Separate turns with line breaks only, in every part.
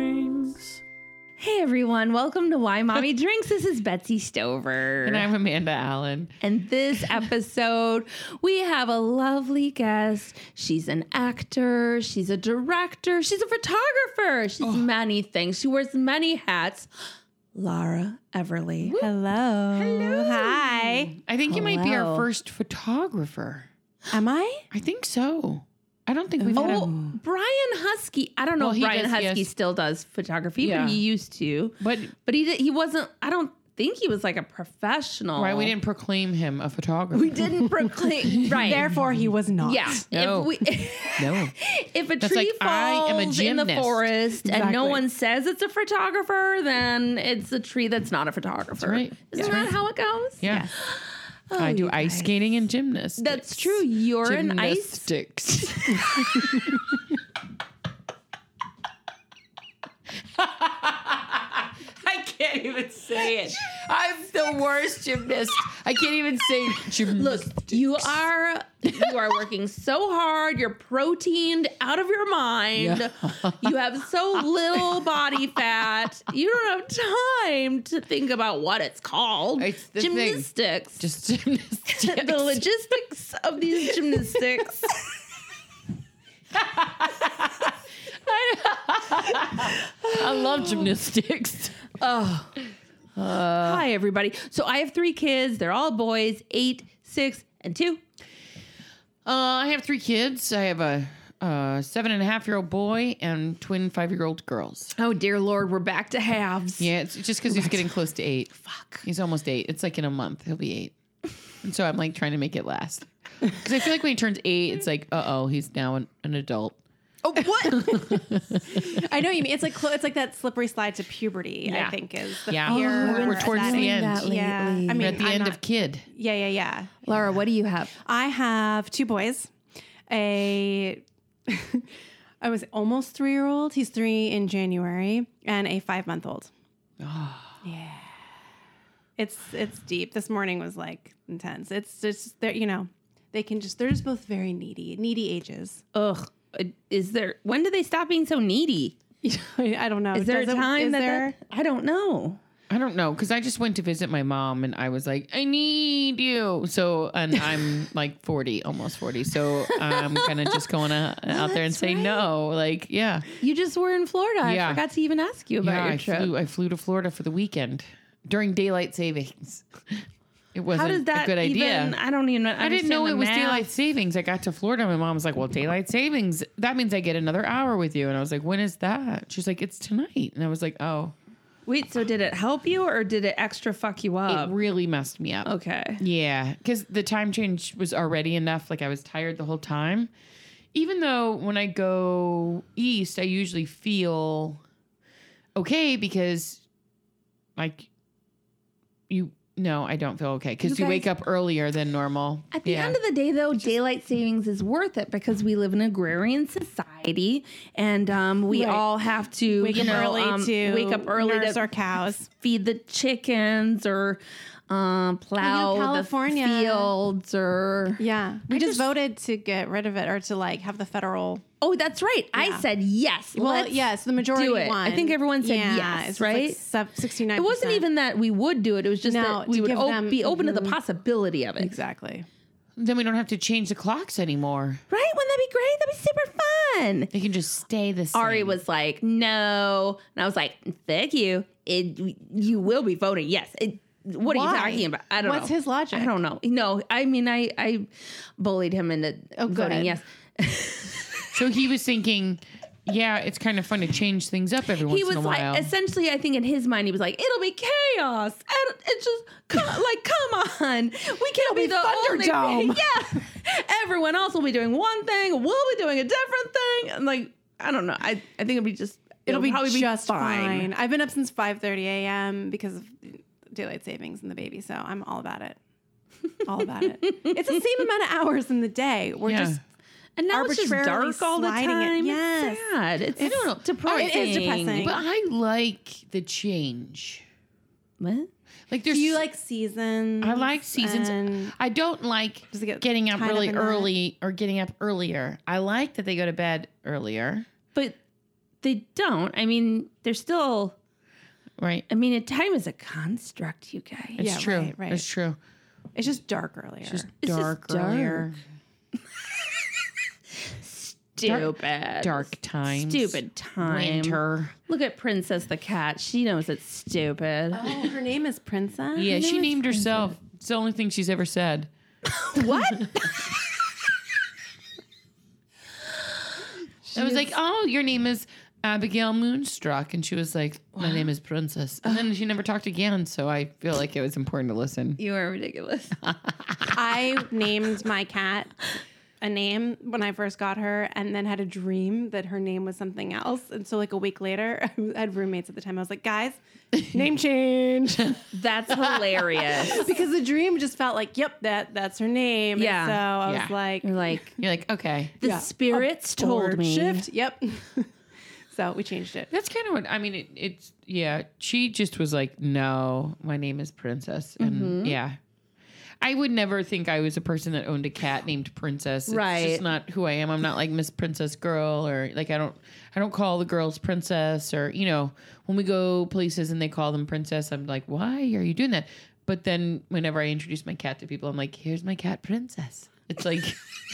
songs.
Hey everyone, welcome to Why Mommy Drinks. This is Betsy Stover.
And I'm Amanda Allen.
And this episode, we have a lovely guest. She's an actor, she's a director, she's a photographer, she's
Oh.
many things. She wears many hats. Lara Everly.
Hello. Hello. Hi.
I think
Oh,
you might be our
Hello.
first photographer.
Am I?
I think so. I don't think we've had
Oh,
a,
Brian Husky. I don't know
Well,
if
he
Brian
does-
Husky
yes.
still does photography,
Yeah.
but he used to.
but
But he did, he wasn't. I don't think he was like a professional.
right, we didn't proclaim him a photographer.
We didn't proclaim. right.
Therefore, he was not.
Yeah.
No.
If we.
no.
If a
That's
tree
like, I am a
falls in the
gymnast.
forest and no
Exactly.
one says it's a photographer, then it's a tree that's not a photographer.
right.
Isn't
That's
that how it goes?
Yeah.
Oh,
I do
you
ice
guys.
skating and gymnastics.
That's true. You're an ice.
Gymnastics. I can't even say it. I'm the worst gymnast. I can't even say
Look,
gymnast.
you are you are working so hard. You're proteined out of your mind. You have so little body fat. You don't have time to think about what it's called.
It's the thing.
gymnastics.
just gymnastics.
the logistics of these gymnastics.
I love gymnastics.
Oh. Hi, everybody. So I have three kids. They're all boys eight, six, and two.
Uh, I have three kids. I have a, uh seven and a half year old boy and twin five year old girls.
Oh, dear Lord, we're back to halves.
Yeah, it's just because he's getting close to eight. Fuck. He's almost eight. It's like in a month, he'll be eight. And so I'm like trying to make it last. Because I feel like when he turns eight, it's like, uh oh, he's now an, an adult.
Oh, what? I know what you mean. It's like clo- it's like that slippery slide to puberty. I
Yeah.
think is the
Yeah.
fear
Oh, we're
at that
towards the
age.
end.
Yeah,
That
I
lately.
mean,
We're at the
I'm
end
not-
of kid.
yeah, yeah, yeah.
Laura, what do you have?
I have two boys. A I was almost three year old. He's three in January, and a five month old. Yeah. It's it's deep. This morning was like intense. It's just they're you know, they can just they're just both very needy, needy ages.
Ugh. uh, Is there, when do they stop being so needy?
I don't know.
Is there
Does
a
it-
time
is
that,
there-
that- I don't know.
I don't know. Because I just went to visit my mom and I was like, I need you. So, and I'm like 40, almost 40. So I'm kind of just going uh, out there and say no. Like, yeah.
You just were in Florida. I
Yeah.
forgot to even ask you about
yeah,
your
I
trip.
flew. I flew to Florida for the weekend during daylight savings. It
How
wasn't
does that
a good
even,
idea.
I don't even
I didn't
understand
know it
the
was
math.
daylight savings. I got to Florida. My mom was like, "Well, daylight savings. That means I get another hour with you." And I was like, "When is that?" She's like, "It's tonight." And I was like, "Oh,
Wait, so did it help you or did it extra fuck you
it
up?
really messed me up."
okay.
Yeah, because the time change was already enough. Like I was tired the whole time. Even though when I go east, I usually feel okay because, like, you. No, I don't feel okay because
You
you, wake
guys-
up earlier than normal.
At the
yeah.
end of the day, though, daylight savings is worth it because we live in an agrarian society, and um, we
Right.
all have to
wake
you
up
know,
early
um,
to
wake up early
nurse
to
our cows?
feed the chickens or um, plow
California.
the fields or
Yeah, we
I just-
just, voted to get rid of it or to like have the federal.
oh, that's right. I said yes.
Well,
let's-
yes, the majority
do it. I
won.
think everyone said yes,
it's
right?
Like Sixty nine.
It wasn't even that we would do it. It was just
No,
that
to
we would
give
op-
them-
be open to the
mhm.
possibility of it.
exactly.
then we don't have to change the clocks anymore.
Right? Wouldn't that be great? That'd be super fun.
They can just stay the same.
Ari was like, "No," and I was like, "Thank you. It you will be voting yes." It, what are
Why?
you talking about? I don't know.
What's his logic?
I don't know. No, I mean, I I bullied him into voting
good.
yes.
so he was thinking, yeah, it's kind of fun to change things up every once
He was
in a while.
like, essentially, I think in his mind, he was like, "It'll be chaos. And it's just come, like, come on, we can't be,
be
the only
Thunderdome."
yeah. Everyone else will be doing one thing. We'll be doing a different thing, and like, I don't know. I I think it'll be just
It'll, be
probably
just fine. I've been up since five thirty a.m. because of daylight savings and the baby, so I'm all about it. All about it. It's the same amount of hours in the day. We're
Yeah.
just
And now it's just
arbitrarily
dark all the
sliding it.
time.
Yes.
It's sad. It's,
It's- oh, it is
depressing.
depressing.
but I like the change.
What?
Like there's
do you like seasons?
I like seasons.
and-
I don't like
Does it get
getting up
tied up
really
in that?
early or getting up earlier. I like that they go to bed earlier.
But they don't. I mean, they're still.
Right.
I mean, time is a construct, you guys.
It's
Yeah,
true.
right, right.
It's true.
It's just dark earlier.
Just
It's just
dark earlier.
Stupid.
Dark times.
Stupid time.
Winter.
Look at Princess the cat. She knows it's stupid.
oh, her name is Princess.
Yeah, she named herself. It's the only thing she's ever said.
what?
I was like, "Oh, your name is Abigail Moonstruck," and she was like, "My name is Princess." And then she never talked again. So I feel like it was important to listen.
You are ridiculous.
I named my cat a name when I first got her, and then had a dream that her name was something else. And so, like a week later, I had roommates at the time. I was like, guys, name change,
That's hilarious.
because the dream just felt like, yep, that that's her name. And
Yeah.
so I was
Yeah.
like,
You're like,
You're like, okay,
the
Yeah.
spirits told
board
me.
shift. Yep. so we changed it.
that's kind of what I mean. It, it's yeah. She just was like, "No, my name is Princess," and yeah. I would never think I was a person that owned a cat named Princess. It's
Right.
just not who I am. I'm not like Miss Princess Girl or like I don't I don't call the girls princess or you know, when we go places and they call them princess, I'm like, "Why are you doing that?" But then whenever I introduce my cat to people, I'm like, "Here's my cat Princess." It's like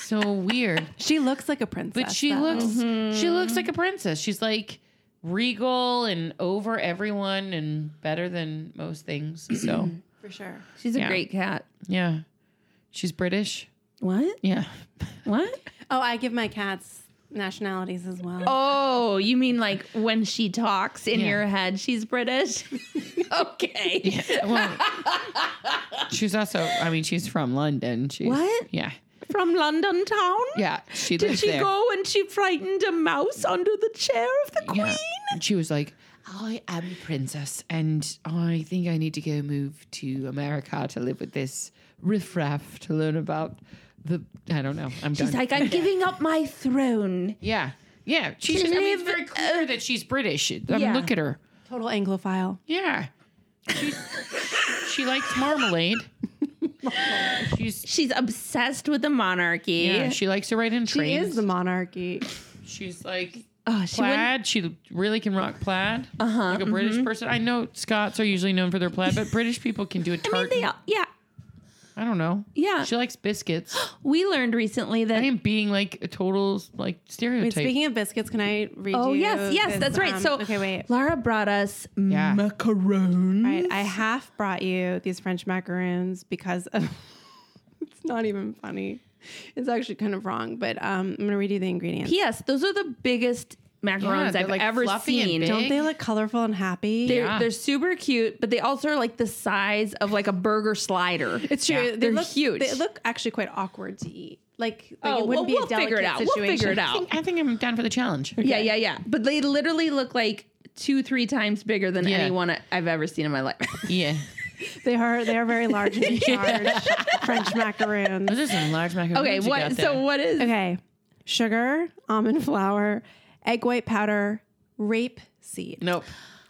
so weird.
She looks like a princess.
But she
though. Mm-hmm.
looks she looks like a
Mm-hmm.
princess. She's like regal and over everyone and better than most things. So
for sure.
She's a
Yeah.
great cat.
yeah. She's British.
What?
Yeah.
What?
Oh, I give my cats nationalities as well.
Oh, you mean like when she talks in
Yeah.
your head, she's British? okay.
Well, she's also I mean, she's from London. She's,
What?
Yeah.
From London town?
Yeah. She
Did
lives
she
there.
go and she frightened a mouse under the chair of the
Yeah.
queen?
And she was like, I am princess and I think I need to go move to America to live with this riffraff to learn about the I don't know. I'm done.
She's like, I'm giving up my throne.
Yeah. Yeah. She's I mean, it's
live-
very clear that she's British. I mean,
uh, Yeah.
look at her.
Total Anglophile.
Yeah. She, she likes marmalade. she's
She's obsessed with the monarchy.
yeah, she likes to ride in
She
trains.
is the monarchy.
she's like
oh, she wouldn't- mm-hmm.
plaid. She really can rock plaid. Uh-huh, like a British person. I know Scots are usually known for their plaid, but British people can do
I
a
mean,
tartan. I,
they all, yeah,
don't know.
yeah.
She likes biscuits.
we learned recently that.
I am being like a total like
Wait,
stereotype.
speaking of biscuits, can I read
oh
you
yes, yes,
this,
that's right.
um,
So
okay, wait.
Lara brought us
Yeah.
macaroons.
All right, I half brought you these French macaroons because of it's not even funny. It's actually kind of wrong, but um, I'm gonna read you the ingredients.
P.S. Those are the biggest macaroons
they're,
I've
like,
ever
fluffy and
seen.
big.
Don't they look colorful and happy?
They're,
Yeah.
they're super cute, but they also are like the size of like a burger slider.
it's true. they
they're
look
huge.
They look actually quite awkward to eat. Like, like
Oh,
it
well,
wouldn't
we'll
be a
figure it
delicate
out.
situation.
We'll figure it
I
out.
think, I think I'm down for the challenge.
Yeah, yeah, yeah. But they literally look like two, three times bigger than
Yeah.
anyone I- I've ever seen in my life.
Yeah.
They are they are very large and in charge French macaroons.
Those are some large macaroons.
okay,
you got
what?
there.
So what is?
Okay. Sugar, almond flour, egg white powder, rape seed.
Nope.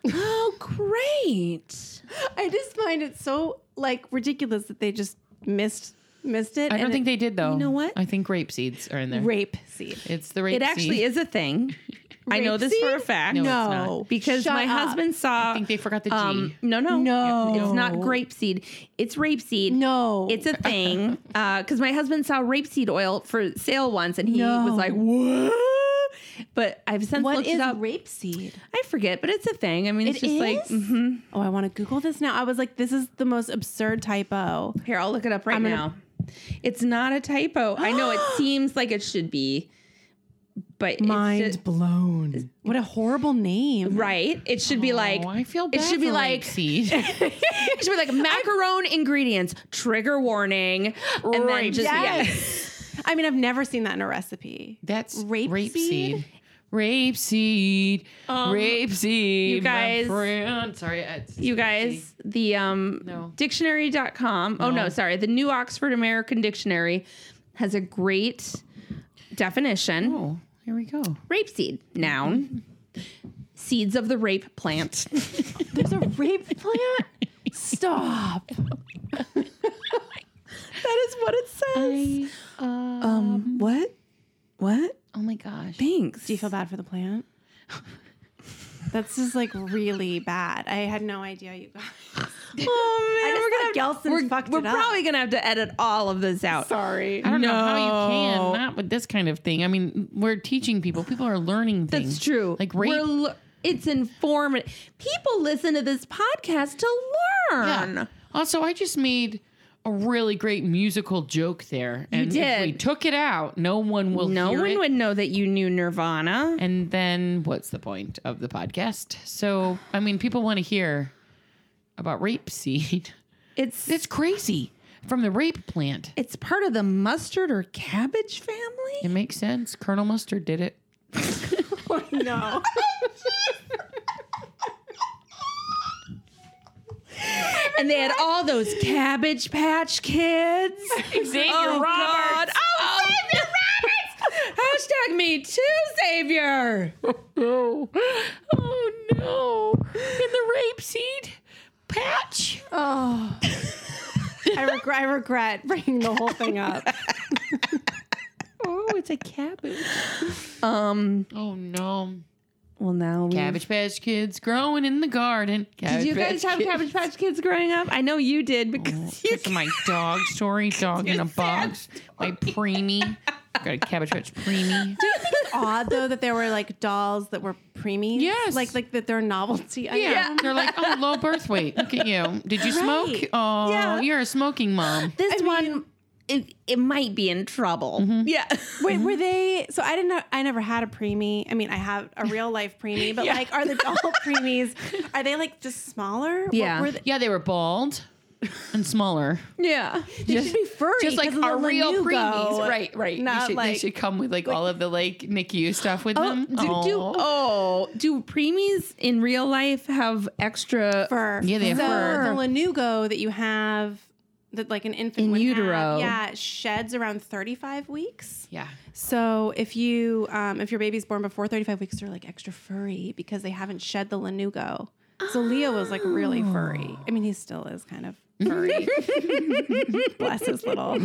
Oh, great!
I just find it so like ridiculous that they just missed missed it.
I don't
and
think
it-
they did though. You
know what?
I think rape seeds are in there.
rape seed.
It's the rape.
It actually
seed.
is a thing. I know this for a
Rapeseed?
fact.
No, it's not.
No,
because
Shut
my
up.
husband saw.
I think they forgot the G.
um, no, no,
No.
It's not grapeseed. It's rapeseed.
No,
It's a thing because my husband saw rapeseed oil for sale once, and he
No.
was like, "What?" But I've since
what
looked
is
it up.
rape seed?
I forget, but it's a thing. I mean, it's
It
just like mm-hmm.
is? Oh, I want to Google this now. I was like, this is the most absurd typo.
Here, I'll look it up right
I'm gonna-
now. It's not a typo. I know it seems like it should be, but it's ju-
blown. What a horrible name.
right. It should be like
oh, I feel bad.
it should be
for
like
rape seed.
it should be like macaron ingredients trigger warning, and then
Right.
just yeah.
Yes. I mean, I've never seen that in a recipe.
That's
Rape
rape,
seed?
seed. Rape seed. rape seed.
Um, you guys-
My friend. Sorry. It's,
You guys, the um
No.
dictionary.com. Oh no, sorry. The New Oxford American Dictionary has a great definition.
Oh, here we go.
Rapeseed, noun. Seeds of the rape plant.
There's a rape plant. Stop.
That is what it says.
I, uh,
Um, what? What?
Oh my gosh.
Thanks.
Do you feel bad for the plant? That's just like really bad. I had no idea you guys. Oh, I just thought Gelson's
we're,
fucked
we're
it up.
probably gonna have to edit all of this out.
Sorry.
I don't know how you
No.
can not with this kind of thing. I mean, we're teaching people. People are learning things.
That's true.
Like
We're
rape.
l- it's informative. People listen to this podcast to learn.
Yeah. Also, I just made a really great musical joke there, and if we
did.
took it out, no one will.
No
hear
one
it.
would know that you knew Nirvana.
And then what's the point of the podcast? So, I mean, people want to hear about rape seed.
It's
It's crazy from the rape plant.
it's part of the mustard or cabbage family.
It makes sense. Colonel Mustard did it.
No.
And they had all those Cabbage Patch Kids.
Xavier
oh God! Oh, Xavier Roberts! Hashtag me too, Xavier.
No. Oh no. And the rape seed patch.
Oh. I, regret. I regret bringing the whole thing up.
Oh, it's a cabbage. Um.
Oh no.
Well, now we.
Mm.
Cabbage Patch Kids growing in the garden. Cabbage
Did you
Patch
guys have
Kids.
Cabbage Patch Kids Oh, growing up? I know you did because you.
It's my dog story, dog in a box. My preemie. Got a Cabbage Patch preemie.
Odd though that there were like dolls that were preemies.
Yes.
Like like that they're novelty. I
Yeah. They're like, oh, low birth weight. Look at you. Did you smoke?
Right.
Oh,
Yeah.
you're a smoking mom.
This one, Mm-hmm. it, it might be in trouble. Yeah.
Wait, were they? So I didn't. know I never had a preemie. I mean, I have a real life preemie, but like, are the doll preemies? Are they like just smaller? What
Yeah.
were they?
Yeah, they were bald and smaller.
Yeah.
They should be furry,
Just like
'cause of the
our real
lanugo.
preemies. Right, right. You
Not
should, they
like-
should come with like, all of the like NICU stuff with
Oh,
them.
do, do,
Aw.
oh, do preemies in real life have extra?
Fur.
Yeah, they have
so
fur.
The lanugo that you have, that like an infant
In
would have,
utero.
yeah, it sheds around thirty-five weeks.
Yeah.
So if you, um, if your baby's born before thirty-five weeks, they're like extra furry because they haven't shed the lanugo. So Leo was like really
Oh.
furry. I mean, he still is kind of furry. Bless his little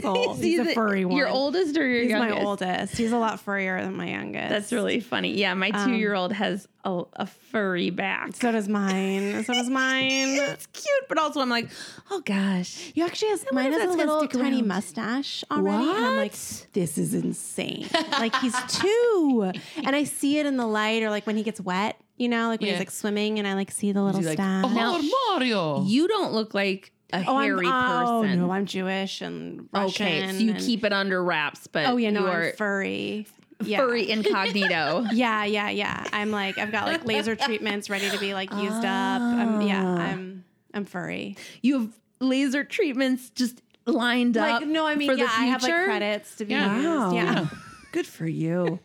soul. He's, a
the-
furry one.
Your oldest or your
He's
youngest?
my oldest. He's a lot furrier than my youngest.
That's really funny. Yeah, my
Um,
two-year-old has a, a furry back.
So does mine. So does mine.
it's cute, but also I'm like, oh gosh,
You actually has
wonder if
mine has a
that's gonna
little
stick
tiny
around.
mustache already, and I'm like,
What?
this is insane. like he's two, and I see it in the light, or like when he gets wet, you know, like when
Yeah.
he's like swimming, and I like see the
She's
little
like,
stash.
oh, Mario.
you don't look like a
Oh, I'm,
hairy
oh,
person.
no, I'm Jewish and Russian.
okay, so you
and-
keep it under wraps, but
Oh yeah, no,
you
I'm
are
furry. Yeah.
furry incognito.
Yeah, yeah, yeah. I'm like, I've got like laser treatments ready to be like used up. I'm, yeah,
Ah.
I'm, I'm furry.
you have laser treatments just lined up.
like, no, I mean,
for the
yeah, I have like
future?
credits to be
Yeah.
used. Yeah.
Good for you.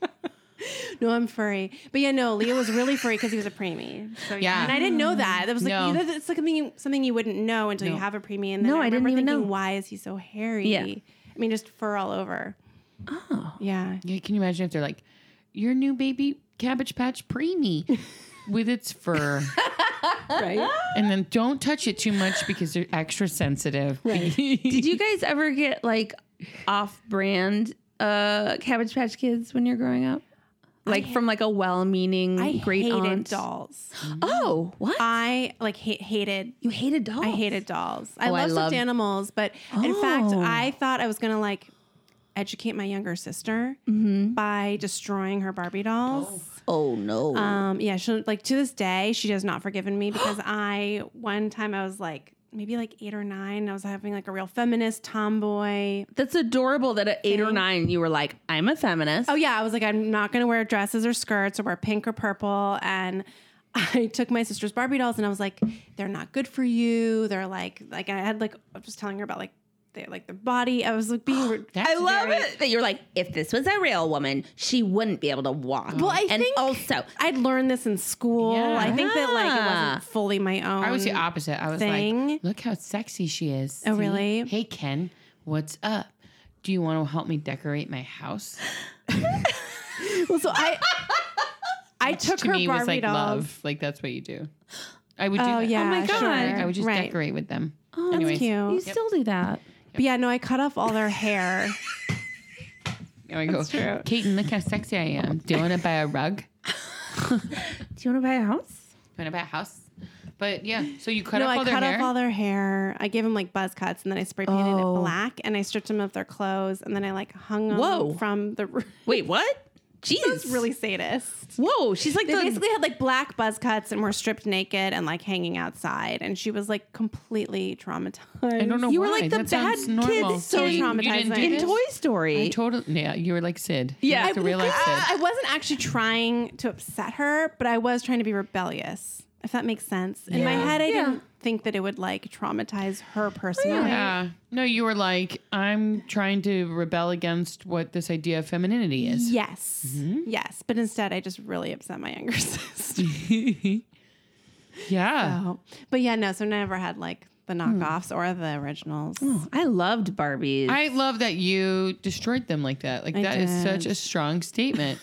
No, I'm furry. But yeah, no, Leo was really furry because he was a preemie. So
Yeah.
and I didn't know that. That was like
No.
you- that's like something you, something you wouldn't know until you have a preemie. And then
No,
I,
I didn't
remember
even
thinking,
know.
Why is he so hairy?
Yeah.
I mean, just fur all over.
oh.
Yeah.
Yeah, can you imagine if they're like, your new baby Cabbage Patch preemie with its fur,
Right.
and then don't touch it too much because they're extra sensitive. Right.
Did you guys ever get like off-brand uh Cabbage Patch Kids when you're growing up? Like from like a well-meaning
I
great
hated
aunt.
dolls.
Oh, what?
I like hate, hated
you hated dolls.
I hated dolls. I
Oh, I love-
love stuffed animals, but in fact,
Oh.
I thought I was gonna like educate my younger sister by destroying her Barbie dolls.
Mm-hmm. Oh no.
Um, yeah, she like to this day she has not forgiven me because I one time I was like maybe like eight or nine. I was having like a real feminist tomboy.
That's adorable that at eight or nine you were like, I'm a feminist.
Oh yeah, I was like I'm not gonna wear dresses or skirts or wear pink or purple and. I took my sister's Barbie dolls and I was like, they're not good for you. They're like, like I had like, I was just telling her about like, they like the body. I was like being, re-
I love it that you're like, if this was a real woman, she wouldn't be able to walk.
Well, I
and
think-
also
I'd learned this in school.
Yeah.
I think that like it
Yeah.
wasn't fully my own.
I was the opposite. I was
thing.
like, look how sexy she is.
Oh,
See?
really?
Hey, Ken, what's up? Do you want to help me decorate my house?
Well, so I, I took
to
her
me
Barbie
was like
dolls.
love. Like that's what you do. I would do
Oh
that.
yeah,
my God.
sure.
I would just
Right.
decorate with them.
Oh,
That's
Anyways.
cute.
still do that.
But yeah, no, I cut off all their hair.
And I go,
true.
Keaton, look how sexy I am. Do you want to buy a rug?
Do you want to buy a house?
Do you want to buy a house? But yeah, so you cut
no,
off
I
all their
cut
hair.
off all their hair. I gave them like buzz cuts, and then I spray painted
Oh.
it black, and I stripped them of their clothes, and then I like hung them
Whoa.
from the. roof.
Wait, what?
It's
Jeez.
really sadist.
Whoa, she's like
They
the
basically had like black buzz cuts and were stripped naked and like hanging outside, and she was like completely traumatized.
I don't know
You were
why.
like the
That sounds
bad kid
normal.
so
you, you
traumatizing.
didn't do
in
this?
Toy Story.
I totally, yeah, you were like Sid.
Yeah.
Like the real life
Uh,
Sid.
I wasn't actually trying to upset her, but I was trying to be rebellious, if that makes sense. In my
Yeah.
head, I
Yeah.
didn't think that it would like traumatize her personally.
Yeah. No, you were like, I'm trying to rebel against what this idea of femininity is.
Yes.
Mm-hmm.
Yes. But instead, I just really upset my younger sister.
yeah. Hmm.
Oh. But yeah, no, so never had like the knockoffs or the originals.
I loved Barbies.
I love that you destroyed them like that. Like
I
that is
did.
such a strong statement.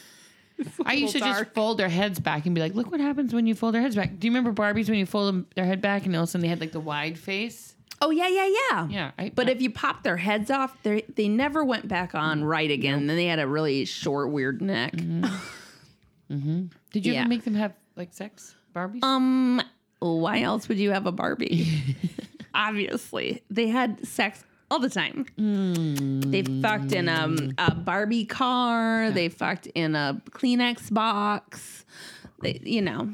I used to
little
just fold their heads back and be like, "Look what happens when you fold their heads back." Do you remember Barbies when you fold them, their head back and all of a sudden they had like the wide face?
oh yeah, yeah, yeah.
Yeah, I, uh,
But
I-
if you pop their heads off, they they never went back on right again. Then they had a really short, weird neck.
did you
yeah.
ever make them have like sex Barbies?
Um, why else would you have a Barbie? Obviously, they had sex all the time. They fucked in um, a Barbie car. They fucked in a Kleenex box. They, you know,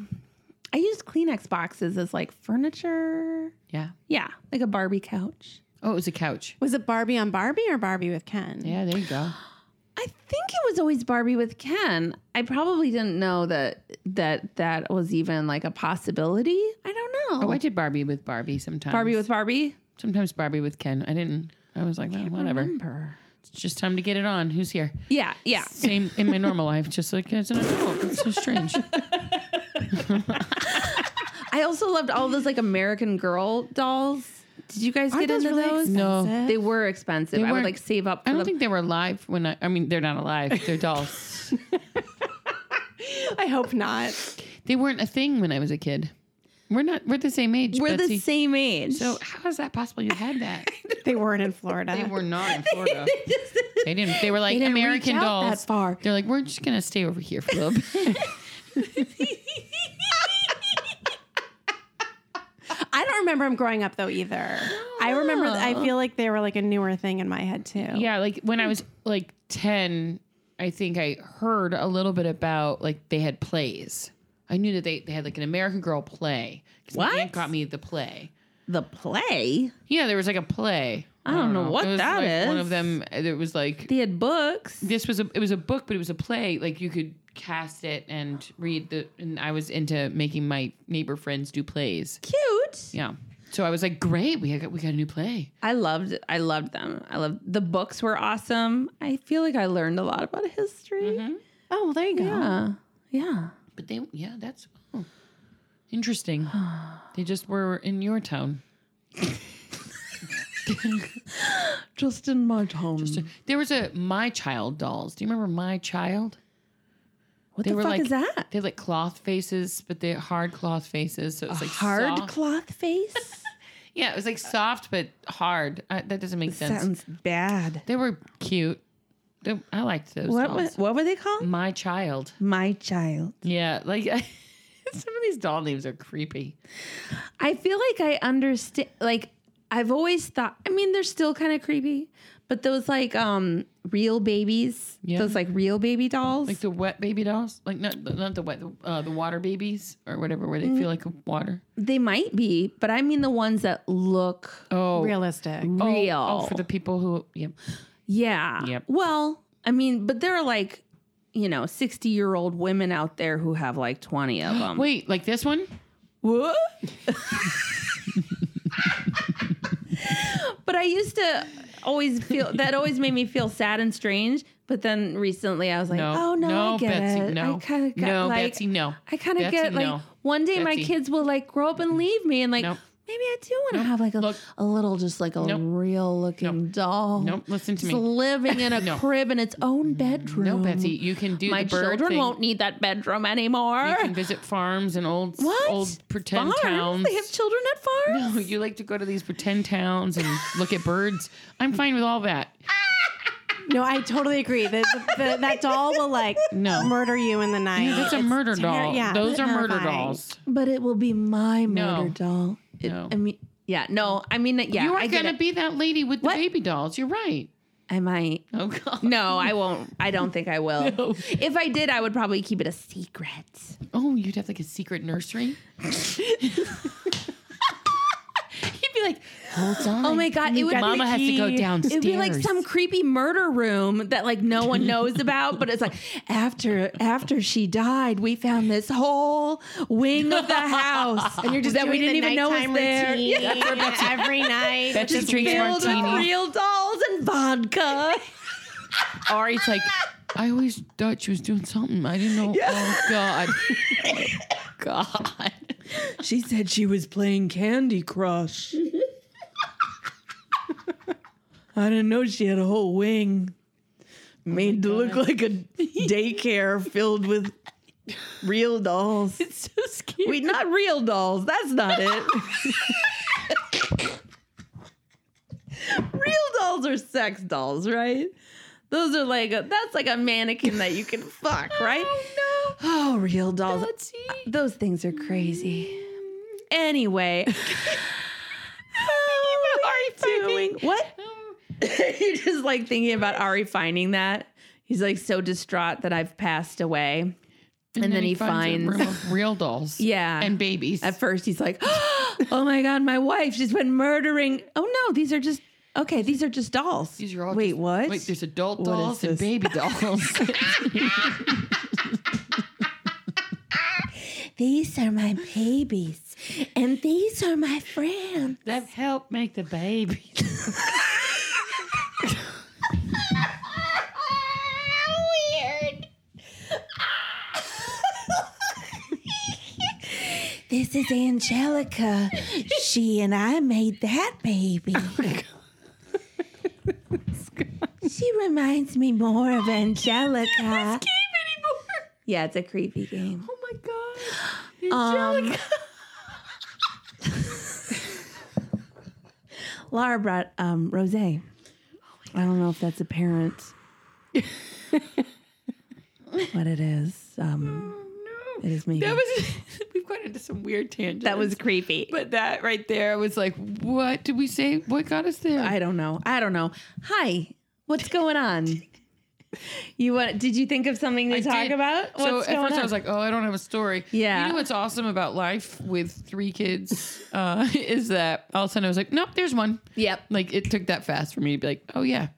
I used Kleenex boxes as like furniture.
yeah.
Yeah, like a Barbie couch.
Oh, it was a couch.
Was it Barbie on Barbie or Barbie with Ken?
Yeah, there you go.
I think it was always Barbie with Ken. I probably didn't know that that that was even like a possibility. I don't know.
Oh, I did Barbie with Barbie sometimes.
Barbie with Barbie.
sometimes Barbie with Ken. I didn't. I was like, well, whatever. It's just time to get it on. Who's here?
Yeah, yeah.
Same in my normal life, just like as an adult. It's so strange.
I also loved all those like American Girl dolls. Did you guys
Aren't
get
those
into
really
those?
No.
expensive?
They were expensive. I would
weren't-
like save up
I
for
don't
the
think they were alive when I. I mean, they're not alive. They're dolls.
I hope not.
they weren't a thing when I was a kid. We're not. We're the same age.
We're
Betsy.
the same age.
So how is that possible? You had that.
They weren't in Florida.
They were not in Florida. They didn't. They were like
didn't
American
reach out
dolls.
that far.
They're like, we're just gonna stay over here for a little bit.
I don't remember them growing up though either. I remember. I feel like they were like a newer thing in my head too.
Yeah, like when I was like 10, I think I heard a little bit about like they had plays. I knew that they, they had like an American Girl play. 'Cause my
What?
aunt got me the play.
the play.
Yeah, there was like a play. I
don't know what
It was,
that
like, One
is.
of them, it was like,
They had books.
this was a, it was a book, but it was a play. Like you could cast it and read the, and I was into making my neighbor friends do plays.
Cute.
Yeah. So I was like, great, we got, we got a new play.
I loved I loved them. I loved the books were awesome. I feel like I learned a lot about history.
Mm-hmm.
Oh, well, there you go.
Yeah. Yeah.
But they, yeah, that's oh, interesting. they just were in your town.
Just in my home.
There was a My Child dolls. Do you remember My Child?
what
They
the
were
fuck
like
is that?
They had like cloth faces, but they're hard cloth faces. So it was like
Hard
soft.
cloth face?
yeah, it was like soft but hard. Uh, that doesn't make sense.
Sounds bad.
They were cute. They, I liked those
What
dolls.
was, what were they called?
My Child.
My child.
Yeah, like some of these doll names are creepy.
I feel like I understand. Like I've always thought. I mean, they're still kind of creepy, but those like um real babies,
Yeah.
those like real baby dolls.
Like the wet baby dolls, like not not the wet, uh, the water babies or whatever, where they
Mm.
feel like water.
they might be, but I mean the ones that look
Oh,
Realistic.
Oh,
real.
Oh, for the people who, yeah.
yeah.
Yep.
Well, I mean, but there are like you know sixty year old women out there who have like twenty of them.
Wait, like this one?
What? but I used to always feel that always made me feel sad and strange. But then recently, I was like,
No.
"Oh no,
No,
I get
Betsy,
it.
no.
I kind of got
No,
like,
Betsy, no.
I kind of
Betsy,
get like
no.
one day my
Betsy.
kids will like grow up and leave me, and like
Nope.
maybe I do want to have like a,
Look.
a little, just like a
Nope.
real looking doll.
Nope. Listen to
Just
me.
living in a
No.
crib in its own bedroom.
No, Betsy, you can do
My
the bird
children
thing.
won't need that bedroom anymore.
You can visit farms and old
What?
old pretend
farms?
towns.
They have children at farms.
No, you like to go to these pretend towns and look at birds. I'm fine with all that.
No, I totally agree. The, the, the, that doll will like
No.
murder you in the night.
That's a
It's
murder
ter-
doll.
yeah,
Those are murder
terrifying.
dolls.
But it will be my
No.
murder doll. It-
No.
I mean, yeah, no, I mean, yeah,
you are
I get
gonna
it.
be that lady with the baby dolls. You're right.
I might.
Oh god.
No, I won't. I don't think I will. If I did, I would probably keep it a secret.
Oh, you'd have like a secret nursery. You'd be like, hold on.
Oh my god, it would
got
Mama has to go
Mickey.
downstairs.
It'd be like some creepy murder room that like no one knows about, but it's like after after she died, we found this whole wing of the house, and
You're just
that we
doing
didn't
the
even know was
nighttime
there.
routine every night.
Betches
Just
drinks
filled with
martini.
real-
Real dolls and vodka.
Ari's like, I always thought she was doing something. I didn't know. Oh god. God.
she said she was playing Candy Crush. I didn't know she had a whole wing made to look like a daycare filled with real dolls.
It's so scary.
Wait, not real dolls. That's not it. real dolls are sex dolls, right? Those are like a, that's like a mannequin that you can fuck, right? Oh, no. Oh, real dolls. Those things are crazy. Anyway. How are we doing? What? You're just like thinking about Ari finding that. He's like so distraught that I've passed away. And, then, he,
a
finds
room of real dolls.
yeah.
And babies.
At first, he's like, "Oh my god, my wife! She's been murdering." Oh no, these are just okay. These are just dolls.
These are all
Wait,
just-
what?
Wait, there's adult
is
dolls and
this?
baby dolls.
these are my babies, and these are my friends.
that helped make the babies.
Weird. this is Angelica. She and I made that baby. she reminds me more of Angelica. Yeah, it's a creepy game.
Oh my god.
Um, Laura brought um,
Oh
rose. I don't know if that's apparent. what it is. Um,
Oh, No.
it is maybe.
That was we've gone into some weird tangents.
that was creepy.
but that right there was like, what did we say? What got us there?
I don't know. I don't know. Hi, what's going on? You want? Did you think of something to
I
talk
did.
about? What's
so at
going
first
on?
I was like, oh, I don't have a story.
Yeah.
You know what's awesome about life with three kids uh, is that all of a sudden I was like, nope, there's one.
yep.
Like it took that fast for me to be like, oh yeah.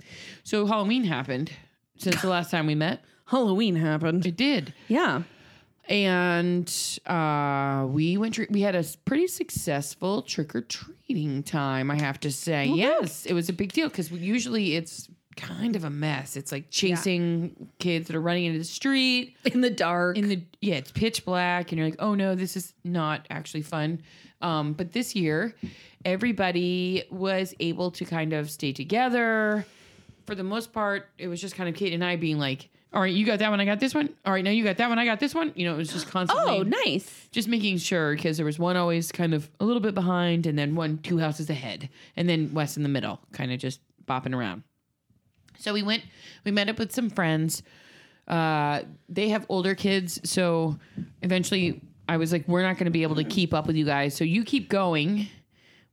So Halloween happened since the last time we met.
Halloween happened.
It did.
Yeah.
and uh, we went. Tre- we had a s- pretty successful trick or treating time. I have to say, yes, it was a big deal because usually it's kind of a mess. It's like chasing kids that are running into the street
In the dark.
in the yeah, it's pitch black, and you're like, oh no, this is not actually fun. Um, but this year, everybody was able to kind of stay together. For the most part, it was just kind of Kate and I being like, all right, you got that one, I got this one. All right, now you got that one, I got this one. You know, it was just constantly
oh, nice.
just making sure because there was one always kind of a little bit behind and then one two houses ahead and then west in the middle kind of just bopping around so we went we met up with some friends uh they have older kids so eventually i was like we're not going to be able to keep up with you guys so you keep going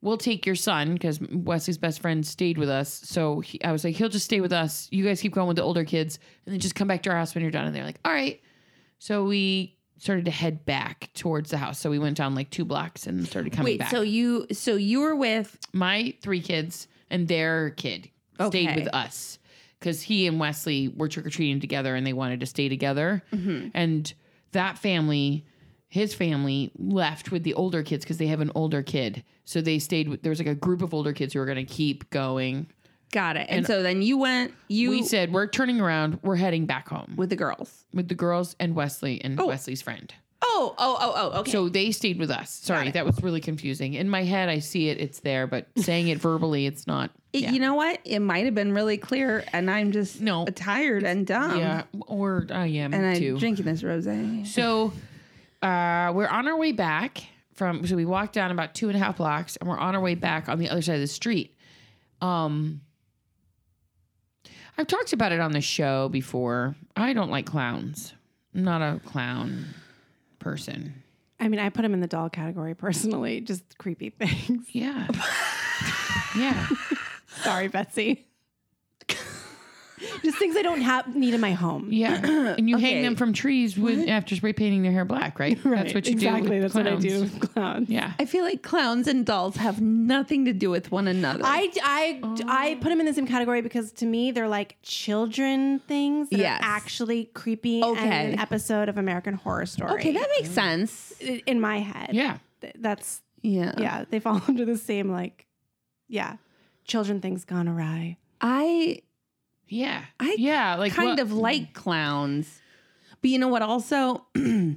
we'll take your son because Wesley's best friend stayed with us. So he, I was like, he'll just stay with us. You guys keep going with the older kids and then just come back to our house when you're done. And they're like, all right. So we started to head back towards the house. So we went down like two blocks and started coming
Wait.
back.
So you. So you were with.
my three kids and their kid stayed
Okay.
with us because he and Wesley were trick or treating together and they wanted to stay together.
Mm-hmm.
And that family, his family, left with the older kids because they have an older kid. So they stayed. With, there was like a group of older kids who were going to keep going.
Got it. And, so then you went. You
we said we're turning around. We're heading back home with,
with the girls.
the girls and Wesley and Wesley's friend.
Oh. Oh. Oh. Oh. Okay.
So they stayed with us. Sorry, that was really confusing. In my head, I see it. It's there, but saying it verbally, it's not.
It-
yeah.
You know what? It might have been really clear, and I'm just
No.
tired and dumb.
yeah, or I am
Um, and I'm
too.
drinking this rosé.
So uh, we're on our way back from. So we walked down about two and a half blocks, and we're on our way back on the other side of the street. Um, I've talked about it on the show before. I don't like clowns. I'm not a clown person.
I mean, I put him in the doll category personally, just creepy things.
Yeah. yeah.
Sorry, Betsy. just things I don't have need in my home.
Yeah. And you
Okay.
hang them from trees with after spray painting their hair black, right? That's what you
exactly.
do. with
That's what I do
clowns.
with clowns.
Yeah.
I feel like clowns and dolls have nothing to do with one another.
I, I, I
"Oh."
put them in the same category because to me they're like children things that
Yes.
are actually creepy
Okay.
and an episode of American Horror Story.
okay, that makes Oh. sense.
I- in my head.
Yeah.
Th- That's
Yeah.
yeah, they fall under the same like yeah, children things gone awry.
I
Yeah.
I
yeah. Like
kind
what-
of like clowns. But you know what also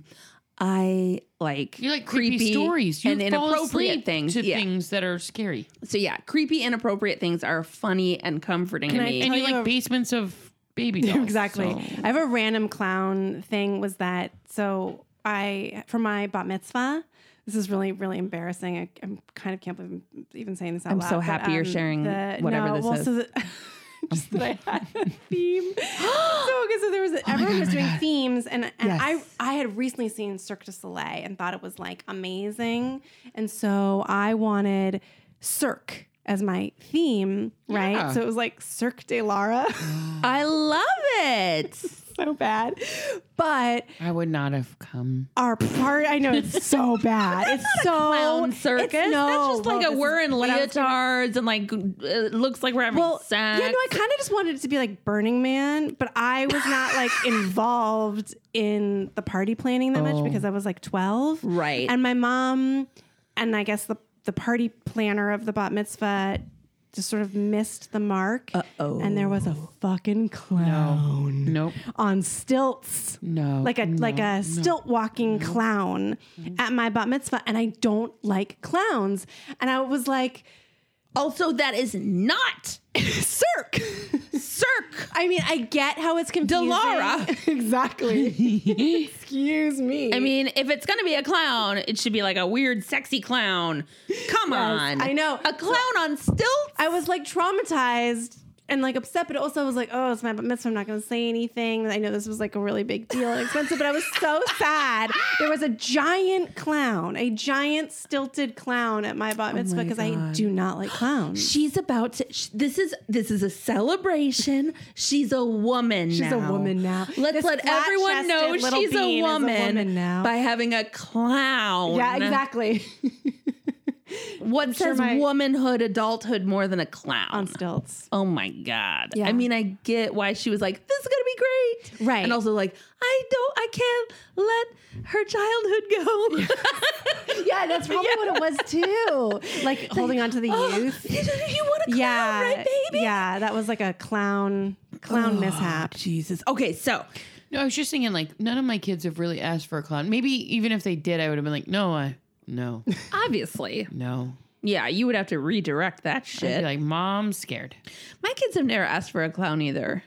I like
You like creepy, stories. You
and
fall
inappropriate
asleep
things.
to
yeah.
things that are scary.
So yeah, creepy inappropriate things are funny and comforting
Can
to
I
me.
tell
And you
you
like
a-
basements of baby dolls.
exactly.
so-
I have a random clown thing was that so I for my bat mitzvah. This is really really embarrassing. I, I'm kind of can't believe I'm even saying this out
I'm
loud.
so
um,
happy you're sharing whatever this
well,
is.
So that, just that I had a theme. so okay, so there
Oh
was everyone was doing themes, and, and
Yes.
I I had recently seen Cirque du Soleil and thought it was like amazing, and so I wanted Cirque as my theme, right?
Yeah.
So it was like Cirque de Lara.
Oh. I love it.
so bad. But
I would not have come.
our part, I know it's so bad. it's so
clown
it's
circus.
no-
That's just like
well,
a
this
we're
is
in
what I was gonna-
leotards and like uh, it looks like we're having
Well,
sex.
yeah, no, I kind of just wanted it to be like Burning Man, but I was not like involved in the party planning that
Oh.
much because I was like twelve,
Right.
And my mom, and I guess the the party planner of the bat mitzvah just sort of missed the mark,
Uh-oh.
and there was a fucking clown
Nope.
on stilts.
No.
like a like a stilt walking clown at my bat mitzvah, and I don't like clowns. And I was like,
also, that is not
Cirque.
Cirque.
I mean, I get how it's confusing.
Delara.
exactly. Excuse me.
I mean, if it's gonna be a clown, it should be like a weird, sexy clown. Come on,
I know.
a clown on stilts.
I was like traumatized and like upset, but also I was like, oh, it's my bat mitzvah. I'm not going to say anything. I know this was like a really big deal and expensive, but I was so sad. There was a giant clown, a giant stilted clown at my bat mitzvah because I do not like clowns.
She's about to. Sh- this is this is a celebration. She's a woman.
She's a woman now.
Let's
This
let everyone
flat-chested
know
little
she's a
bean is a
woman,
woman now.
by having a clown.
Yeah, exactly.
What
sure
says
my-
womanhood, adulthood more than a clown?
On stilts.
Oh my god.
Yeah.
I mean, I get why she was like, this is gonna be great.
Right.
And also like, I don't I can't let her childhood go.
Yeah, that's probably what it was too. Like holding on to the
Oh,
youth.
you want a clown,
yeah,
right, baby?
yeah, that was like a clown clown mishap.
Jesus. Okay, so
No, I was just thinking like none of my kids have really asked for a clown. Maybe even if they did, I would have been like, no, I no,
obviously,
no.
yeah, you would have to redirect that
I'd
shit.
be like, mom, scared.
My kids have never asked for a clown either.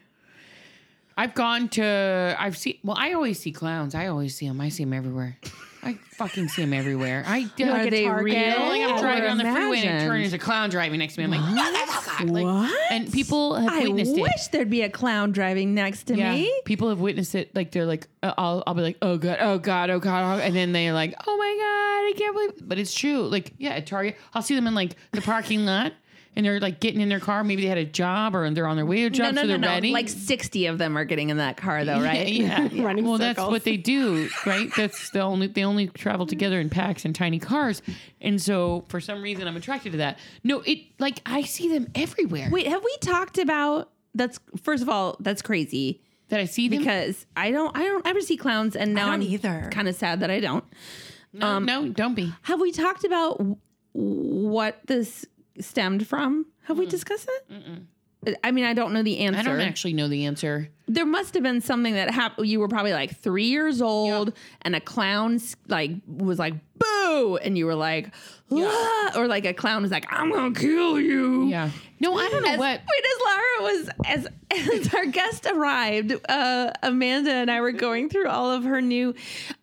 I've gone to I've seen well, I always see clowns. I always see them. I see them everywhere. I fucking see them everywhere. I do
Are
like a
they
Target.
real?
Like I'm
Or
driving on the freeway and
imagined?
it turns there's a clown driving next to me. I'm like, motherfucker! Like,
What?
And people have
I
witnessed it.
wish there'd be a clown driving next to
Yeah.
me.
People have witnessed it. Like they're like, uh, I'll, I'll be like, oh god, oh god, oh god, oh, and then they're like, oh my god, I can't believe. But it's true. Like yeah, at Target, I'll see them in like the parking lot, and they're like getting in their car. Maybe they had a job or they're on their way to a job, so they're ready.
Like 60 of them are getting in that car, though, right?
Yeah, yeah.
Running
well, that's
circles.
what they do, right? That's the only they only travel together in packs and tiny cars, and so for some reason I'm attracted to that. No, it like I see them everywhere.
Wait, have we talked about that's first of all, that's crazy
that I see them.
because I don't I don't ever see clowns and now
don't
I'm
either.
kind of sad that I don't.
no,
um,
no, don't be.
Have we talked about w- what this stemmed from? Have we discussed it? I mean, I don't know the answer.
I don't actually know the answer.
There must have been something that happened. You were probably like three years old, and a clown s- like was like "boo," and you were like, "Ah," or like a clown was like, "I'm gonna kill you."
Yeah. No, I don't know
As,
what.
Wait, as Laura was as, as our guest arrived, uh, Amanda and I were going through all of her new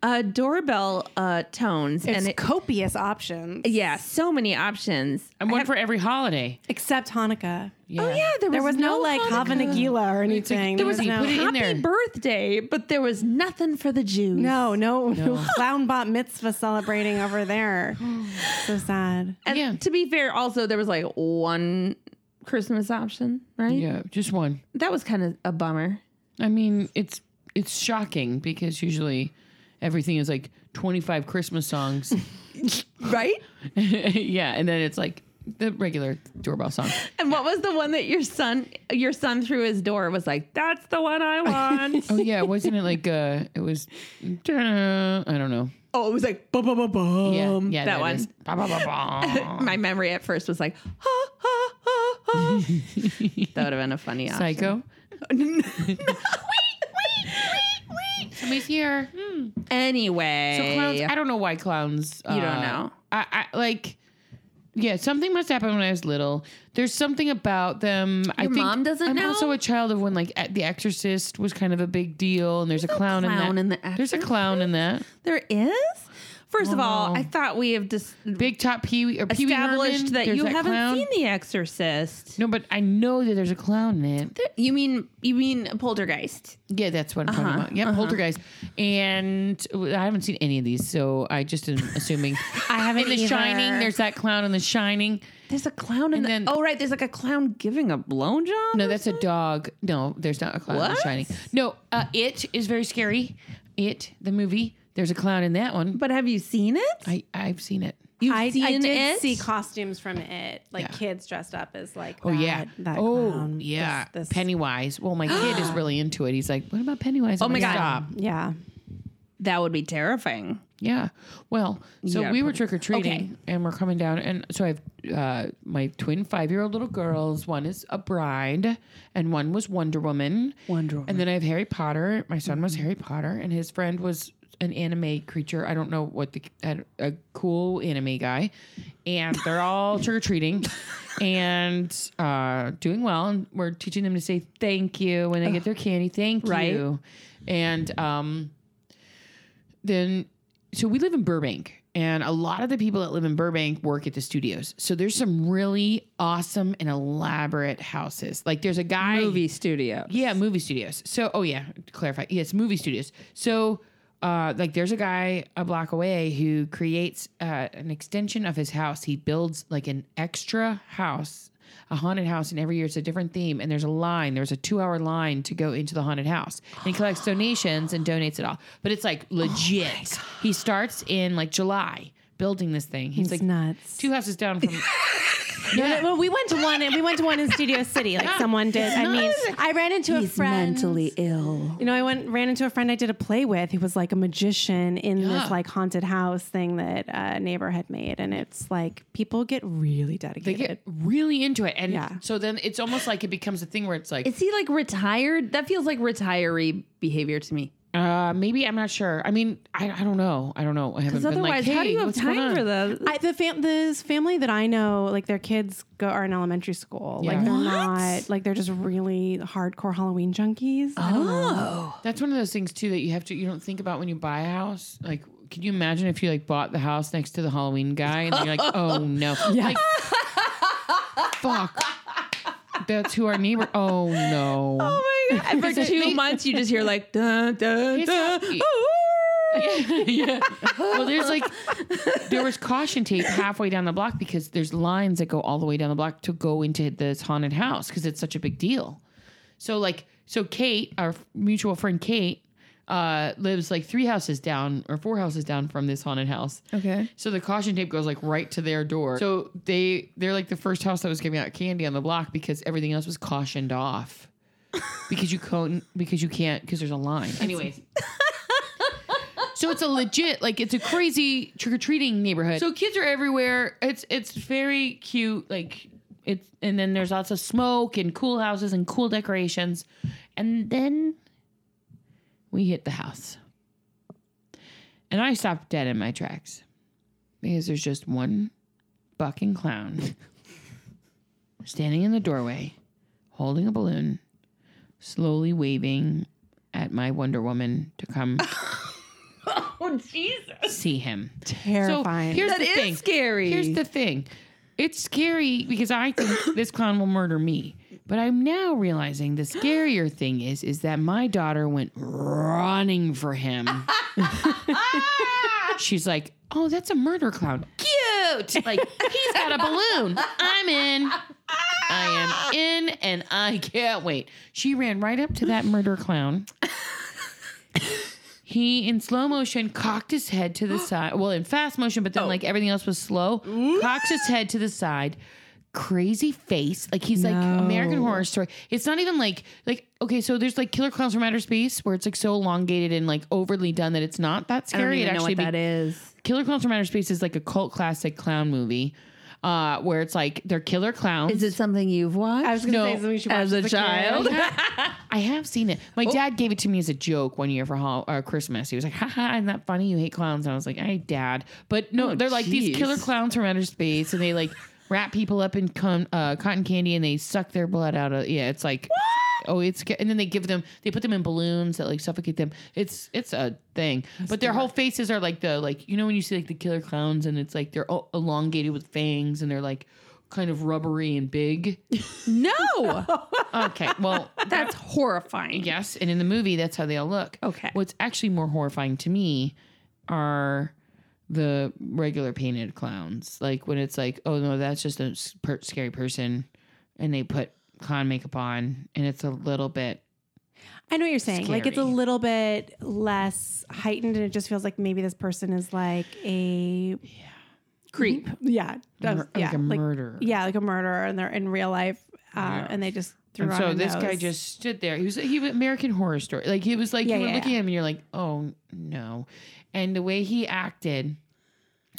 uh, doorbell uh, tones,
It's
and it,
copious options.
yeah, so many options.
I'm one for every holiday.
Except Hanukkah.
Yeah.
Oh yeah, there was,
There was no, like Hava
Hanukkah.
Nagila or anything.
There was,
no.
put it in
Happy
there.
birthday, but there was nothing for the Jews.
No, no, no,
No.
clown bot mitzvah celebrating over there. so sad.
And
Yeah.
to be fair, also there was like one Christmas option, right?
Yeah, just one.
That was kind of a bummer.
I mean, it's it's shocking because usually everything is like 25 Christmas songs.
Right?
yeah, and then it's like the regular doorbell song.
And what was the one that your son your son through his door was like, That's the one I want.
Oh yeah, wasn't it like uh it was I don't know.
oh, it was like bum bum bum bum.
Yeah, yeah,
Um, that, one.
is. Ba, ba, ba, ba.
My memory at first was like, ha ha ha ha. that would have been a funny option.
Psycho.
wait, wait, wait, wait.
Somebody's here.
Hmm. Anyway.
So clowns. I don't know why clowns. uh,
You don't know.
I, I like. Yeah, something must happen when I was little. There's something about them. I
Your
think
mom doesn't
I'm
know?
also a child of when like e- The Exorcist was kind of a big deal, and there's, a clown,
clown in
in
The
that. there's a clown in that.
There is? First of all,
Wow.
I thought we have just
Big top Pee Wee or Pee Wee
established
Herman,
that
there's
you haven't
clown.
seen The Exorcist.
No, but I know that there's a clown in it.
You mean you mean Poltergeist?
Yeah, that's what I'm
Uh-huh,
talking about. Yeah, poltergeist. And I haven't seen any of these, so I just am assuming.
I haven't
in The
either.
Shining, there's that clown in The Shining.
There's a clown in
And
the,
then-
oh right, there's like a clown giving a blowjob.
No,
or
that's a
something?
dog. No, there's not a clown in The
What?
Shining. No, uh, It is very scary. It, the movie, there's a clown in that one.
But have you seen it?
I, I've seen it.
You've
I,
seen
I did
it.
see costumes from it,
Yeah.
like kids dressed up as like.
Oh,
that,
yeah.
that
oh,
clown.
yeah.
This- this-
Pennywise. Well, my kid is really into it. He's like, what about Pennywise? Oh,
my God.
yeah.
that would be terrifying.
Yeah. Well, so
gotta
we were
put it-
trick or treating
Okay.
and we're coming down. And so I have uh, my twin five year old little girls. One is a bride and one was Wonder Woman.
Wonder Woman.
And then I have Harry Potter. My son was Harry Potter and his friend was an anime creature. I don't know what the, a, a cool anime guy. And they're all trick or treating and uh, doing well. And we're teaching them to say thank you when they get their candy. Thank
Right.
you. And, um, then so we live in Burbank and a lot of the people that live in Burbank work at the studios. So there's some really awesome and elaborate houses. Like there's a guy
Movie studio.
yeah, movie studios. So, oh yeah, to clarify, yes, movie studios. So, uh, like, there's a guy a block away who creates uh, an extension of his house. He builds like an extra house, a haunted house, and every year it's a different theme. And there's a line. There's a two-hour line to go into the haunted house. And he collects donations and donates it all. But it's like legit. he starts in like July building this thing. He's
It's
like
nuts.
two houses down from. Yeah.
Well, we went to one. We went to one in Studio City. Like someone did. I mean, I ran into a friend.
ill.
You know, I went ran into a friend I did a play with who was like a magician in
Yeah.
this like haunted house thing that a neighbor had made, and it's like people get really
They
dedicated.
get really into it, and
Yeah.
so then it's almost like it becomes a thing where it's like
Is he like retired? That feels like retiree behavior to me.
Uh, maybe I'm not sure. I mean, I, I don't know. I don't know. I haven't
Because
been like,
otherwise,
hey,
how do you have
what's going
time for
on?"
that?
I, the fam- this family that I know, like their kids go are in elementary school.
Yeah.
Like they're not like they're just really hardcore Halloween junkies. I don't know.
Oh,
That's one of those things too that you have to. You don't think about when you buy a house. Like, can you imagine if you like bought the house next to the Halloween guy and then you're like, oh no,
Yeah.
Like, fuck, that's who our neighbor. Oh no.
oh my god! And for two months, you just hear like da da da.
It's- yeah. Well, there's like there was caution tape halfway down the block because there's lines that go all the way down the block to go into this haunted house because it's such a big deal. So like so Kate, our mutual friend Kate, uh, lives like three houses down or four houses down from this haunted house.
Okay.
So the caution tape goes like right to their door. So they they're like the first house that was giving out candy on the block because everything else was cautioned off. because you can't because you can't because there's a line. Anyways. so it's a legit like it's a crazy trick or treating neighborhood. So kids are everywhere. It's it's very cute like it's and then there's lots of smoke and cool houses and cool decorations. And then we hit the house. And I stopped dead in my tracks because there's just one fucking clown standing in the doorway, holding a balloon, slowly waving at my Wonder Woman to come
Oh, Jesus.
see him.
Terrifying.
So here's
That
the
is
thing.
scary.
Here's the thing. It's scary because I think this clown will murder me. But I'm now realizing the scarier thing is is that my daughter went running for him. She's like, "Oh, that's a murder clown. Cute. Like he's got a balloon. I'm in.
Ah!
I am in and I can't wait." She ran right up to that murder clown. He, in slow motion, cocked his head to the side. Well, in fast motion, but then
Oh.
like everything else was slow. Cocks his head to the side. Crazy face. Like he's like American Horror Story. It's not even like like okay. So there's like Killer Clowns from Outer Space where it's like so elongated and like overly done that it's not that
I don't
scary.
even
it
know
actually
what that is.
Killer Clowns from Outer Space is like a cult classic clown movie, uh, where it's like they're killer clowns.
Is it something you've watched?
I was gonna
No,
say something we should watch
as a
kid.
child.
I have seen it. My dad gave it to me as a joke one year for Hall- or Christmas. He was like, haha, isn't that funny? You hate clowns. And I was like, hey, dad. But no, they're like these
jeez.
killer clowns from outer space and they like wrap people up in con- uh, cotton candy and they suck their blood out of. Yeah, it's like. Oh, it's ca- and then they give them they put them in balloons that like suffocate them. It's it's a thing, but their whole faces are like the like you know when you see like the killer clowns and it's like they're all elongated with fangs and they're like kind of rubbery and big.
No.
Okay, well
That's horrifying.
Yes, and in the movie, that's how they all look.
Okay.
What's actually more horrifying to me are the regular painted clowns. Like when it's like, oh no, that's just a s- per- scary person, and they put clown makeup on, and it's a little bit.
I know what you're saying. Like it's a
Scary.
little bit less heightened, and it just feels like maybe this person is like a
Creep.
yeah, that's-
mur-
yeah,
like a murderer.
yeah, like a murderer, and they're in real life, uh, and they just threw
And
on
so
a
this guy
nose.
just stood there. He was he was American Horror Story. Like he was like
Yeah,
you were
yeah,
looking
yeah.
at him and you're like, oh no. And the way he acted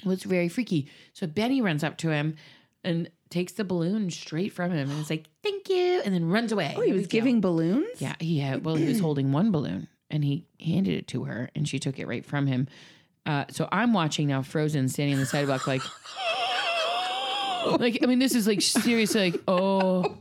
was very freaky. So Benny runs up to him and takes the balloon straight from him and is like, thank you, and then runs away.
Oh, he
Here
was
we go.
giving balloons?
Yeah, he had. Well, he was holding one balloon, and he handed it to her, and she took it right from him. Uh, so I'm watching now, frozen, standing on the sidewalk, like, like I mean, this is like seriously, like, oh,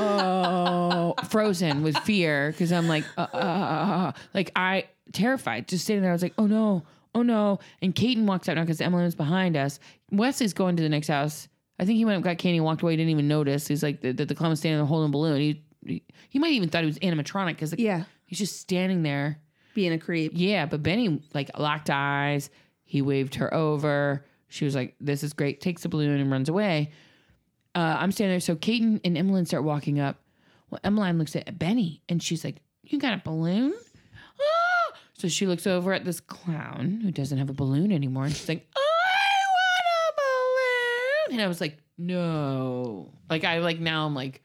oh, frozen with fear because I'm like, uh, uh, uh, uh, like I terrified, just sitting there. I was like, oh no, oh no, and Kaiten walks out now because Emily was behind us. Wes is going to the next house. I think he went and got candy, and walked away, didn't even notice. He's like the, the, the clown was standing there holding a balloon. He, he he might even thought it was animatronic because
Yeah.
he's just standing there.
Being a creep.
Yeah, but Benny like locked eyes. He waved her over. She was like, "This is great." Takes the balloon and runs away. Uh, I'm standing there. So Kaiten and Emmeline start walking up. Well, Emmeline looks at Benny and she's like, "You got a balloon?" Ah! So she looks over at this clown who doesn't have a balloon anymore, and she's like, "I want a balloon!" And I was like, "No!" Like I like now I'm like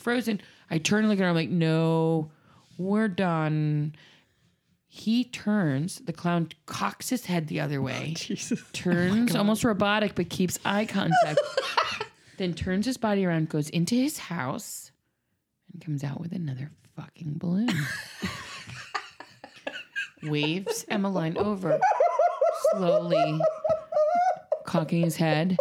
frozen. I turn and look at her. I'm like, "No, we're done." He turns, the clown cocks his head the other way, turns almost robotic, but keeps eye contact, then turns his body around, goes into his house, and comes out with another fucking balloon. Waves Emmeline over, slowly cocking his head.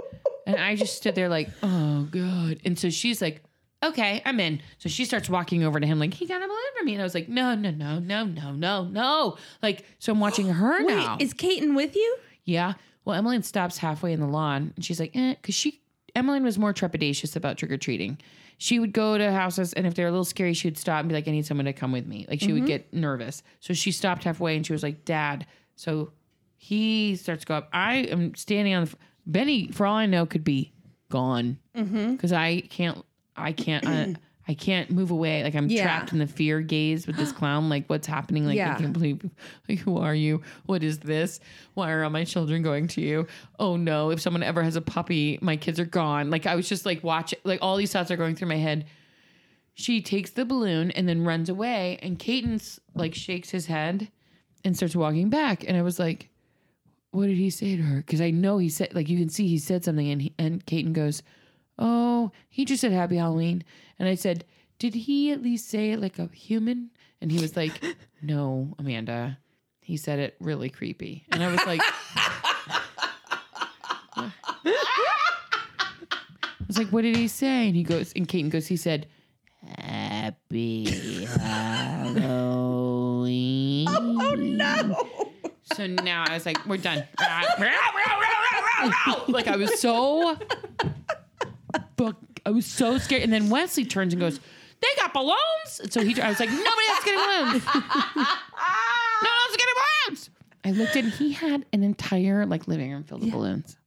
And I just stood there like, oh God. And so she's like, okay, I'm in. So she starts walking over to him like, he got a balloon for me. And I was like, no, no, no, no, no, no, no. Like, so I'm watching her
Wait,
now.
is Kaiten with you?
yeah. Well, Emmeline stops halfway in the lawn and she's like, eh, because she, Emmeline was more trepidatious about trick or treating. She would go to houses and if they were a little scary, she would stop and be like, I need someone to come with me. Like she would get nervous. So she stopped halfway and she was like, Dad. So he starts to go up. I am standing on the, fr- Benny, for all I know, could be gone because I can't, I can't, I, I can't move away. Like I'm
Yeah.
trapped in the fear gaze with this clown. Like what's happening? Like
Yeah.
I can't believe. Like who are you? What is this? Why are all my children going to you? Oh no! If someone ever has a puppy, my kids are gone. Like I was just like watching. Like all these thoughts are going through my head. She takes the balloon and then runs away. And Caden's like shakes his head and starts walking back. And I was like, what did he say to her? Because I know he said, like, you can see he said something, and he, and Kaiten goes, "Oh, he just said Happy Halloween," and I said, "Did he at least say it like a human?" And he was like, "No, Amanda, he said it really creepy," and I was like. I was like, what did he say? And he goes, and Caitlin goes, he said, Happy Halloween. Oh, no. So now I was like, we're done. like I was so book I was so scared. And then Wesley turns and goes, They got balloons. And so he I was like, nobody else is getting balloons. no one else is getting balloons. I looked and he had an entire like living room filled with balloons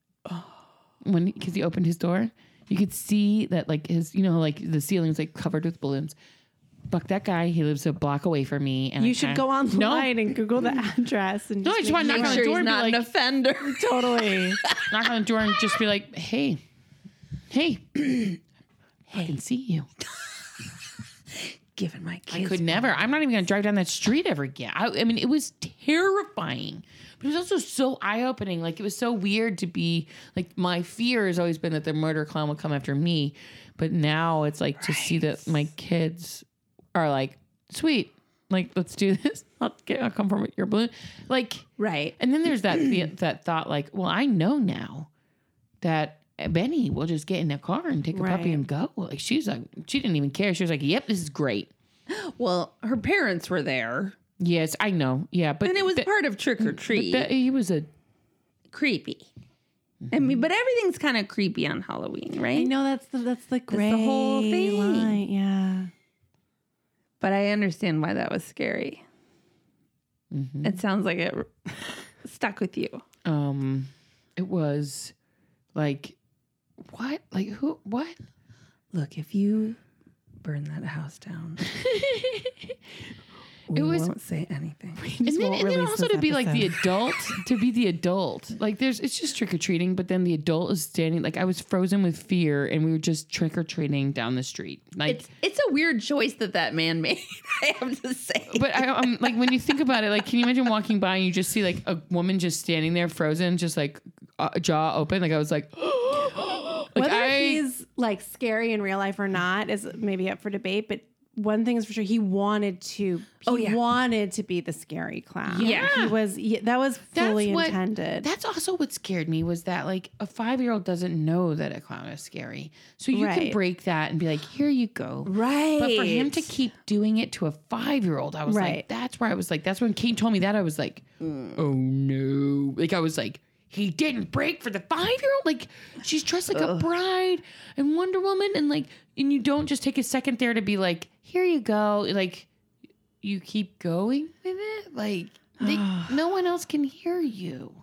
when because he opened his door, you could see that like his you know like the ceiling's like covered with balloons. Fuck that guy. He lives a block away from me. And I
You should
kinda-
go online and Google the address and
No, I
just
just want to knock
Make
on
sure
the door
he's
and be
not
like,
an offender.
totally.
knock on the door and just be like, hey, hey, I can see you.
Giving my
I
kids.
could never. I'm not even going to drive down that street ever again. I, I mean, it was terrifying, but it was also so eye opening. Like, it was so weird to be like, my fear has always been that the murder clown will come after me. But now it's like to see that my kids are like, sweet, like, let's do this. I'll, get, I'll come from your balloon. Like,
Right.
and then there's that the, that thought, like, well, I know now that Benny will just get in a car and take a puppy
Right.
and go. Like, she's like, she didn't even care. She was like, yep, this is great.
Well, her parents were there,
Yes, I know. Yeah, but
and it was
th-
part of trick or treat.
that- he was a
creepy. I mean, but everything's kind of creepy on Halloween,
I
right?
know that's the that's the gray
whole thing.
line. Yeah.
But I understand why that was scary. It sounds like it stuck with you.
um it was like what? Like who what?
Look, if you burn that house down, we
It was-
won't say anything.
And then,
won't
and then
release
also
this
to be like the
episode.
adult, to be the adult. Like there's it's just trick or treating, but then the adult is standing like I was frozen with fear and we were just trick or treating down the street. Like
It's it's a weird choice that that man made. I have to say.
but I, um, like when you think about it, like can you imagine walking by and you just see like a woman just standing there frozen, just like uh, jaw open? Like I was like, like
Whether
I-
he's like scary in real life or not is maybe up for debate, but one thing is for sure, he wanted to. He
yeah.
wanted to be the scary clown.
Oh, Yeah.
he was. yeah, that was fully
what-
intended.
That's also what scared me was that like a five year old doesn't know that a clown is scary. So you can
Right.
break that and be like, here you go.
right.
But for him to keep doing it to a five year old, I was like,
Right. Mm.
that's where I was like, that's when Kane told me that. I was like, oh no. Like, I was like, he didn't break for the five year old. Like, she's dressed like a bride and Wonder Woman. And like, and you don't just take a second there to be like, here you go. Like, you keep going with it. Like, they, no one else can hear you.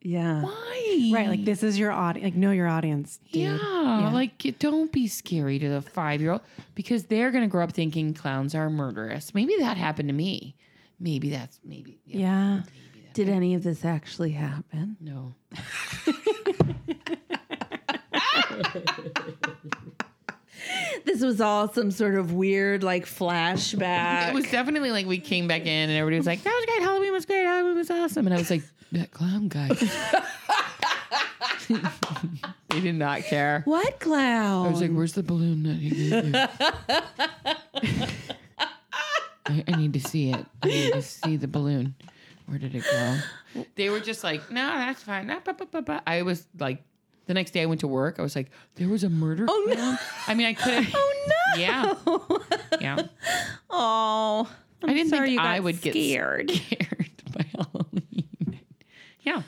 yeah.
Why?
right, like this is your audience. Like know your audience. Dude.
Yeah, like you don't be scary to the five year old because they're gonna grow up thinking clowns are murderous. Maybe that happened to me. Maybe that's maybe yeah.
Yeah.
Did any of this actually happen?
No.
This was all some sort of weird like flashback.
It was definitely like we came back in and everybody was like, That was great, Halloween was great, Halloween was awesome. And I was like, That clown guy. they did not care.
what clown?
I was like, Where's the balloon that he gave you? I, I need to see it. I need to see the balloon. Where did it go? They were just like, no, that's fine. Nah, bah, bah, bah, bah." I was like, the next day I went to work. I was like, there was a murder. Oh
no.
I mean, I couldn't.
oh no.
Yeah, yeah.
Oh. I'm
I didn't
sorry
think
you got
I would get
scared.
scared by Halloween. Yeah,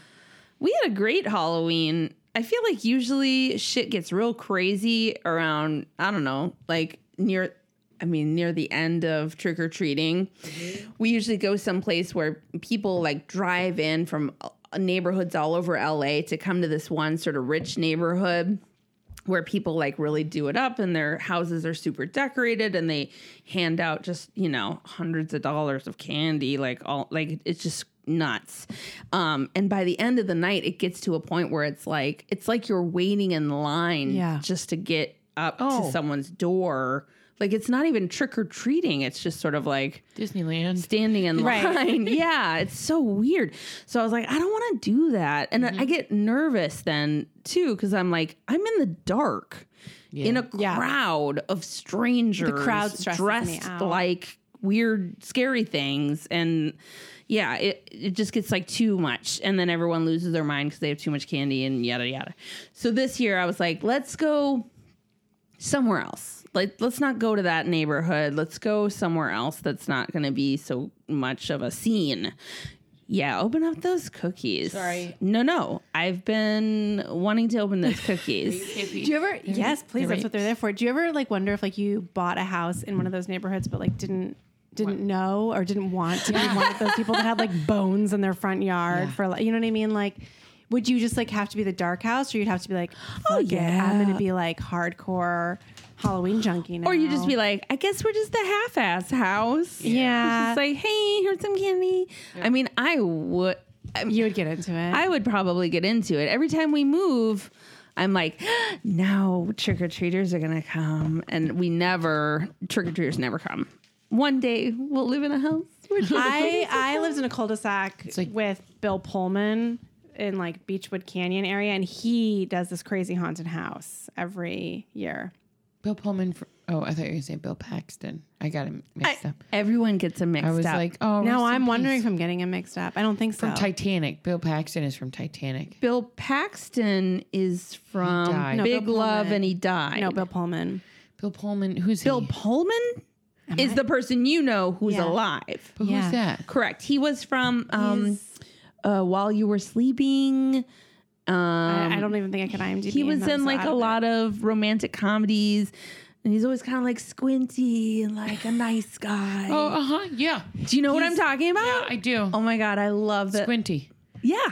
We had a great Halloween. I feel like usually shit gets real crazy around, I don't know, like near, I mean, near the end of trick or treating.
Mm-hmm.
We usually go someplace where people like drive in from uh, neighborhoods all over LA to come to this one sort of rich neighborhood where people like really do it up and their houses are super decorated and they hand out just you know hundreds of dollars of candy like all like it's just nuts um and by the end of the night it gets to a point where it's like it's like you're waiting in line
Yeah.
just to get up
Oh.
to someone's door like it's not even trick or treating it's just sort of like
Disneyland.
standing in
Right.
line. yeah, it's so weird. So I was like, I don't want to do that. And
Mm-hmm.
I get nervous then too, because I'm like, I'm in the dark in a
Yeah.
crowd of strangers
crowd stresses me
dressed
out.
like weird, scary things. And yeah, it, it just gets like too much. And then everyone loses their mind because they have too much candy and yada, yada. So this year I was like, let's go somewhere else. Like, let's not go to that neighborhood. Let's go somewhere else that's not going to be so much of a scene. Yeah, open up those cookies.
Sorry.
No, no. I've been wanting to open those cookies.
Do you ever? Yes, please. That's what they're there for. Do you ever like wonder if like you bought a house in one of those neighborhoods, but like didn't didn't know or didn't want to be one of those people that had like bones in their front yard for like you know what I mean? Like, would you just like have to be the dark house, or you'd have to be like, oh yeah, I'm gonna be like hardcore Halloween junkie now,
or you just be like, I guess we're just a half ass house.
yeah,
It's like, hey, here's some candy. I mean, I would.
you would get into it.
I would probably get into it. Every time we move, I'm like, now trick or treaters are going to come. And we never, trick or treaters never come. One day we'll live in a house. where trick or
I I lived in a cul-de-sac
like-
with Bill Pullman in like Beechwood Canyon area, and he does this crazy haunted house every year.
Bill Pullman. For, oh, I thought you were going to say Bill Paxton. I got him mixed up.
Everyone gets a mixed
I was
up.
like, oh,
Now
rest in
I'm
peace.
wondering if I'm getting him mixed up. I don't think so.
From Titanic. Bill Paxton is from Titanic.
Bill Paxton is
died.
from
No,
Big
Bill
Love
Pullman.
and he died.
no, Bill Pullman.
Bill Pullman. Who's
Bill
he?
Pullman is the person you know who's
Yeah.
alive.
But
Yeah.
Who's that?
Correct. He was from um, uh, While You Were Sleeping. Um,
I, I don't even think I could IMDb.
he was
him, I'm
in
so
like
out
a
of it.
lot of romantic comedies and he's always kind of like squinty and like a nice guy
Oh, uh huh. Yeah.
do you know what i'm talking
Yeah,
about
I do.
oh my god i love that
Squinty.
yeah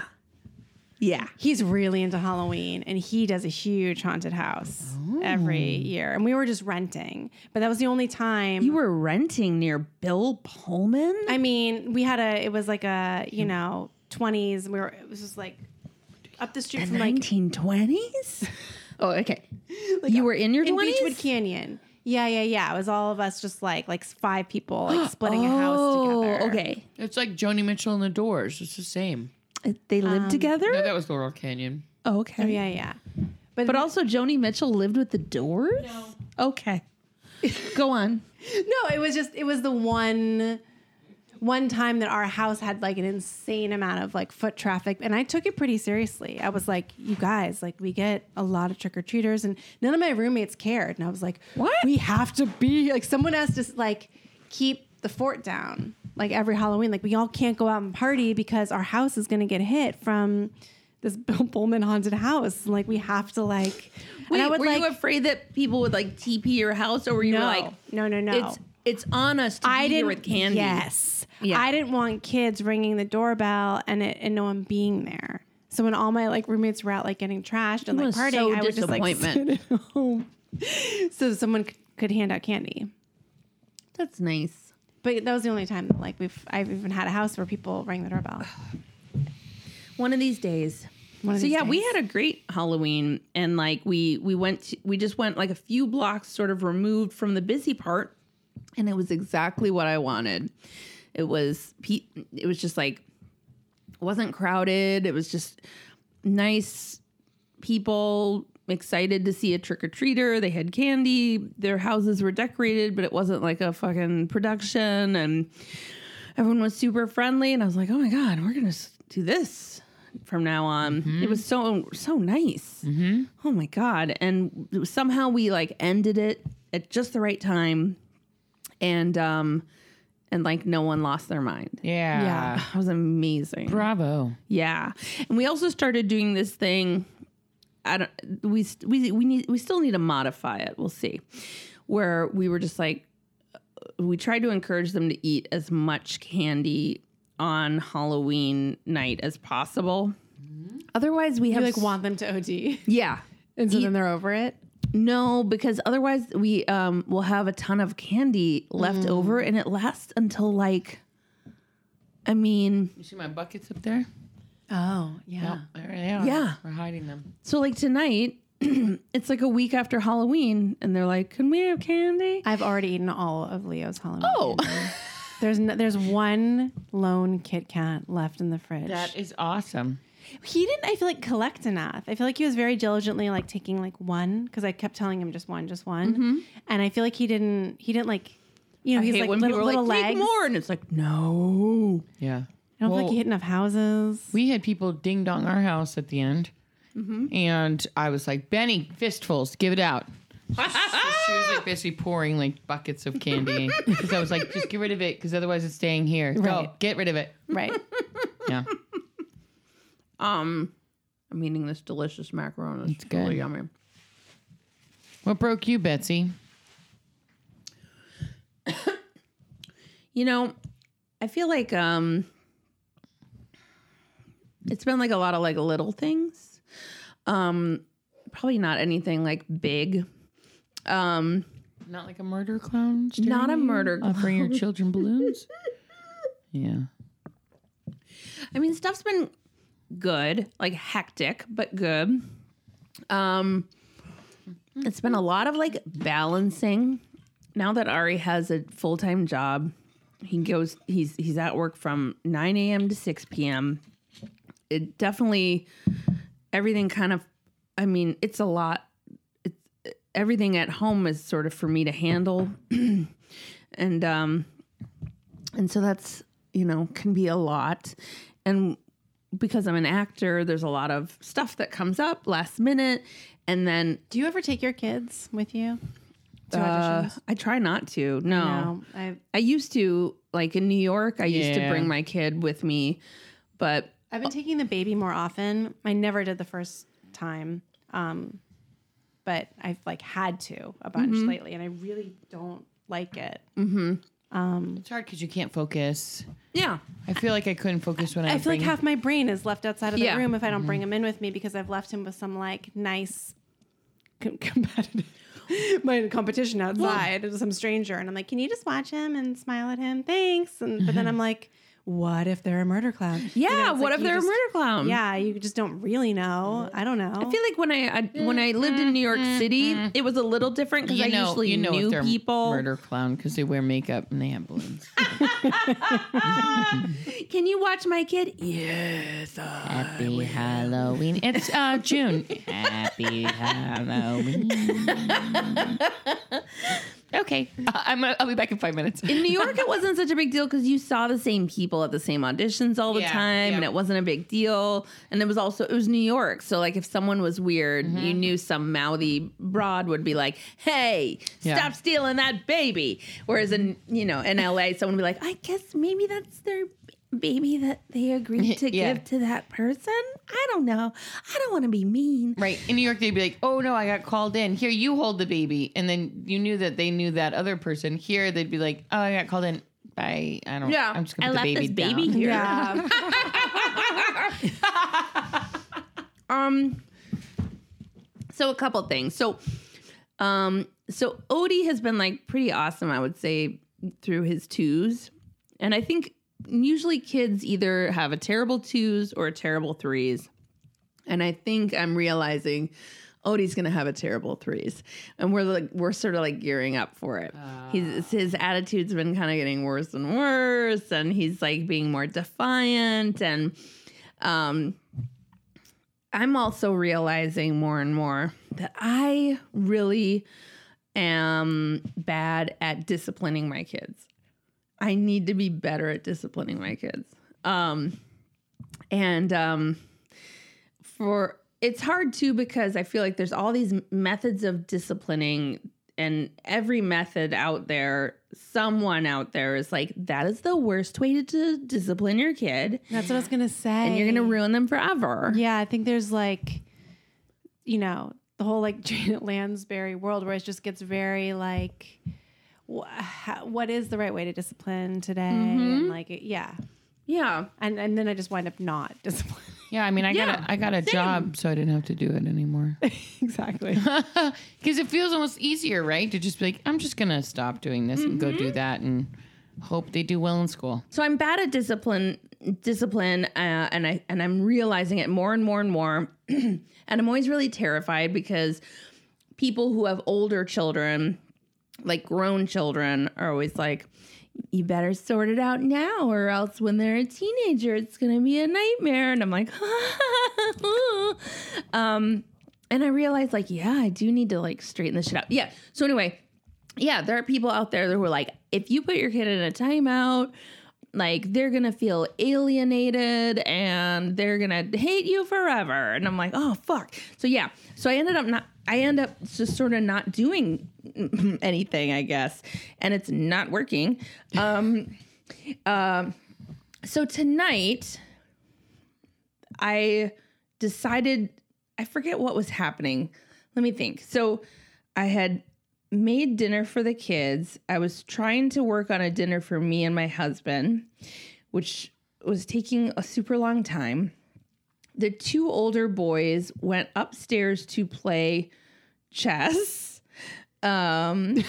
yeah
He's really into Halloween, and he does a huge haunted house every year. And we were just renting, but that was the only time
you were renting near bill pullman
I mean, we had a. It was like a you know twenties. We were. It was just like up the street
the
from like
1920s oh okay you were in your
in
20s
Beechwood Canyon. Yeah, yeah, yeah. It was all of us just like like five people like splitting a house
oh
together.
okay
It's like Joni Mitchell and the Doors. It's the same.
Uh, they lived together
No, that was Laurel Canyon.
oh, okay
Um, Oh, yeah, yeah. But,
but also joni mitchell lived with the doors okay go on
no, it was just it was the one one time that our house had like an insane amount of like foot traffic and I took it pretty seriously. I was like, you guys, like we get a lot of trick or treaters and none of my roommates cared. And I was like,
What?
We have to be like someone has to like keep the fort down like every Halloween. Like we all can't go out and party because our house is going to get hit from this Bill Pullman haunted house. Like we have to like and
Wait,
I would,
were
like-
you afraid that people would like TP your house, or were you
no,
like,
no, no, no.
it's it's on us to
I
be here
didn't
with candy?
Yes,
Yeah.
I didn't want kids ringing the doorbell and it, and no one being there. So when all my like roommates were out like getting trashed and
It
like
was
partying,
so
I would just like sit
disappointment.
at home so someone could, could hand out candy.
that's nice.
But that was the only time that like we've I've even had a house where people rang the doorbell.
One of these days.
One of
so
these
yeah, we
days.
had a great Halloween, and like we we went to, we just went like a few blocks sort of removed from the busy part, and it was exactly what I wanted. It was pe- it was just like it wasn't crowded. It was just nice people excited to see a trick or treater. They had candy. Their houses were decorated, but it wasn't like a fucking production. And everyone was super friendly. And I was like, oh my god, we're gonna s- do this from now on. It was so so nice. Oh my god! And somehow we like ended it at just the right time, and um, and like no one lost their mind.
Yeah.
Yeah.
That was amazing.
Bravo.
Yeah, and we also started doing this thing. I don't. We st- we we need we still need to modify it. We'll see. Where we were just like, uh, we tried to encourage them to eat as much candy on Halloween night as possible. Otherwise, we have
you like
s-
want them to OD,
yeah.
and so then they're over it.
No, because otherwise we um will have a ton of candy left over, and it lasts until like, I mean,
You see my buckets up there?
Oh yeah.
There they are.
Yeah.
We're hiding them.
So like tonight, it's like a week after Halloween, and they're like, "Can we have candy?"
I've already eaten all of Leo's Halloween.
Oh.
candy. there's no, there's one lone Kit Kat left in the fridge.
That is awesome.
he didn't i feel like collect enough i feel like he was very diligently like taking like one because i kept telling him just one just one and i feel like he didn't he didn't like you know he's
Mm-hmm. hate
like little, little legs
"Take more," and it's like, "No."
Yeah.
I don't feel
Well-
like you hit enough houses.
We had people ding dong our house at the end. Mm-hmm. And I was like, Benny, fistfuls, give it out. she was like basically pouring like buckets of candy. Because I was like, just get rid of it because otherwise it's staying here. Go,
Right.
get rid of it.
right.
Yeah.
Um, I'm eating this delicious macaroni. It's,
good.
really yummy.
What broke you, Betsy?
You know, I feel like um, it's been like a lot of like little things. Um, probably not anything like big. Um,
Not like a murder clown? staring
not a
at you?
murder.
Offering your children balloons? Yeah.
I mean, stuff's been good, like hectic, but good. Um, it's been a lot of like balancing. Now that Ari has a full time job, he goes. He's he's at work from nine a.m. to six p.m. It definitely everything kind of. I mean, it's a lot. It's everything at home is sort of for me to handle, and um, and so that's, you know, can be a lot. And because I'm an actor, there's a lot of stuff that comes up last minute. And then
Do you ever take your kids with you to
uh,
auditions?
I try not to. No.
No, I,
I used to, like in New York, I used to
Yeah.
bring my kid with me. But
I've been taking the baby more often. I never did the first time, um, but I've like had to a bunch
Mm-hmm.
lately, and I really don't like it.
It's hard because you can't focus.
yeah,
I feel like I couldn't focus when I,
I
was
feel like
bringing-
half my brain is left outside of
Yeah. Mm-hmm.
the room if I don't bring him in with me because I've left him with some like nice com- competitive my competition outside with some stranger and I'm like, can you just watch him and smile at him? Thanks. And
Mm-hmm.
but then I'm like, what if they're a murder clown?
yeah.
You know, it's
what
like
if
you
they're
just-
a murder clown?
Yeah, you just don't really know. I don't know.
I feel like when I, I when I lived in New York City, it was a little different because
Mm-hmm. you
I
know,
usually
you know if
knew
they're a
people.
murder clown because they wear makeup and they have balloons.
Can you watch my kid? Yes.
Happy Halloween. It's uh, June. Happy Halloween. okay. Uh, I'm gonna, I'll be back in five minutes.
in New York, it wasn't such a big deal because you saw the same people at the same auditions all the
Yeah,
time,
yeah.
and it wasn't a big deal. And it was also it was New York, so like if someone was weird, you
Mm-hmm.
knew some mouthy broad would be like, "Hey,
Yeah.
stop stealing that baby." Whereas in you know in LA, someone would be like, "I guess maybe that's their." Baby, that they agreed to
Yeah.
give to that person? I don't know. I don't want to be mean.
Right. In New York, they'd be like, oh no, I got called in. Here, you hold the baby. And then you knew that they knew that other person. Here, they'd be like, oh, I got called in. Bye. I don't
Yeah.
I'm just
I
going to put
left
the baby
this baby
down.
here.
yeah.
Um so a couple things. So um so Odie has been like pretty awesome, I would say, through his twos. And I think usually kids either have a terrible twos or a terrible threes. And I think I'm realizing Odie's gonna have a terrible threes. And we're like we're sort of like gearing up for it. He's his attitude's been kind of getting worse and worse, and he's like being more defiant and um I'm also realizing more and more that I really am bad at disciplining my kids. I need to be better at disciplining my kids. Um, and um, for it's hard too because I feel like there's all these methods of disciplining, and every method out there, someone out there is like, that is the worst way to, to discipline your kid,
That's what I was gonna say.
and you're gonna ruin them forever.
Yeah, I think there's like, you know, the whole like Janet Lansbury world where it just gets very like, wh- how, what is the right way to discipline today? And like, yeah,
Yeah.
and and then I just wind up not disciplining.
Yeah. I mean, I
Yeah,
got a, I got a job, so I didn't have to do it anymore.
exactly.
Because it feels almost easier, right? To just be like, I'm just going to stop doing this and go
Mm-hmm.
do that and hope they do well in school.
So I'm bad at discipline, discipline, uh, and I and I'm realizing it more and more and more, and I'm always really terrified because people who have older children, like grown children, are always like, "You better sort it out now, or else when they're a teenager, it's gonna be a nightmare." And I'm like, um, and I realize like, yeah, I do need to like straighten this shit out. Yeah. So anyway, yeah, there are people out there who are like, if you put your kid in a timeout Like they're gonna feel alienated and they're gonna hate you forever. And I'm like, oh fuck. So yeah. So I ended up not. I end up just sort of not doing anything, I guess, and it's not working. Um, um, so tonight, I decided I forget what was happening. Let me think. So I had made dinner for the kids. I was trying to work on a dinner for me and my husband, which was taking a super long time. The two older boys went upstairs to play chess. Um,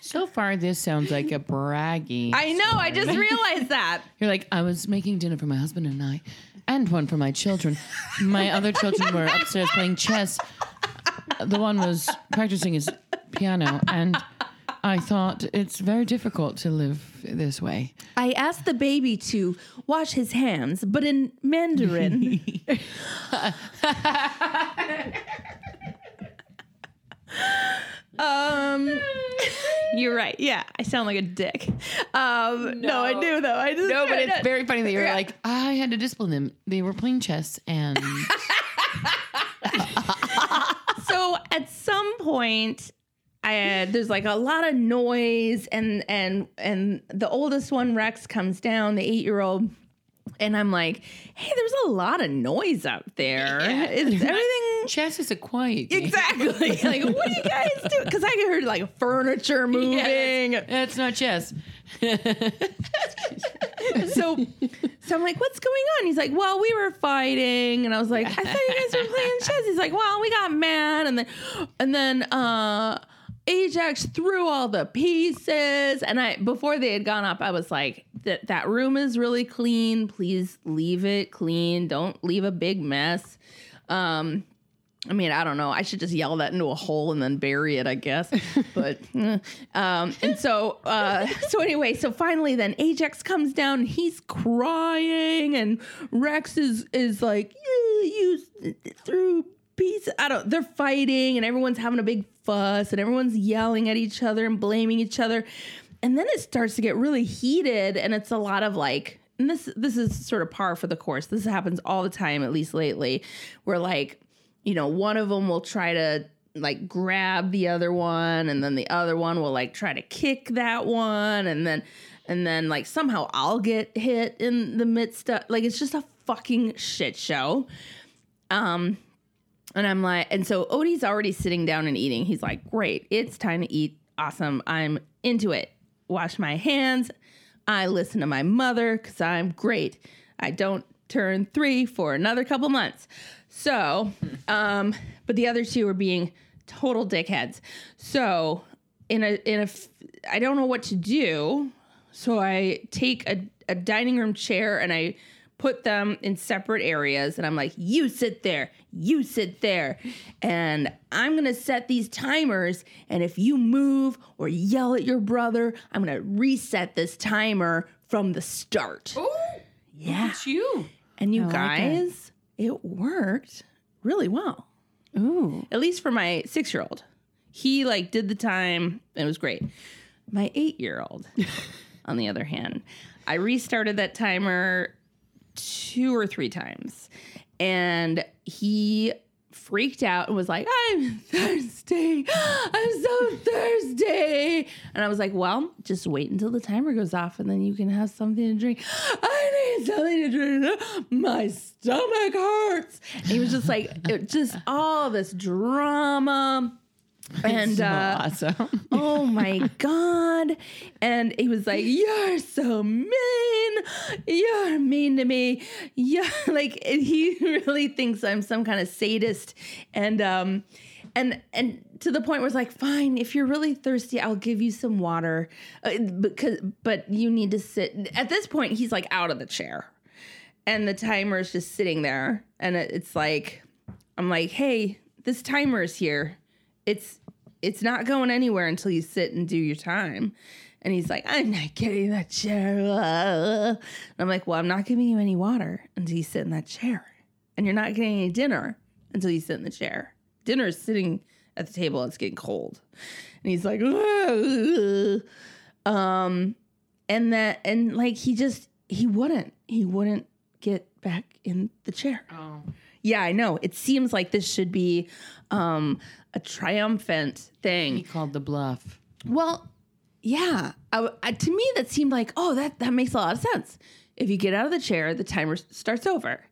So far, this sounds like a braggy.
I know, I just realized that.
You're like, I was making dinner for my husband and I, and one for my children. My other children were upstairs playing chess. The one was practicing his piano, and I thought it's very difficult to live this way.
I asked the baby to wash his hands, but in Mandarin. um, you're right. Yeah, I sound like a dick. Um, no, I do though. I just
No, but it's very funny that you're like, I had to discipline them. They were playing chess, and
so at some point I, there's like a lot of noise and and and the oldest one rex comes down the eight year old and i'm like hey there's a lot of noise out there. Is everything
chess is a quiet. game.
exactly like what do you guys do because i heard like furniture moving
That's not chess.
so so I'm like, what's going on? He's like, well, we were fighting, and I was like, I thought you guys were playing chess. He's like, well, we got mad, and then and then uh, Ajax threw all the pieces, and I before they had gone up, I was like, that that room is really clean. Please leave it clean. Don't leave a big mess. Um, I mean, I don't know. I should just yell that into a hole and then bury it, I guess. But eh. um, and so uh, so anyway, so finally, then Ajax comes down. And he's crying, and Rex is is like, you, you threw piece. I don't. They're fighting, and everyone's having a big fuss, and everyone's yelling at each other and blaming each other. And then it starts to get really heated, and it's a lot of like. And this this is sort of par for the course. This happens all the time, at least lately, where like you know, one of them will try to like grab the other one and then the other one will like try to kick that one and then and then like somehow I'll get hit in the midst of like it's just a fucking shit show. Um and I'm like and so Odie's already sitting down and eating. He's like, "Great. It's time to eat. Awesome. I'm into it. Wash my hands. I listen to my mother cuz I'm great. I don't turn 3 for another couple months." So, um, but the other two were being total dickheads. So, in a in a, f- I don't know what to do. So I take a, a dining room chair and I put them in separate areas, and I'm like, you sit there, you sit there, and I'm gonna set these timers. And if you move or yell at your brother, I'm gonna reset this timer from the start. yeah.
It's you.
And you
like it.
guys, it. worked really well.
Ooh.
At least for my six year old. He like did the time and it was great. My eight year old, on the other hand, I restarted that timer two or three times. And he freaked out and was like, I'm thirsty. I'm so thirsty. And I was like, Well, just wait until the timer goes off and then you can have something to drink. I need something to drink. My stomach hurts. And he was just like, it, just all this drama. And uh,
awesome.
oh my god and he was like you're so mean you're mean to me yeah like and he really thinks i'm some kind of sadist and um and and to the point where it's like fine if you're really thirsty i'll give you some water uh, because but you need to sit at this point he's like out of the chair and the timer is just sitting there and it, it's like i'm like hey this timer is here it's it's not going anywhere until you sit and do your time and he's like i'm not getting that chair and i'm like well i'm not giving you any water until you sit in that chair and you're not getting any dinner until you sit in the chair dinner is sitting at the table it's getting cold and he's like um and that and like he just he wouldn't he wouldn't get back in the chair.
Oh.
Yeah, I know. It seems like this should be um a triumphant
He
thing.
called the bluff.
Well, yeah. I, I, to me, that seemed like, oh, that, that makes a lot of sense. If you get out of the chair, the timer s- starts over.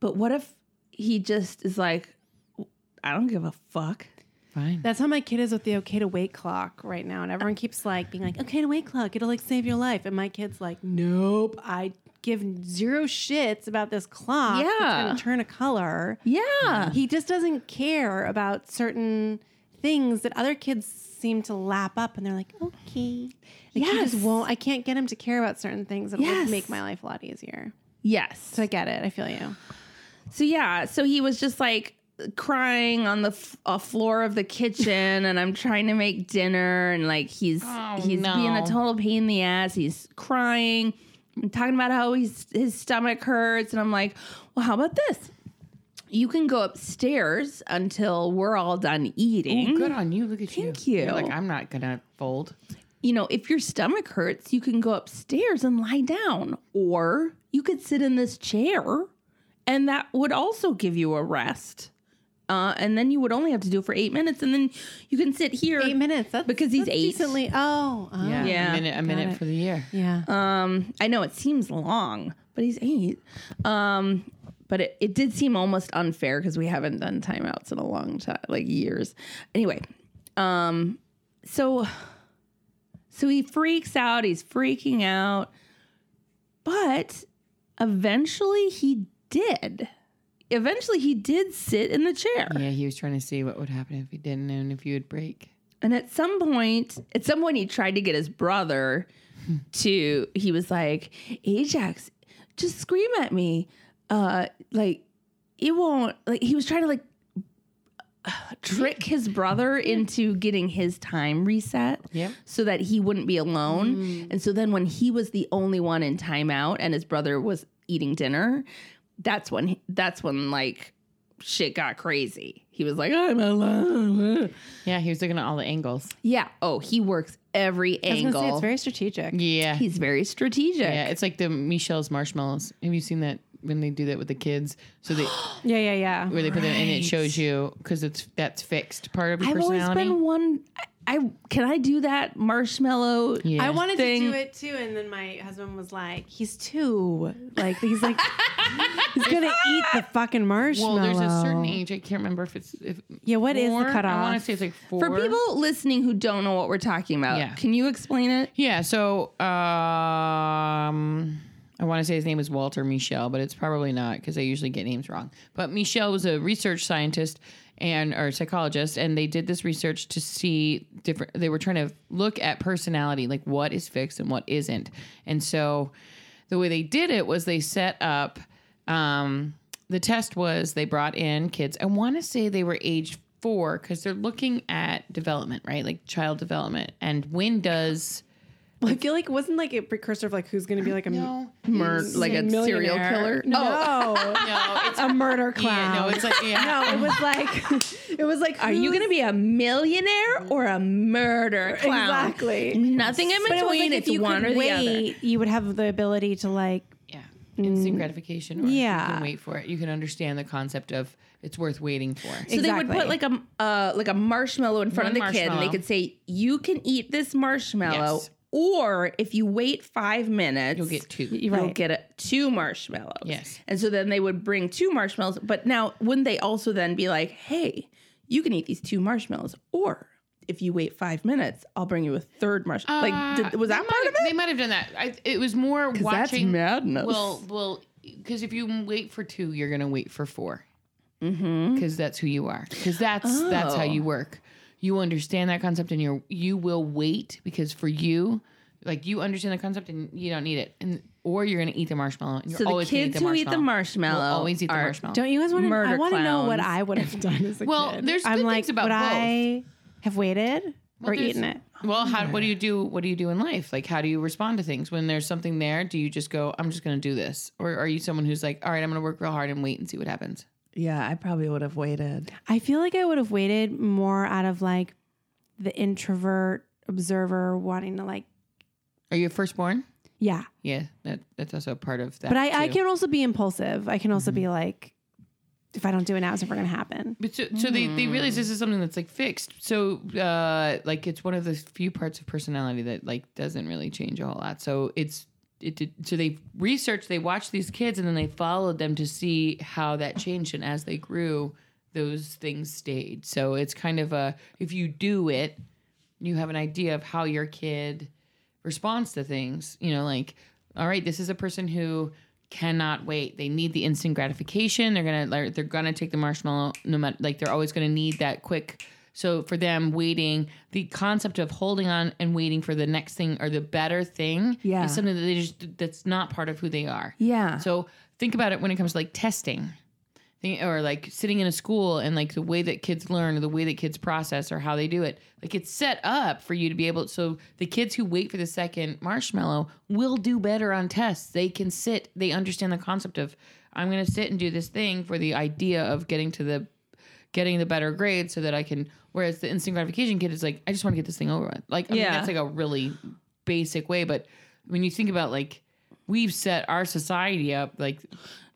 But what if he just is like, I don't give a fuck?
Fine.
That's how my kid is with the okay to wait clock right now. And everyone keeps like being like, okay to wait clock, it'll like save your life. And my kid's like, nope, I give zero shits about this clock. that's
Yeah.
gonna turn a color.
Uh.
Yeah.
He just doesn't care about certain things that other kids seem to lap up and they're like, okay. Like, He
Yes.
just won't, I can't get him to care about certain things that
Yes.
will make my life a lot easier.
Yes.
So I get it. I feel you.
So yeah, so he was just like crying on the f- uh, floor of the kitchen, and I'm trying to make dinner, and like he's
Oh,
he's being a
no.
total pain in the ass. He's crying, and talking about how he's, his stomach hurts, and I'm like, well, how about this? You can go upstairs until we're all done eating.
Ooh, good on you. Look at you.
Thank you.
You're like, I'm not going to fold.
You know, if your stomach hurts, you can go upstairs and lie down, or you could sit in this chair, and that would also give you a rest. Uh, and then you would only have to do it for eight minutes, and then you can sit here.
Eight minutes. That's,
Because he's
that's
eight.
Decently. Oh, oh.
Yeah. Uh,
Yeah.
A minute, a minute
it.
for the year.
Yeah.
Um, I know it seems long, but he's eight. Um, but it, it did seem almost unfair because we haven't done timeouts in a long time, like years. Anyway, um, so so he freaks out. He's freaking out, but eventually he did. Eventually he did sit in the chair.
Yeah, he was trying to see what would happen if he didn't and if you would break.
And at some point, at some point, he tried to get his brother to. He was like, "Ajax, just scream at me, uh, like it won't." Like he was trying to like trick his brother into getting his time reset,
Yep.
so that he wouldn't be alone. And so then, when he was the only one in timeout, and his brother was eating dinner, that's when he- that's when like shit got crazy. He was like, "I'm alone."
Yeah, he was looking at all the angles.
Yeah. Oh, he works every
I was going to
angle.
say it's very strategic.
Yeah.
He's very strategic.
Yeah, it's like the Michelle's marshmallows. Have you seen that when they do that with the kids? So they
Yeah, yeah, yeah.
where they put them and it shows you because it's that's fixed part of your
I've always
personality.
been one. I, I can I do that marshmallow?
yeah.
I wanted
thing.
to do it too, and then my husband was like, "He's two, like he's like, he's gonna eat the fucking marshmallow."
Well, there's a certain age. I can't remember if it's if
Yeah, what is
four,
the
I want
cutoff?
to say it's like four
For people listening who don't know what we're talking about,
Yeah.
can you explain it?
Yeah. So um, I want to say his name is Walter Michel, but it's probably not because I usually get names wrong. But Michel was a research scientist and or psychologist, and they did this research to see different. They were trying to look at personality, like what is fixed and what isn't. And so the way they did it was they set up. Um, the test was they brought in kids. I want to say they were age four because they're looking at development, right? Like child development. And when does
I feel like it wasn't like a precursor of like who's gonna be like a
No.
Mur- like a serial
millionaire.
killer?
No,
No, it's
a murder
yeah,
clown.
no, it's like yeah.
no, it was like it was like
Are you
who's-
gonna be a millionaire or a murder clown?
exactly?
Nothing in
But it was
between.
like
it's one or the other.
you would have the ability to like.
Yeah.
Mm.
Instant gratification. Or
Yeah.
You can wait for it. You can understand the concept of it's worth waiting for.
So they would put
Exactly.
like a uh, like a marshmallow in front
One
of the kid, and they
marshmallow.
could say, "You can eat this marshmallow,
Yes.
or if you wait five minutes,
You'll get two.
You're
you'll
right.
get a, two marshmallows."
Yes.
and so then they would bring two marshmallows. But now, wouldn't they also then be like, "Hey, you can eat these two marshmallows, or if you wait five minutes, I'll bring you a third marshmallow." like, did, was
Uh,
that
they might
part of
have- They
it?
might have done that. I, it was more watching.
madness.
Well, well, because if you wait for two, you're gonna wait for four.
Mm-hmm.
Because that's who you are. Because that's that's how
Oh.
you work. You understand that concept, and you're you will wait because for you, like you understand the concept, and you don't need it, and or you're gonna eat the marshmallow. And you're
so the
always gonna
kids who eat the marshmallow
Will always eat the
are-
marshmallow.
Don't you guys want to?
Murder
I want to know what
clowns.
I would have done as a
Well,
kid.
there's
I'm
good
like,
things about
would
both.
I have waited or
there's-
eaten it?
Well, how, what do you do? What do you do in life? Like, how do you respond to things when there's something there? Do you just go, "I'm just going to do this," or are you someone who's like, "All right, I'm going to work real hard and wait and see what happens"?
Yeah, I probably would have waited.
I feel like I would have waited more out of like the introvert observer wanting to like
Are you a firstborn?
Yeah.
Yeah, that, that's also part of that.
But I, I
too.
can also be impulsive. I can also be like, if I don't do it now, it's never going to happen.
But so, so they,
Mm.
they realize this is something that's like fixed. So uh, like it's one of the few parts of personality that like doesn't really change a whole lot. So it's it did, so they researched, they watched these kids, and then they followed them to see how that changed. And as they grew, those things stayed. So it's kind of a if you do it, you have an idea of how your kid responds to things. You know, like, all right, this is a person who cannot wait. They need the instant gratification. They're gonna like, they're gonna take the marshmallow no matter like they're always gonna need that quick. So for them, waiting the concept of holding on and waiting for the next thing or the better thing
Yeah.
is something that they just that's not part of who they are.
Yeah.
So think about it when it comes to like testing. Think- Or like sitting in a school and like the way that kids learn or the way that kids process or how they do it. Like it's set up for you to be able so the kids who wait for the second marshmallow will do better on tests. They can sit, they understand the concept of I'm gonna sit and do this thing for the idea of getting to the getting the better grade so that I can whereas the instant gratification kid is like, I just want to get this thing over with. Like I mean
Yeah.
that's like a really basic way, but when you think about like we've set our society up like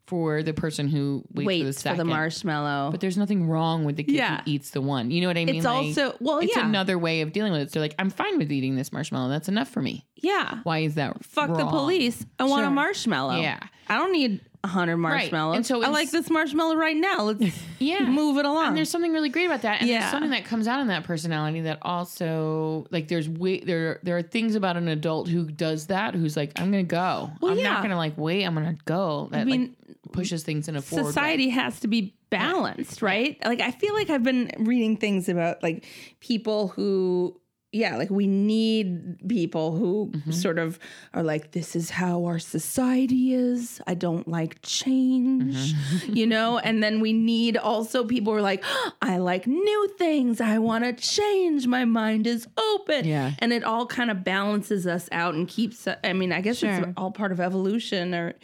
for the person who waits,
Wait
for the
for
second.
the marshmallow.
But there's nothing wrong with the kid
Yeah.
who eats the one. You know what I mean?
It's
Like,
also well,
it's
yeah,
another way of dealing with it. So like, I'm fine with eating this marshmallow. That's enough for me.
yeah.
Why is that?
Fuck the
wrong?
police. I want a
Sure.
marshmallow.
Yeah.
I don't need a hundred marshmallows.
And so
I
it's-
like this marshmallow right now. Let's
Yeah.
move it along.
And there's something really great about that. And
Yeah.
there's something that comes out in that personality that also like there's way there there are things about an adult who does that who's like, I'm gonna go.
Well,
I'm
yeah.
not gonna like wait, I'm gonna go. That
mean,
like pushes things in a forward way.
society has to be balanced, right? Like I feel like I've been reading things about like people who yeah, like we need people who sort of are like this is how our society is. I don't like change, you know? And then we need also people who are like I like new things. I want to change. My mind is open.
Yeah.
And it all kind of balances us out and keeps I mean, I guess it's
Sure.
all part of evolution or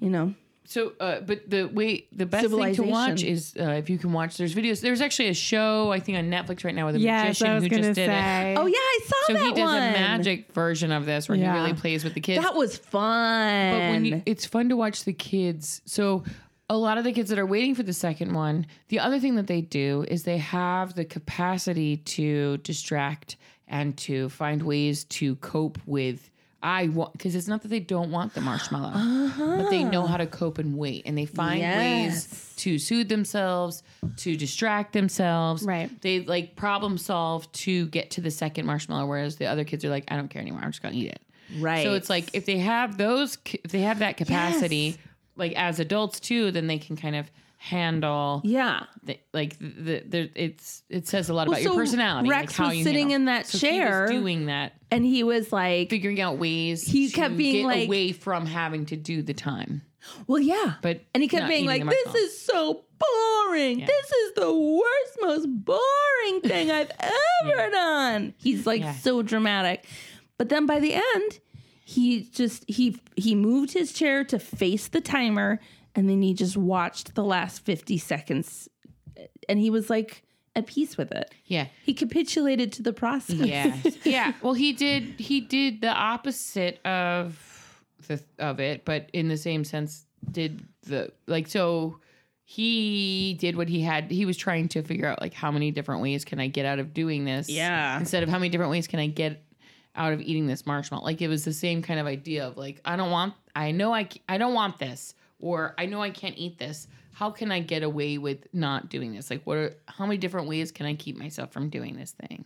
you know.
So, uh, but the way the best thing to
Civilization.
watch is uh, if you can watch. There's videos. There's actually a show I think on Netflix right now with a
Yes,
magician
I was
who
going
just
to
did it.
say.
Oh yeah, I saw
So
that
he does
one.
a magic version of this where
Yeah.
he really plays with the kids.
That was fun.
but when you, it's fun to watch the kids. So a lot of the kids that are waiting for the second one, the other thing that they do is they have the capacity to distract and to find ways to cope with. I want because it's not that they don't want the marshmallow, but they know how to cope and wait, and they find ways to soothe themselves, to distract themselves.
Right.
They like problem solve to get to the second marshmallow, whereas the other kids are like, I don't care anymore. I'm just gonna eat it.
right.
So it's like if they have those, if they have that capacity, like as adults too, then they can kind of handle.
yeah.
The, like the, the it's it says a lot
Well,
about
so
your personality. like,
Rex
how
was
you
sitting
handle-
in that
so
chair.
he was doing that,
And he was like,
figuring out ways.
He
to
kept being
get
like-
away from having to do the time,
well, yeah.
but
and he kept
not
being like,
eating the
this
marshmallow.
is so boring. This is the worst, most boring thing I've ever done. He's like
Yeah.
so dramatic. But then by the end, he just he he moved his chair to face the timer and then he just watched the last 50 seconds and he was like at peace with it.
yeah.
He capitulated to the process.
Yeah. yeah. Well, he did. He did the opposite of the of it, but in the same sense, did the like so. He did what he had. He was trying to figure out like how many different ways can I get out of doing this?
Yeah.
Instead of how many different ways can I get out of eating this marshmallow? Like it was the same kind of idea of like I don't want. I know I c- I don't want this, or I know I can't eat this. How can I get away with not doing this? Like what? Are, how many different ways can I keep myself from doing this thing?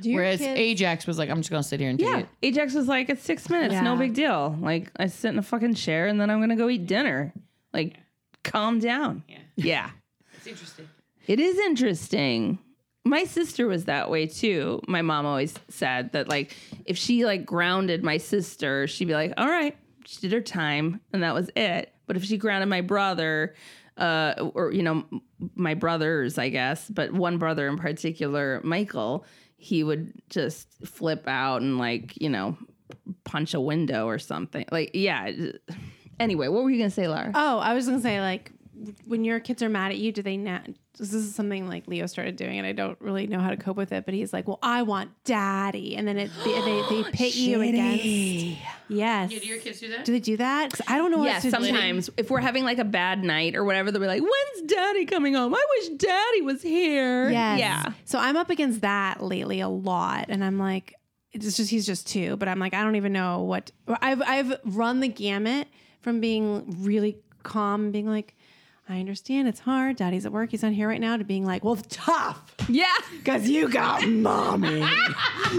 Do your
Whereas
kids-
Ajax was like, I'm just gonna sit here and
Yeah.
do
Ajax was like, it's six minutes, no
Yeah.
big deal. Like, I sit in a fucking chair and then I'm going to go eat dinner. Like, calm down.
Yeah.
yeah.
It's interesting.
It is interesting. My sister was that way too. My mom always said that, like, if she like grounded my sister, she'd be like, all right, she did her time and that was it. But if she grounded my brother, uh, or, you know, m- my brothers, I guess, but one brother in particular, Michael, he would just flip out and, like, you know, punch a window or something. Like, yeah. Anyway, what were you going to say, Laura?
Oh, I was going to say, like, when your kids are mad at you, do they not this is something like Leo started doing, and I don't really know how to cope with it. But he's like, "Well, I want daddy," and then it they, they, they pit you against. Yes.
Yeah, do your kids do that?
Do they do that? 'Cause I don't know.
Yeah,
what to do.
sometimes if we're having like a bad night or whatever, they'll be like, "When's Daddy coming home? I wish Daddy was here."
Yes.
Yeah.
So I'm up against that lately a lot, and I'm like, it's just he's just two, but I'm like, I don't even know what. I've I've run the gamut from being really calm, being like, I understand it's hard. Daddy's at work, he's not here right now, to being like, well, tough,
Yeah.
because you got mommy,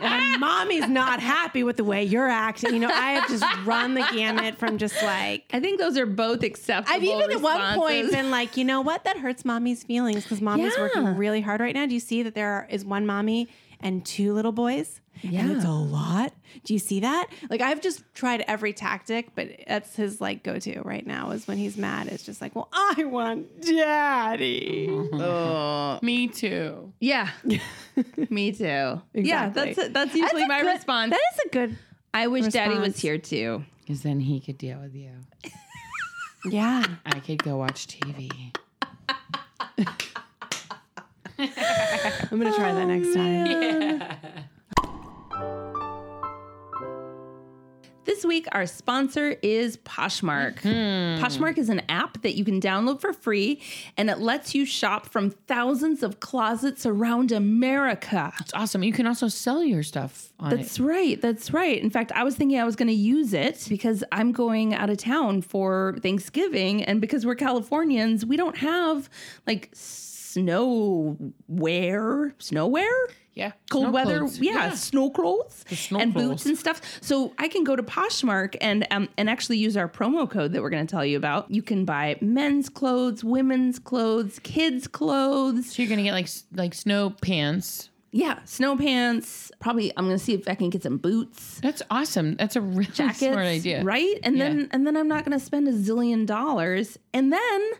and mommy's not happy with the way you're acting. You know, I have just run the gamut from just like.
I think those are both acceptable.
I've even at one point
responses.
been like, you know what? That hurts mommy's feelings because mommy's
Yeah.
working really hard right now. Do you see that there is one mommy and two little boys? And it's a lot. Do you see that? Like, I've just tried every tactic, but that's his like go to right now is when he's mad. It's just like, well, I want daddy.
Me too.
Yeah. Me too. Yeah,
Exactly.
that's that's
That's
usually
a
my
good-
response.
That is a good,
I wish Daddy was
response.
here too.
Because then he could deal with you.
yeah.
I could go watch TV.
I'm going to try that next time.
This week, our sponsor is Poshmark.
Hmm.
Poshmark is an app that you can download for free, and it lets you shop from thousands of closets around America.
It's awesome. You can also sell your stuff on it.
That's right. That's right. In fact, I was thinking I was going to use it because I'm going out of town for Thanksgiving. And because we're Californians, we don't have like snow wear, snow wear,
Yeah.
cold
snow
weather,
clothes.
yeah, snow clothes
snow
and
clothes.
boots and stuff. So I can go to Poshmark and um, and actually use our promo code that we're going to tell you about. You can buy men's clothes, women's clothes, kids' clothes,
So you're gonna get like s- like snow pants.
yeah, snow pants. Probably I'm going to see if I can get some boots.
That's awesome. That's a really
jackets,
smart idea.
right? And
Yeah.
then and then I'm not going to spend a zillion dollars, and then
You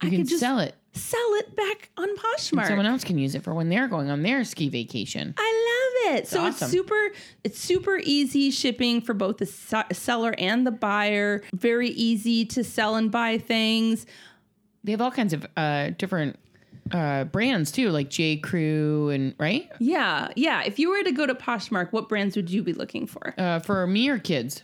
I
can
could just
sell it.
sell it back on Poshmark.
Someone else can use it for when they're going on their ski vacation.
I love it. so
awesome.
it's super it's super easy shipping for both the se- seller and the buyer. Very easy to sell and buy things.
They have all kinds of uh, different uh, brands too, like J Crew and right
Yeah. Yeah, if you were to go to Poshmark, what brands would you be looking for?
uh, for me or kids.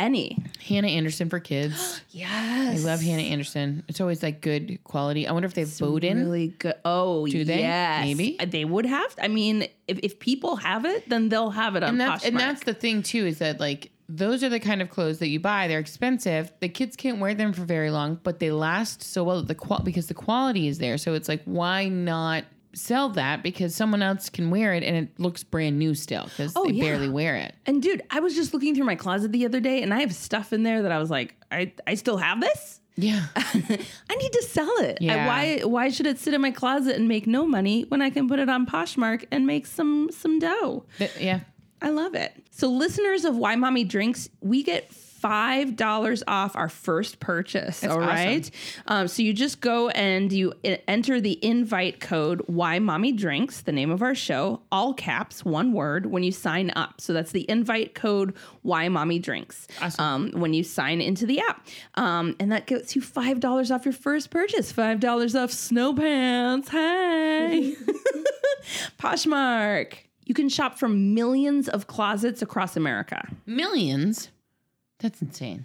Any.
Hannah Anderson for kids.
Yes.
I love Hannah Anderson. It's always like good quality. I wonder if they have Bowdoin.
Really good. Oh,
Do they?
Yes.
Maybe?
they would have. I mean, if, if people have it, then they'll have it on
and that's
Poshmark.
and that's the thing too is that like those are the kind of clothes that you buy. They're expensive. The kids can't wear them for very long, but they last so well. that The qual because the quality is there. So it's like why not sell that because someone else can wear it and it looks brand new still because they
Oh, yeah.
barely wear it.
And dude, I was just looking through my closet the other day and I have stuff in there that I was like, I, I still have this?
Yeah,
I need to sell it. I-
Yeah.
why why should it sit in my closet and make no money when I can put it on Poshmark and make some some dough?
Th- yeah.
I love it. So listeners of Why Mommy Drinks, we get five dollars off our first purchase. all right. Um, so you just go and you e- enter the invite code Why Mommy Drinks, the name of our show, all caps, one word, when you sign up. So that's the invite code Why Mommy Drinks. Awesome. Um, when you sign into the app, um, and that gets you five dollars off your first purchase. Five dollars off snow pants. Hey. Poshmark. You can shop from millions of closets across America.
Millions. That's insane.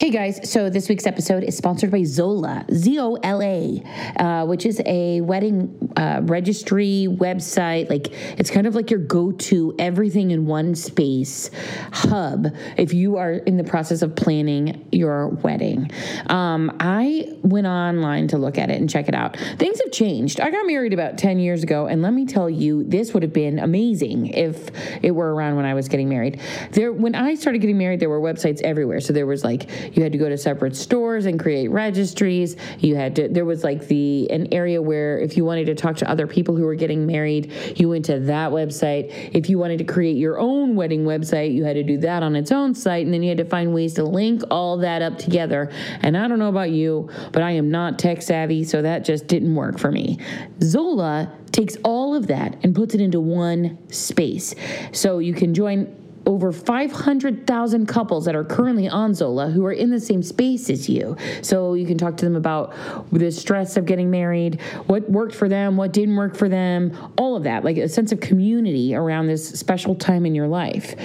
Hey guys, so this week's episode is sponsored by Zola, Z O L A, uh, which is a wedding uh, registry website. Like, it's kind of like your go to everything in one space hub if you are in the process of planning your wedding. Um, I went online to look at it and check it out. Things have changed. I got married about 10 years ago, and let me tell you, this would have been amazing if it were around when I was getting married. There, when I started getting married, there were websites everywhere. So there was like you had to go to separate stores and create registries. You had to. There was like the an area where if you wanted to talk to other people who were getting married, you went to that website. If you wanted to create your own wedding website, you had to do that on its own site, and then you had to find ways to link all that up together. And I don't know about you, but I am not tech savvy, so that just didn't work for me. Zola takes all of that and puts it into one space. So you can join
over 500,000 couples that are currently on Zola who are in the same space as you. So you can talk to them about the stress of getting married, what worked for them, what didn't work for them, all of that, like a sense of community around this special time in your life.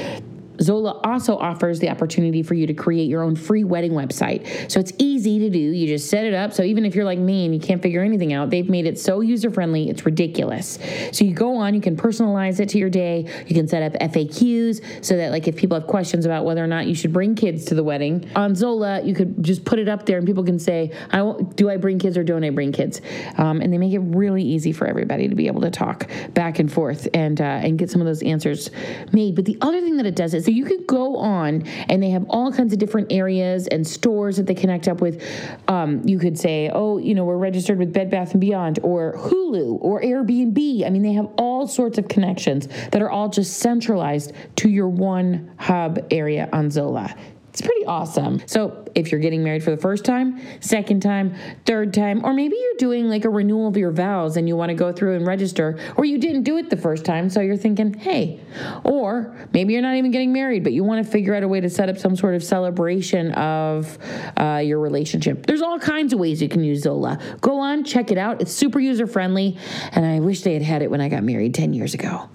Zola also offers the opportunity for you to create your own free wedding website. So it's easy to do. You just set it up. So even if you're like me and you can't figure anything out, they've made it so user friendly, it's ridiculous. So you go on, you can personalize it to your day. You can set up FAQs so that, like, if people have questions about whether or not you should bring kids to the wedding, on Zola, you could just put it up there and people can say, I won't, Do I bring kids or don't I bring kids? Um, and they make it really easy for everybody to be able to talk back and forth and, uh, and get some of those answers made. But the other thing that it does is so you could go on and they have all kinds of different areas and stores that they connect up with. Um, you could say, oh, you know, we're registered with Bed Bath and Beyond or Hulu or Airbnb. I mean, they have all sorts of connections that are all just centralized to your one hub area on Zola. It's pretty awesome. So, if you're getting married for the first time, second time, third time, or maybe you're doing like a renewal of your vows and you want to go through and register, or you didn't do it the first time, so you're thinking, hey, or maybe you're not even getting married, but you want to figure out a way to set up some sort of celebration of uh, your relationship. There's all kinds of ways you can use Zola. Go on, check it out. It's super user friendly, and I wish they had had it when I got married 10 years ago.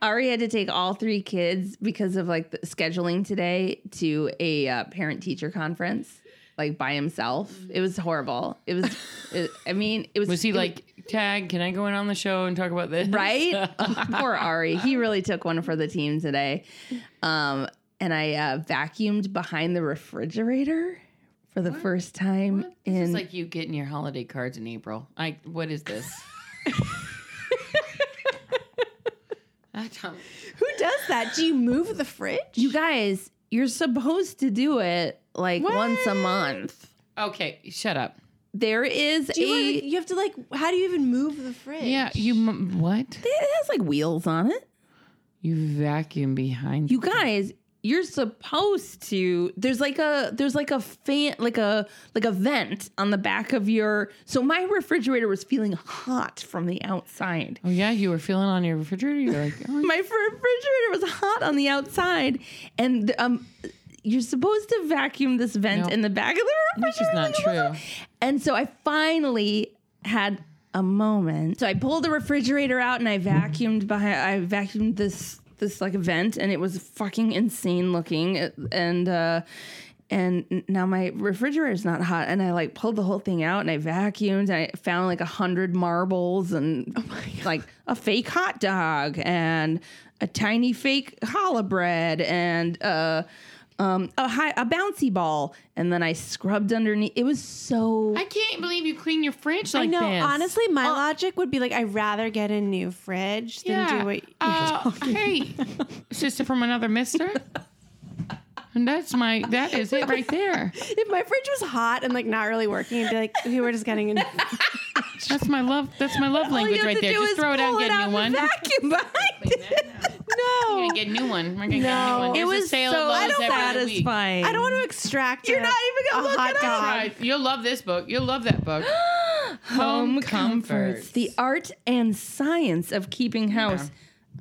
Ari had to take all three kids because of like the scheduling today to a uh, parent teacher conference, like by himself. It was horrible. It was, it, I mean, it was.
Was he
it
like, Tag, can I go in on the show and talk about this?
right? Poor Ari. He really took one for the team today. Um, and I uh, vacuumed behind the refrigerator for the first time
It's
in.
like you getting your holiday cards in April. I what is this? I don't.
Who does that? Do you move the fridge?
you guys, you're supposed to do it like once a month.
Okay, shut up.
There is
Do you,
a
wanna- you have to like. How do you even move the fridge?
Yeah, you m- what?
it has like wheels on it.
You vacuum behind
You guys, you're supposed to. There's like a there's like a fan like a like a vent on the back of your. So my refrigerator was feeling hot from the outside.
Oh yeah, you were feeling on your refrigerator. You're like, oh,
My refrigerator was hot on the outside, and um, you're supposed to vacuum this vent
No.
in the back of the refrigerator.
which is not true.
And so I finally had a moment. So I pulled the refrigerator out and I vacuumed behind I vacuumed this this like vent and it was fucking insane looking and uh and n- now my refrigerator's not hot and I like pulled the whole thing out and I vacuumed and I found like a hundred marbles and like a fake hot dog and a tiny fake challah bread and uh um, a high, a bouncy ball, and then I scrubbed underneath. It was so
I can't believe you clean your fridge like
I know.
this.
Honestly, my logic would be like, I'd rather get a new fridge than do what. you're
Uh,
talking-
hey, sister from another mister. And that's my that is it right there.
If my fridge was hot and like not really working, I'd be like, we were just getting. In-
That's my love. That's my love language right there. Just throw it out,
pull
and get a new
the
one.
Vacuum behind it.
I'm
no,
gonna get a new one. We're gonna get a new
No.
one.
It
There's a
was
sale
so
at Lowe's every week.
satisfying.
I don't want to extract.
You're
a-
not even gonna
a
look
hot
it up.
dog.
Right. You'll love this book. You'll love that book. Home comforts.
The art and science of keeping house.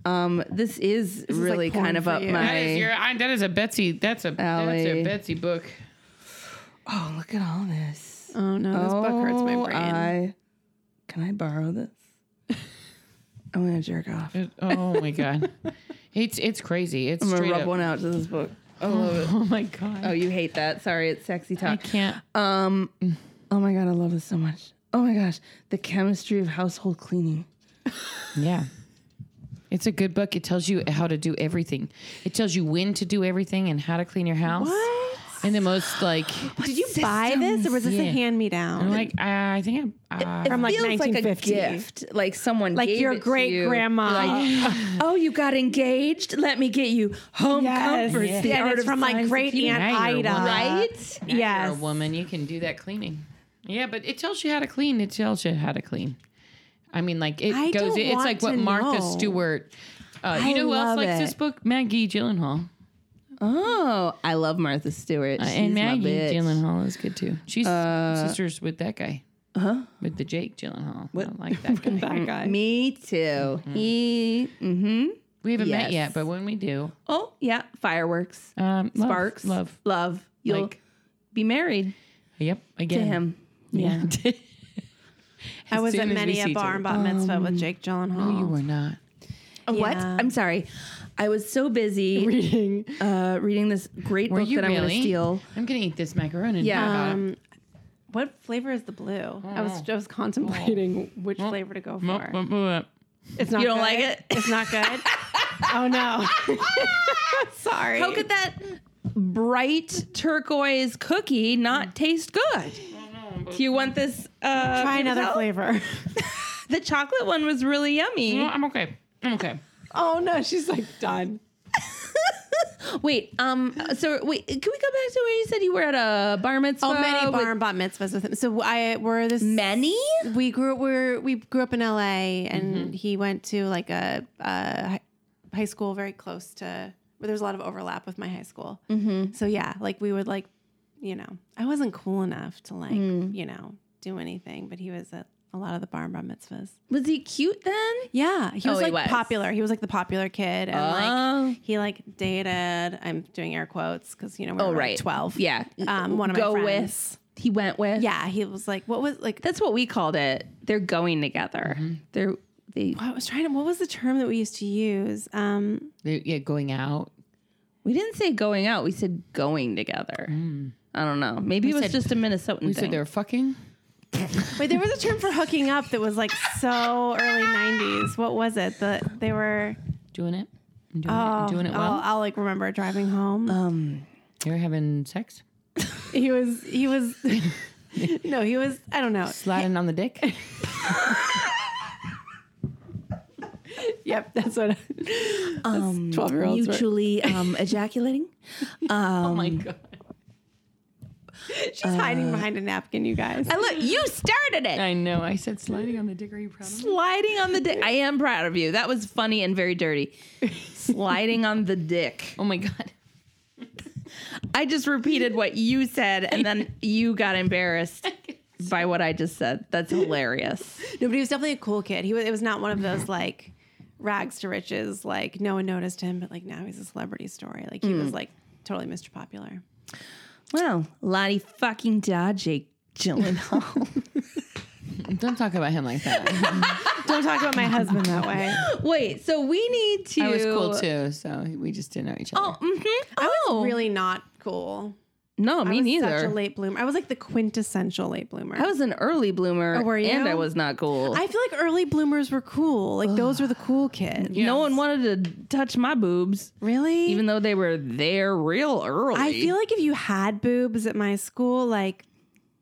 Um, this is
is, like,
really
porn
kind of
for
up
you.
my.
That is your. I, that is a Betsy. That's a. That's
Ally.
a Betsy book.
oh, look at all this.
Oh no, this book hurts my brain.
I, can I borrow this? I'm gonna jerk off.
It- oh my god. It's it's crazy. It's
I'm gonna
straight
rub
up.
one out to this book.
Oh my god.
Oh, you hate that? Sorry, it's sexy
I
talk.
can't.
Um, oh my god, I love this so much. Oh my gosh, the chemistry of household cleaning.
Yeah. It's a good book. It tells you how to do everything. It tells you when to do everything and how to clean your house.
What?
And the most like,
Did you buy this or was this a
Yeah.
hand me
I'm
down?
like I think I'm. Uh,
From like
Feels like a
1950.
gift, like someone
Like
gave
your
it to
great
you.
grandma.
Like, oh, you got engaged. Let me get you home
Yes.
comforts.
Yeah.
The
And
art
it's
of
from my
science
great
and
aunt
Now you're
Ida.
one.
Right?
now
Yes.
You're a woman. You can do that cleaning. Yeah, but it tells you how to clean. It tells you how to clean. I mean, like it
I
goes.
don't
It's
want
like what
to
Martha
know.
Stewart. Uh,
I
you know who else
love
likes
it.
this book? Maggie Gyllenhaal. Uh,
Oh, I love Martha Stewart. She's
and
my
Maggie
bitch. Uh,
Gyllenhaal is good too. She's sisters with that guy.
Uh-huh.
Huh? With the Jake Gyllenhaal. I like that guy.
That guy.
Me too. He. Mm-hmm.
We haven't
Yes.
met yet, but when we do,
Oh yeah, fireworks,
um, love,
sparks,
love.
love. You'll
Like-
be married
Yep, again.
to him.
Yeah.
I
As
was
soon
at
as we
many
see
a
each
bar
other.
and bat mitzvah with Jake
No, you
Gyllenhaal.
were not.
Oh, What?
Yeah.
I'm sorry. I was so busy
reading.
uh, reading this great
Were
book
you
that I'm
really?
going to steal.
I'm gonna eat this macaroni. and
Yeah.
forget about it.
Um, what flavor is the blue? I was I was contemplating which flavor to go
Mwah,
for.
mwah, mwah.
It's not.
You don't like
good?
it?
It's not good. oh no. Sorry.
How could that bright turquoise cookie
Mm.
not taste good? Do you want this? Uh,
Try another
yourself?
flavor.
The chocolate one was really
No,
Mm.
yummy.
I'm okay. I'm okay.
oh no, she's like done.
wait, um, so wait, can we go back to where you said you were at a bar mitzvah?
Oh, many
with-
bar and bat mitzvahs with him. So I were this
Many?
we grew we're, we grew up in L.A. and he went to like a, a hi- high school very close to where there's a lot of overlap with my high school. Mm-hmm. So yeah, like we would like, you know, I wasn't cool enough to like you know do anything, but he was at a lot of the bar and bat mitzvahs.
Was he cute then?
Yeah, he
Oh,
was
he
like
was.
popular. He was like the popular kid, and
Oh.
like he like dated. I'm doing air quotes because you know we
Oh,
were
right.
like twelve.
Yeah.
um, one of
Go
my friends.
with. He went with.
Yeah, he was like, what was like?
That's what we called it. They're going together.
Mm-hmm.
They're they
I was trying to. What was the term that we used to use? Um,
They- Yeah, going out.
we didn't say going out, we said going together. I don't know. Maybe it was
Mm. said-
just a Minnesotan thing.
We said they were fucking.
wait, there was a term for hooking up that was like so early '90s. What was it? The they were
Doing it. I'm doing,
oh,
it. I'm doing it well.
I'll, I'll like remember driving home.
Um.
they were having sex.
he was he was no he was I don't know.
Sliding on the dick.
Yep, that's what.
um,
12-year-olds were-
mutually um, ejaculating.
oh my god.
She's
Uh.
hiding behind a napkin, you guys.
And look, you started it.
I know. I said sliding on the dick. Are you proud of me?
Sliding on the dick. I am proud of you. That was funny and very dirty. Sliding on the dick.
Oh my god.
I just repeated what you said, and then you got embarrassed by what I just said. That's hilarious.
No, but he was definitely a cool kid. He was. It was not one of those like rags to riches. Like no one noticed him, but like now he's a celebrity story. Like he
Mm.
was like totally Mr. Popular.
Well, Lottie fucking Jake Gyllenhaal.
Don't talk about him like that.
Don't talk about my husband that way.
Wait, so we need to.
I was cool too, so we just didn't know each other.
Oh, mhm. Oh.
Really not cool.
no, me
I was
neither.
Such a late bloomer. I was like the quintessential late bloomer.
I was an early bloomer,
Oh, were you?
and I was not cool.
I feel like early bloomers were cool. Like those were the cool kids.
No one wanted to touch my boobs,
Really?
even though they were there real early.
I feel like if you had boobs at my school, like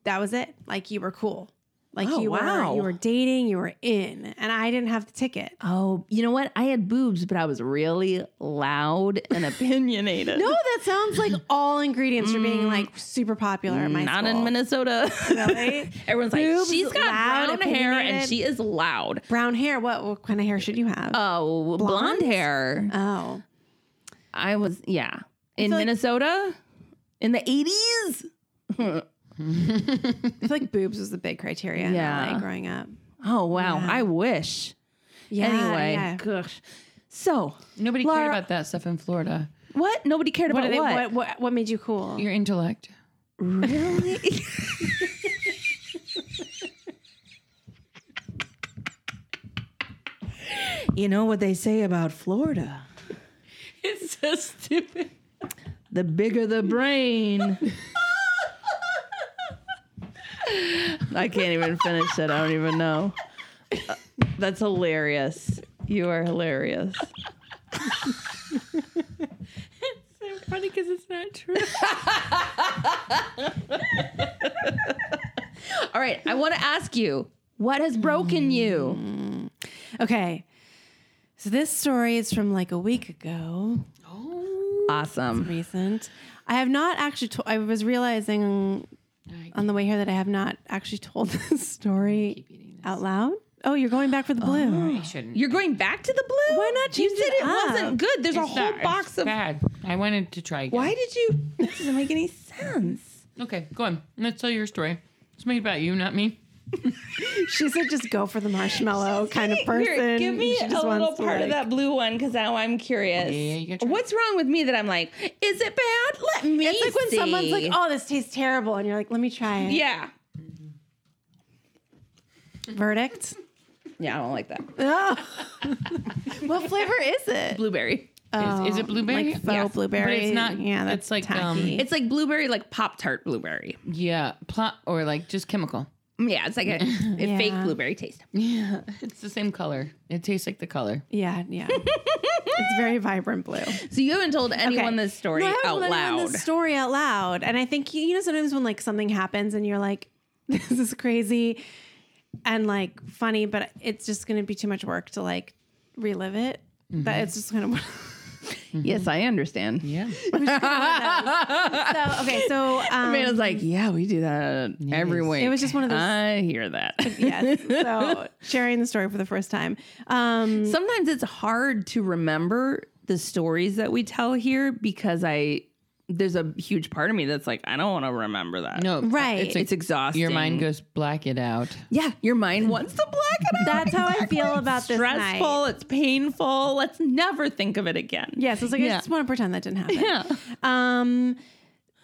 that was it. Like you were cool. Like
Oh,
you
wow.
were you were dating, you were in, and I didn't have the ticket.
Oh, you know what? I had boobs, but I was really loud and opinionated.
No, that sounds like all ingredients for being like super popular at my
Mm. not
school.
in Minnesota.
Really?
Everyone's like,
Boobs,
she's got
loud,
brown hair and
opinionated."
she is loud.
Brown hair. What, what kind of hair should you have?
Oh, blonde,
Blonde?
hair.
oh.
I was, yeah, in
feel like-
Minnesota in the eighties.
I feel like boobs was the big criteria yeah.
Yeah.
in LA growing up.
Oh wow, I wish.
Yeah.
anyway,
Ah, yeah.
gosh. So
Nobody cared
Laura-
about that stuff in Florida.
what? Nobody cared
What,
about
are they,
what?
what? What, what made you cool?
Your intellect.
Really? you know what they say about Florida?
It's so stupid.
The bigger the brain. I can't even finish it. I don't even know. Uh, That's hilarious. You are hilarious.
So funny because it's not true.
All right, I want to ask you, what has broken you?
Okay. So this story is from like a week ago.
Awesome.
recent. I have not actually. To- I was realizing on the way here that I have not actually told this story out loud. Oh, you're going back for the
Oh.
blue.
I shouldn't.
You're going back to the blue?
Why not
You
change
said
it
it
up?
wasn't good. There's a
It's
whole
not-
box
it's
of
bad. I wanted to try. Again.
Why did you? That doesn't make any sense.
Okay, go on. Let's tell your story. It's made about you, not me.
She's a just go for the marshmallow kind of person.
Here, give me
She
a
just
little
wants to,
part of
like-
that blue one because now I'm curious.
yeah, you can try.
What's wrong with me that I'm like, is it bad? Let me.
It's like when
see.
someone's like, "Oh, this tastes terrible," and you're like, "Let me try it."
yeah,
Verdict.
yeah, I don't like that
Oh. what flavor is it?
blueberry.
Oh,
is it blueberry?
Like faux
Yes.
blueberry.
But it's not-
Yeah, that's
it's like, um,
tacky.
It's like blueberry, like Pop Tart blueberry.
Yeah, plot or like just chemical.
Yeah, it's like a, a
Yeah.
fake blueberry taste.
Yeah, it's the same color. It tastes like the color.
yeah, yeah. it's very vibrant blue.
So you haven't told anyone
Okay.
this story
No, I haven't
out
let anyone
loud.
This story out loud, and I think you know sometimes when like something happens and you're like, "This is crazy," and like funny, but it's just going to be too much work to like relive it. But it's just kind of.
Yes, I understand.
Yeah,
so okay, so um,
Amanda's like, yeah, we do that every week.
It was just one of those-
I hear that.
yes, so sharing the story for the first time. Um,
Sometimes it's hard to remember the stories that we tell here because I there's a huge part of me that's like, I don't want to remember that.
no,
Right.
It's,
It's exhausting.
Your mind goes black it out.
Yeah, your mind wants to black it out.
that's how I feel about this night.
Stressful, it's painful. Let's never think of it again.
Yes, it's like I just want to pretend that didn't happen. Yeah. Um,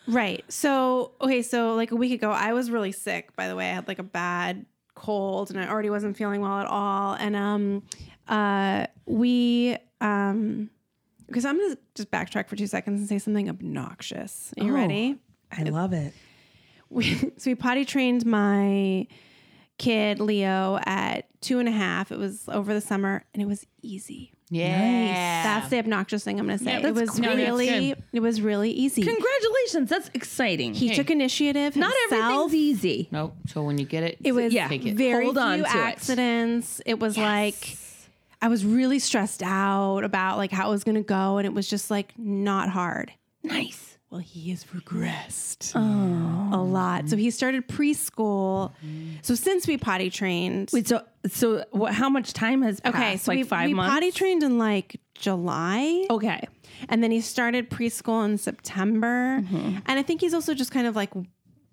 right. So okay. So like a week ago, I was really sick. By the way, I had like a bad cold, and I already wasn't feeling well at all. And um, uh, we um, because I'm gonna just backtrack for two seconds and say something obnoxious.
Oh.
Are you ready?
I love it.
we, so we potty trained my kid Leo at two and a half. It was over the summer, and it was easy.
Yeah,
That's the obnoxious thing I'm going to say. it
that's
was
great. No,
that's
really,
good.
it was really easy.
Congratulations, that's exciting.
he took initiative.
Not
himself.
everything's easy.
no. So when you get it,
It was
yeah,
take it.
very
Hold on
few
to it.
accidents. It, was like I was really stressed out about like how it was going to go, and it was just like not hard.
Nice.
Well, he has regressed a lot. So he started preschool. So since we potty trained,
Wait, so so what, how much time has passed?
okay, so
like
we,
five
we
months.
potty trained in like July.
okay.
And then he started preschool in September. And I think he's also just kind of like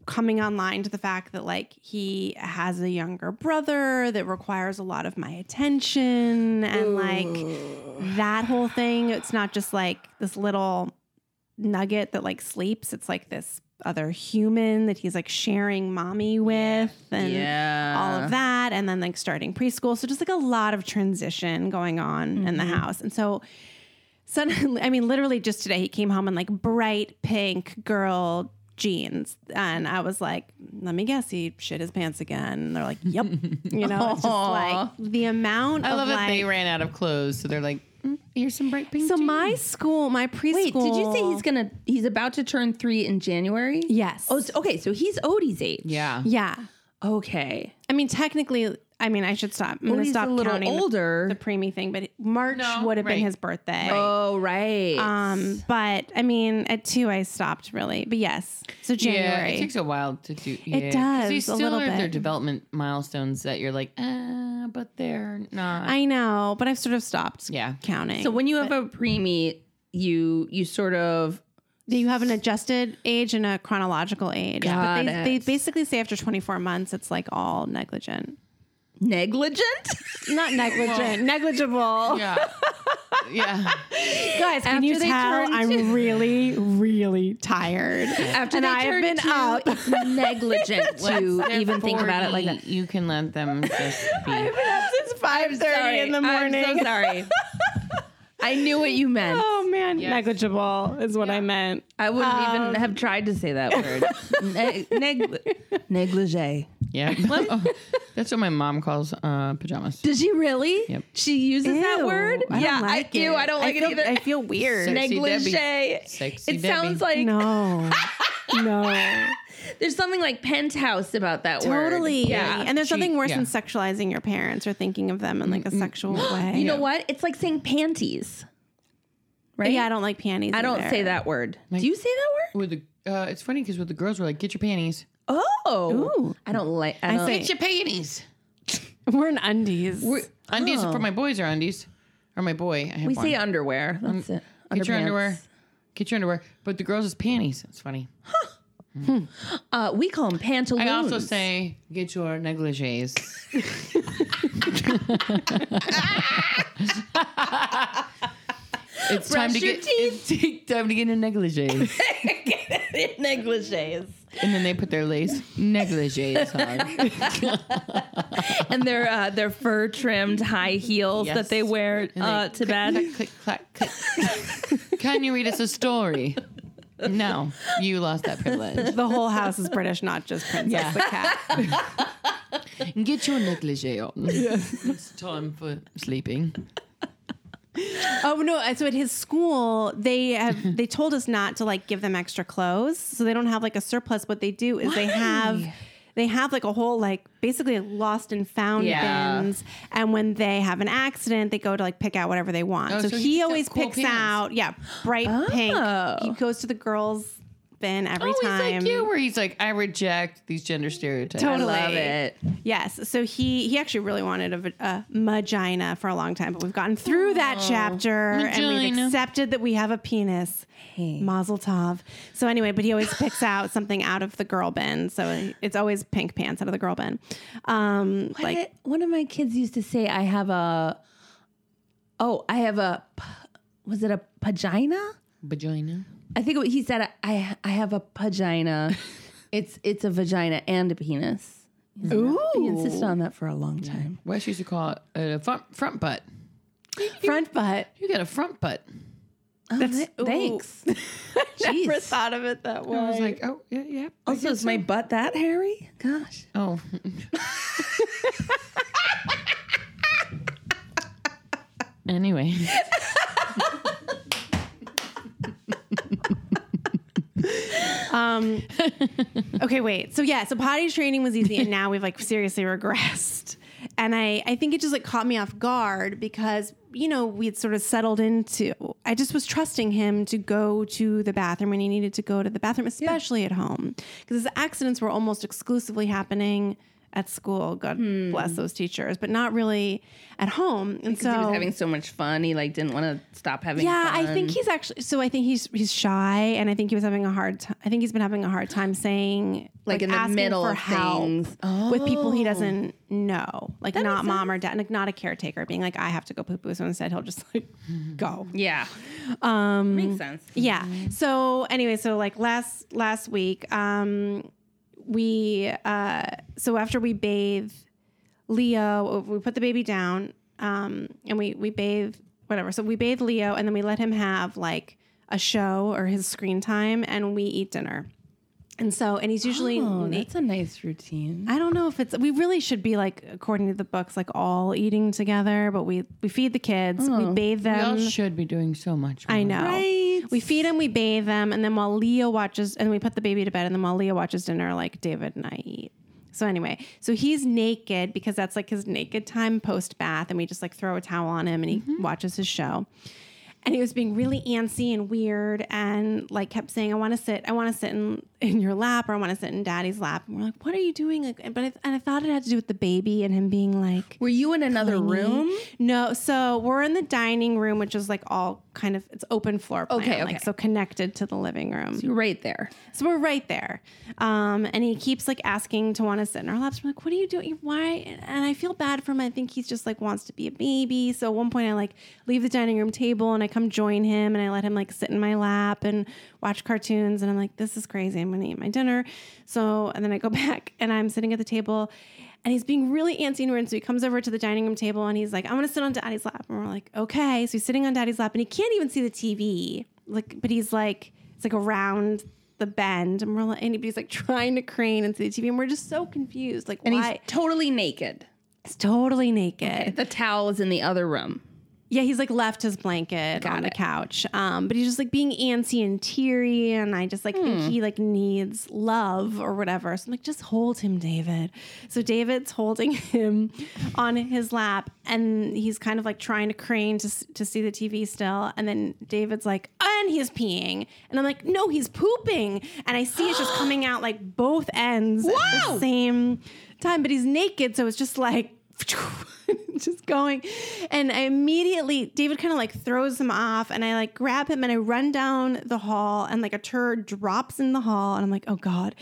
coming online to the fact that like he has a younger brother that requires a lot of my attention and like that whole thing. It's not just like this little nugget that like sleeps, it's like this other human that he's like sharing mommy with and all of that and then like starting preschool so just like a lot of transition going on in
Mm-hmm.
the house and so suddenly i mean literally just today he came home in like bright pink girl jeans and i was like let me guess he shit his pants again and they're like yep you know it's just like the amount
I
of
love that
like
they ran out of clothes, so they're like, "Mm, "Here's some bright pink."
so my school my preschool
Wait, did you say he's gonna? He's about to turn three in January.
yes
Oh, so, okay. So he's Odie's age.
yeah,
yeah
Okay.
i mean technically i mean i should stop i'm gonna
Odie's
stop
a little
counting the-
older.
the preemie thing but march
No,
would have
right.
been his birthday
oh, right.
Um, but I mean, at two, I stopped really. But yes, so
yeah.
January.
It takes a while to do. Yeah. 'Cause
does,
They
a
still
little
are at their
bit.
development milestones that you're like, ah, but they're not.
I know, but I've sort of stopped
yeah,
counting.
so when you have a preemie, you you sort of
Do you have an adjusted age and a chronological age.
Got
but they,
it.
they basically say after 24 months, it's like all negligent.
negligent.
Not negligent, negligible.
yeah, yeah.
Guys, can you
they
tell
turn
I'm really, really tired?
After
and
they
I have
turn
been
two,
up.
it's negligent to
They're
even think about it like that.
40. You can let them just be.
It's 5.30 in the morning.
I'm so sorry. I knew what you meant.
Oh, man. Negligible is what I meant.
I wouldn't even have tried to say that word. ne- neg- negligee.
Yeah. Oh, that's what my mom calls uh, pajamas.
Does she really?
Yep.
She uses that
Ew,
word.
I don't
yeah,
like
I do.
it.
I don't
I
like
feel-
it either.
I feel weird.
Sexy
negligee.
Debbie. Sexy
it sounds like
No. no.
there's something like penthouse about that word.
Totally.
Yeah.
And there's nothing worse
yeah.
than sexualizing your parents or thinking of them in like a sexual way.
You know what? It's like saying panties. Right?
Yeah, I don't like panties.
I don't
either.
say that word. do you say that word?
With the, uh, it's funny because with the girls, we're like, get your panties.
Oh.
Ooh.
I don't like I don't
say-
Get your panties.
We're in undies.
Undies for my boys are undies. Or my boy. I have
oh. we
one.
say underwear. That's it.
Get your
Underpants.
underwear. Get your underwear. But the girls is panties. It's funny.
Uh, we call them pantaloons.
I also say get your negligees. it's time to
your
get it's time to get in negligees,
negligees.
and then they put their lace negligees on.
and their uh, their fur trimmed high heels
Yes.
that they wear
And
uh,
they
to bed.
Click, click, clack, click, clack. Can you read us a story? No, you lost that privilege.
The whole house is British, not just Princess the Cat.
Get your negligee on. It's time for sleeping.
Oh no! So at his school, they have they told us not to like give them extra clothes, so they don't have like a surplus. What they do is they have they have like a whole like basically lost and found
Yeah.
bins, and when they have an accident, they go to like pick out whatever they want.
Oh,
so,
so he
he
picked up
always
cool
picks
pants.
out yeah bright pink. He goes to the girls' bin every
Oh,
time.
he's like you, where he's like, I reject these gender stereotypes.
Totally.
Love it.
Yes. So he he actually really wanted a, va- a vagina for a long time, but we've gotten through that chapter and we've
vagina.
accepted that we have a penis. Mazel tov. So anyway, but he always picks out something out of the girl bin. So it's always pink pants out of the girl bin. Um, like
Like one of my kids used to say, "I have a, oh, I have a, p- was it a pagina?
Vagina.
I think he said, I, I have a pagina. it's it's a vagina and a penis. Ooh, he insisted on that for a long time.
Wes used to call it a front, front butt.
front butt.
You got a front butt.
That's
Th- Thanks.
Never
Jeez.
thought of it that
I was
way.
like, oh, yeah, yeah.
Also, is my butt that hairy?
Gosh,
Oh. anyway.
Um, okay, wait. So yeah, so potty training was easy, and now we've like seriously regressed. And I, I think it just like caught me off guard because you know we had sort of settled into. I just was trusting him to go to the bathroom when he needed to go to the bathroom, especially at home, because his accidents were almost exclusively happening at school. God bless those teachers, but not really at home. And so
Hmm. He was having so much fun. He like didn't want to stop having.
yeah, I
fun.
think he's actually. So I think he's he's shy, and I think he was having a hard. time. I think he's been having a hard time saying
Like, in the
asking
middle
for
of
help
things. Oh.
with people he doesn't know, like not mom or dad, like not a caretaker, being like I have to go poo poo. So instead he'll just like go.
Yeah,
Um,
makes sense. Mm-hmm.
yeah. So anyway, so like last last week, um, we uh, so after we bathe Leo, we put the baby down, um, and we we bathe whatever. So we bathe Leo, and then we let him have like a show or his screen time, and we eat dinner. And so, and he's usually
Oh,
na-
Oh, that's a nice routine.
I don't know if it's we really should be like according to the books like all eating together, but we we feed the kids, we bathe
Oh, We all
them.
should be doing so much more.
Um, I know. We feed him, we bathe him, and then while Leo watches, and we put the baby to bed, and then while Leo watches dinner, like David and I eat. So anyway, so he's naked because that's like his naked time post bath, and we just like throw a towel on him, and he watches his show. And he was being really antsy and weird, and like kept saying, "I want to sit, I want to sit in, in your lap, or I want to sit in Daddy's lap." And we're like, "What are you doing?" Like, but I, and I thought it had to do with the baby and him being like,
Were you in another room?
no, so we're in the dining room, which is like all kind of it's open floor plan,
Okay,
like
okay.
so connected to the living room.
You're right there.
So we're right there, um, and he keeps like asking to want to sit in our laps. We're like, "What are you doing? Why?" And I feel bad for him. I think he's just like wants to be a baby. So at one point, I like leave the dining room table and I come join him, and I let him like sit in my lap and watch cartoons. And I'm like, "This is crazy. I'm going to eat my dinner." So and then I go back and I'm sitting at the table, and he's being really antsy and weird. So he comes over to the dining room table and he's like, I want to sit on daddy's lap. And we're like, okay. So he's sitting on daddy's lap and he can't even see the TV. Like, but he's like, it's like around the bend. And we're like, and he's like trying to crane into the TV. And we're just so confused. Like,
And he's
why?
totally naked.
He's totally naked.
The towel is in the other room.
Yeah, he's like left his blanket on the couch. Um, but he's just like being antsy and teary, and I just like think he like needs love or whatever. So I'm like, just hold him, David. So David's holding him on his lap, and he's kind of like trying to crane to s- to see the TV still. And then David's like, and he's peeing, and I'm like, no, he's pooping, and I see it's just coming out like both ends at the same time. But he's naked, so it's just like. just going. And I immediately, David kind of like throws him off, and I like grab him and I run down the hall, and like a turd drops in the hall, and I'm like, oh God.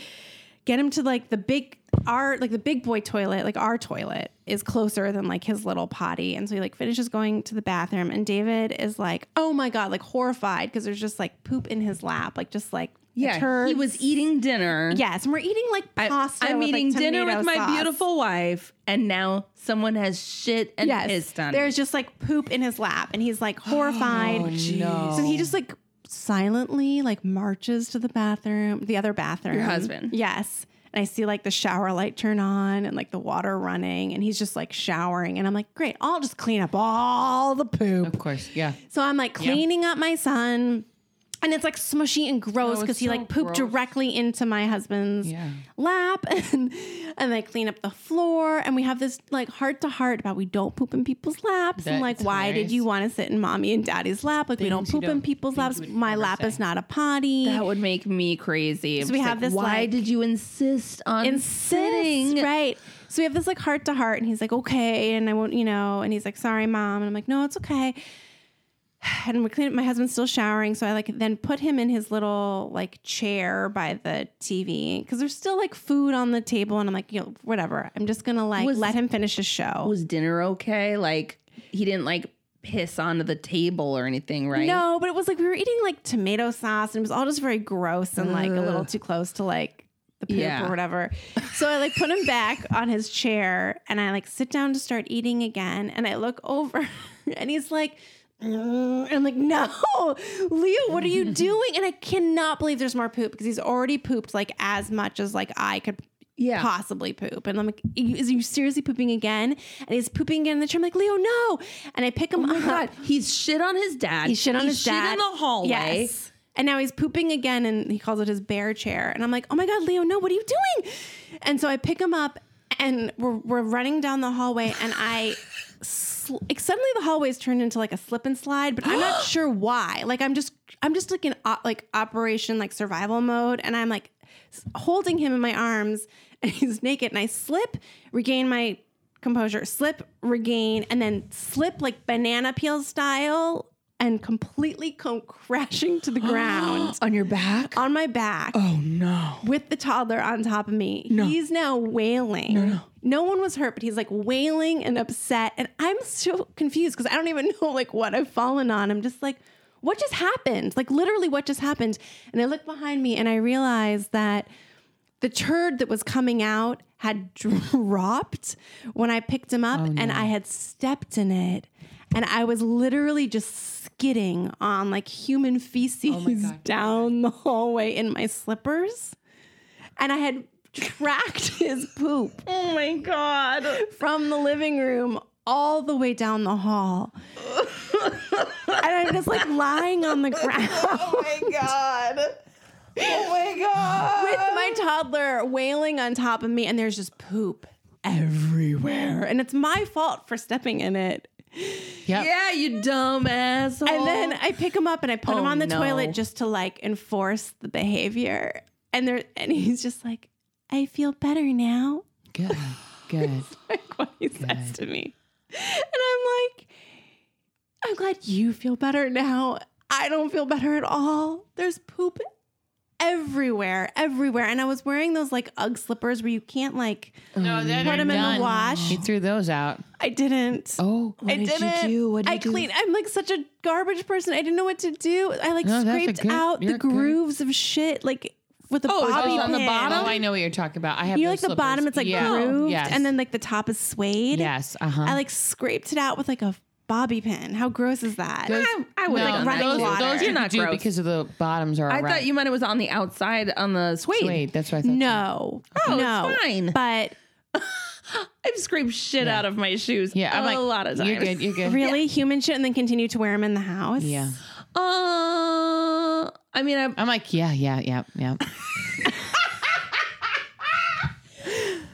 Get him to like the big our like the big boy toilet, like our toilet is closer than like his little potty. And so he like finishes going to the bathroom and David is like, oh my God, like horrified because there's just like poop in his lap, like just like a
he
turd.
was eating dinner.
Yes, and we're eating like
I,
pasta.
am
with, like,
eating dinner
tomato
with my
sauce.
beautiful wife, and now someone has shit and pissed on.
There's just like poop in his lap, and he's like horrified.
no.
So he just like silently like marches to the bathroom, the other bathroom. Your
husband.
Yes. And I see like the shower light turn on and like the water running, and he's just like showering. And I'm like, great, I'll just clean up all the poop.
Of course, yeah.
So I'm like cleaning up my son. And it's like smushy and gross
Oh,
because
it's
he
so
like pooped
gross.
directly into my husband's
Yeah.
lap and and I clean up the floor and we have this like heart to heart about we don't poop in people's laps and
That
like
is
why
hilarious.
did you want to sit in mommy and daddy's lap like we don't
Things you
poop in
don't
people's
think
laps
you would
my
ever
lap
say.
is not a potty
that would make me crazy. I'm
So we
just
have
like,
this,
Why
like-
did you insist on
insisting.
sitting?
Right. So we have this like heart to heart, and he's like, okay. And I won't, you know, and he's like, sorry, mom. And I'm like, no, it's okay. And we clean up. My husband's still showering. So I like then put him in his little like chair by the TV because there's still like food on the table. And I'm like, you know, whatever. I'm just going to like
Was-
let him finish his show.
Was dinner okay? Like he didn't like piss onto the table or anything, right?
No, but it was like we were eating like tomato sauce and it was all just very gross and like a little too close to like the poop
Yeah.
or whatever. So I like put him back on his chair and I like sit down to start eating again and I look over and he's like "Mm," and I'm like, no, Leo, what are you doing? And I cannot believe there's more poop because he's already pooped like as much as like I could
Yeah.
possibly poop. And I'm like, "You- is you seriously pooping again? And he's pooping again in the chair. I'm like, Leo, no. And I pick him up.
Oh God, he's shit on his dad.
He shit on his
shit
dad
in the hallway.
Yes. And now he's pooping again, and he calls it his bear chair. And I'm like, oh my god, Leo, no, what are you doing? And so I pick him up, and we're we're running down the hallway, and I. Sl- like, suddenly the hallway's turned into like a slip and slide but i'm not sure why like i'm just i'm just like in o- like operation like survival mode and i'm like s- holding him in my arms and he's naked and i slip regain my composure slip regain and then slip like banana peel style and completely come crashing to the ground
On your back?
on my back
Oh no.
with the toddler on top of me. He's now wailing. No, no. one was hurt, but he's like wailing and upset. And I'm so confused because I don't even know like what I've fallen on. I'm just like, what just happened? Like literally what just happened? And I look behind me and I realize that the turd that was coming out had dropped when I picked him up and I had stepped in it. And I was literally just skidding on like human feces down the hallway in my slippers. And I had tracked his poop
Oh my god.
from the living room all the way down the hall. and I'm just like lying on the
Oh
ground. with my toddler wailing on top of me, and there's just poop everywhere. And it's my fault for stepping in it.
Yeah.
Yeah, you dumb asshole.
And then I pick him up and I put him
Oh,
on the
no.
toilet just to like enforce the behavior. And there and he's just like, I feel better now.
Good. Good.
Like what he says to me. And I'm like, I'm glad you feel better now. I don't feel better at all. There's poop everywhere, everywhere. And I was wearing those like Ugg slippers where you can't like
No, that
put them in the wash.
He threw those out.
I didn't.
Oh,
I
did you
didn't.
do? What did
I
you do?
clean. I'm like such a garbage person. I didn't know what to do. I like
No, that's a
scraped
good-
out the
you're good.
grooves of shit, like with a
Oh, it's
bobby
all
pin.
on the bottom?
Oh, I know what you're talking about. I have
You know,
those
like the
slippers.
bottom, it's like
yeah.
grooved,
Yes.
and then like the top is suede.
yes, uh huh.
Uh-huh.
I like scraped it out with like a bobby pin. How gross is that?
I, I would
no,
have done that.
running
those,
water.
Those
You're
you
not
not do
gross.
because of the bottoms are.
I
right.
thought you meant it was on the outside on the suede.
Wait, that's what I thought.
no,
Oh, it's
no,
fine.
But
I've scraped shit out of my shoes.
Yeah, I'm
a
like
lot of times.
You're good. You're good.
really, human shit, and then continue to wear them in the house.
Yeah,
Uh, I mean, I,
I'm like yeah, yeah, yeah, yeah.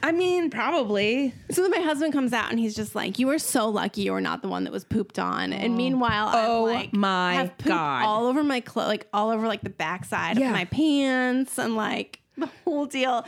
I mean, probably.
So then my husband comes out and he's just like, "You are so lucky you are not the one that was pooped on." And meanwhile,
Oh
I'm like,
my
have poop
God.
all over my clothes, like all over like the backside
Yeah.
of my pants and like the whole deal.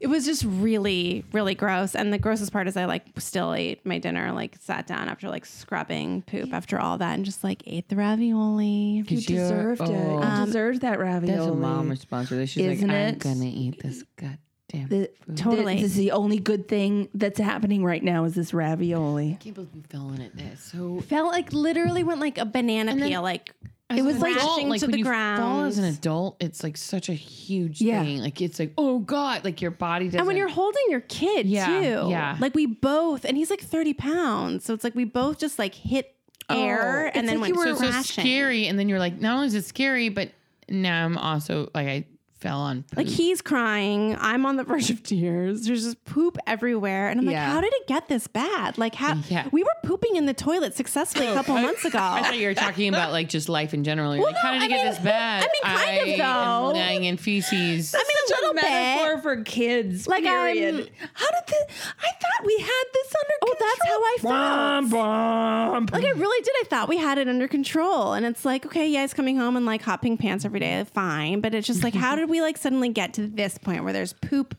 it was just really, really gross. And the grossest part is I like still ate my dinner, like sat down after like scrubbing poop after all that and just like ate the ravioli.
You
Did you-
deserved
oh.
Um,
it. You deserved that ravioli.
That's a mom response. Really. She's
Isn't
like, I'm
it?
gonna eat this goddamn.
The-
Totally.
This is the only good thing that's happening right now is this ravioli.
can't believe you fell in it. That's so.
Felt like literally went like a banana
then-
peel, like
As
was
an
like-
adult,
crashing to
when
the
you Fall
ground.
as an adult, it's like such a huge
Yeah.
thing. Like it's like, oh god, like your body doesn't.
And when you're holding your kid
Yeah,
too,
yeah.
like we both, and he's like 30 pounds, so it's like we both just like hit air
it's
and then
like you
went
so, so
crashing.
scary, and then you're like, not only is it scary, but now I'm also like I fell on. Poop.
Like he's crying, I'm on the verge of tears. There's just poop everywhere, and I'm
Yeah.
like, how did it get this bad? Like how
Yeah.
we were pooping in the toilet successfully a couple months ago.
I thought you were talking about like just life in general. You're
Well,
like, how
no,
did it
I
get
mean-
this bad?
I mean, kind of,
am
though.
lying in feces.
I mean, a little
metaphor
bit.
for kids.
Like,
period.
I'm-
How did this? I thought we had this under
Oh, that's how I felt. Like I really did. I thought we had it under control, and it's like, okay, yeah, he's coming home in like hot pink pants every day, fine. But it's just like, how did we like suddenly get to this point where there's poop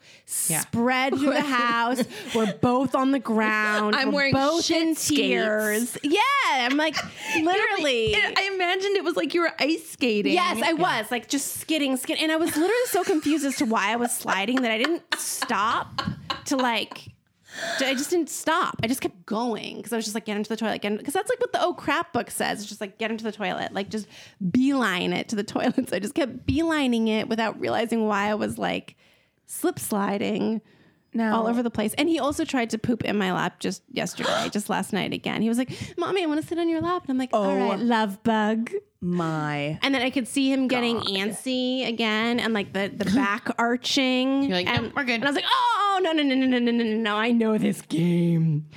Yeah.
spread through the house? We're both on the ground.
I'm
We're
wearing
both
shit
in
skates.
tears. Yeah, I'm like literally.
I imagined it was like you were ice skating.
Yes, I was like just skidding, skid, and I was literally so confused as to why I was sliding that I didn't stop to like. I just didn't stop. I just kept going because I was just like, get into the toilet, get because that's like what the oh crap book says. It's just like get into the toilet, like just beeline it to the toilet. So I just kept beelining it without realizing why I was like slip sliding
now,
all over the place. And he also tried to poop in my lap just yesterday, just last night again. He was like, "Mommy, I want to sit on your lap," and I'm like, "All
Oh
right, love bug."
my.
And then I could see him getting antsy again and like the, the back arching.
You're like,
and,
"Nope, we're good."
And I was like, oh, no, no, no, no, no, no, no, no, no. I know this game.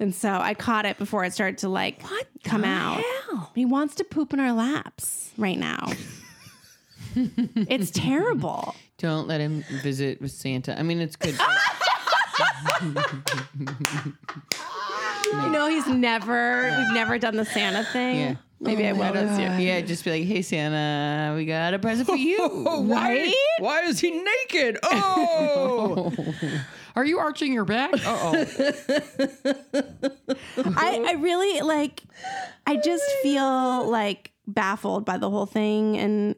And so I caught it before it started to like what come out.
hell?
He wants to poop in our laps right now. it's terrible.
Don't let him visit with Santa. I mean, it's good.
You know, he's never, we've never done the Santa thing.
Oh,
Yeah.
Maybe I will this year.
yeah, just be like, hey Santa, we got a present for you.
Right?
Why is he naked? Oh,
Are you arching your back? Uh oh.
I, I really like I just feel like baffled by the whole thing and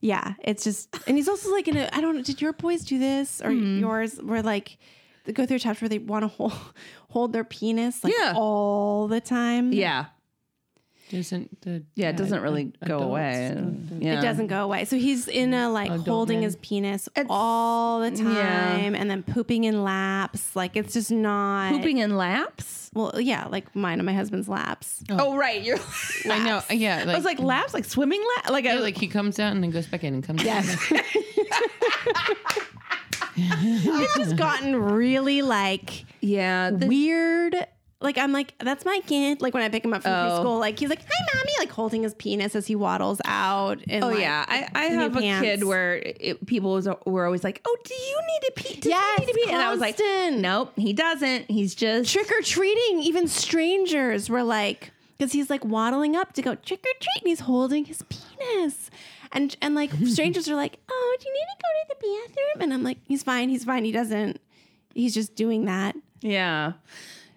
yeah, it's just and he's also like in a I don't know, did your boys do this or yours where like they go through a chapter where they want to hold hold their penis like
Yeah.
all the time.
Yeah.
Doesn't the
Yeah, it doesn't really go
adults
away.
don't do-
Yeah.
It doesn't go away. So he's in a like
Adult
holding
men.
his penis all the time and then pooping in laps. Like it's just not
Pooping in laps?
well, yeah, like mine and my husband's laps.
Oh, right. You're.
I know. Yeah, like,
I was like laps, like swimming laps. Like I
yeah, like he comes out and then goes back in and comes. out.
It's just gotten really like
yeah. the-
weird. Like I'm like that's my kid. Like when I pick him up from
Oh.
preschool, like he's like hi mommy, like holding his penis as he waddles out. And
oh
like,
yeah. I, I
new
have a
pants.
kid where it, people was, were always like, "Oh, do you need to pee? Does he
Yes,
need to pee?" And I was like,
constant.
"Nope, he doesn't. He's just
trick or treating. Even strangers were like because he's like waddling up to go trick or treat, and he's holding his penis. And, and like strangers are like, oh, do you need to go to the bathroom? And I'm like, he's fine, he's fine, he doesn't. He's just doing that.
Yeah.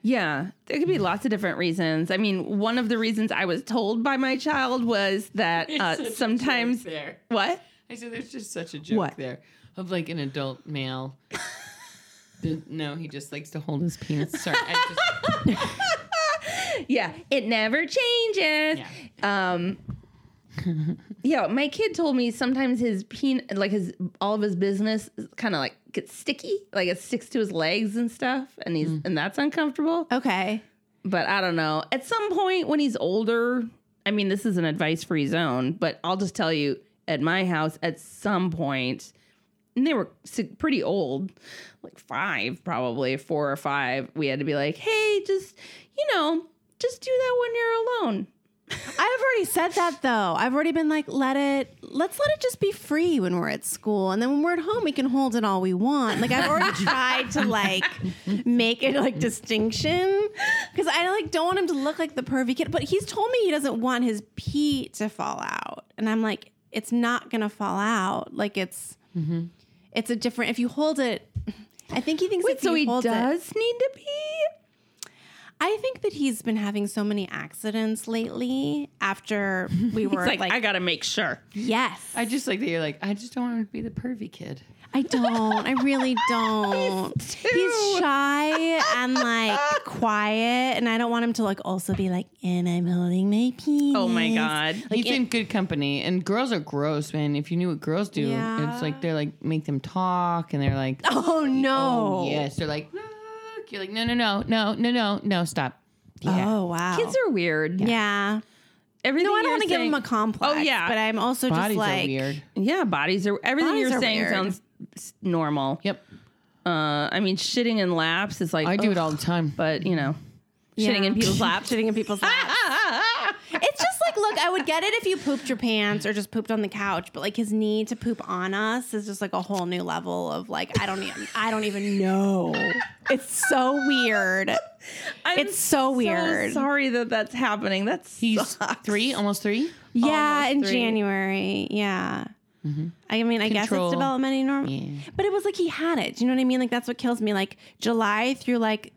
Yeah. There could be lots of different reasons. I mean, one of the reasons I was told by my child was that uh, sometimes.
there.
What?
I said, there's just such a joke
What?
there of like an adult male. The- no, he just likes to hold his penis. Sorry, I just,
Yeah. It never changes.
Yeah.
Um, yeah, my kid told me sometimes his pen, like his all of his business, kind of like gets sticky, like it sticks to his legs and stuff, and he's and that's uncomfortable.
Okay.
but I don't know. At some point when he's older, I mean, this is an advice free zone, but I'll just tell you at my house, at some point, and they were si- pretty old, like five, probably four or five, we had to be like, hey, just, you know, just do that when you're alone.
I've already said that though. I've already been like, let it, let's let it just be free when we're at school. And then when we're at home, we can hold it all we want. Like I've already tried to like make it like distinction because I like don't want him to look like the pervy kid. But he's told me he doesn't want his pee to fall out. And I'm like,
Mm-hmm.
it's not going to fall out. Like it's, it's a different, if you hold it, I think he thinks
Wait,
if
so he
holds it-
does need to pee?
I think that he's been having so many accidents lately. After we were like,
gotta make sure.
yes,
I just like that you're like, I just don't want to be the pervy kid.
I don't. I really don't. He's shy and like quiet, and I don't want him to like also be like, and I'm holding my penis.
Oh my god.
He's in good company, and girls are gross, man. If you knew what girls do, it's like they're like make them talk, and they're like,
Oh no.
oh. yes, they're like, look. You're like, no, no, no, no, no, no, no, stop.
Oh wow.
Kids are weird.
yeah.
Everything
No, I don't
you're
want to give
saying-
him a complex.
Oh, yeah.
But I'm also
Bodies
just like,
are weird.
Yeah, bodies are everything
Bodies
you're
are
saying
weird.
sounds s- normal.
Yep,
Uh, I mean, shitting in laps is like
I do it
ugh,
all the time.
but you know, shitting in people's laps.
shitting in people's laps. ah. it's just like, look, I would get it if you pooped your pants or just pooped on the couch, but like his need to poop on us is just like a whole new level of like, I don't even, I don't even know. It's so weird.
I'm
it's so weird.
sorry that that's happening. That's
He's three, almost three.
Yeah, in
three. Mm-hmm.
January. Yeah. I mean, I guess
Control.
it's developmentally normal, but it was like he had it. Do you know what I mean? Like that's what kills me. Like July through like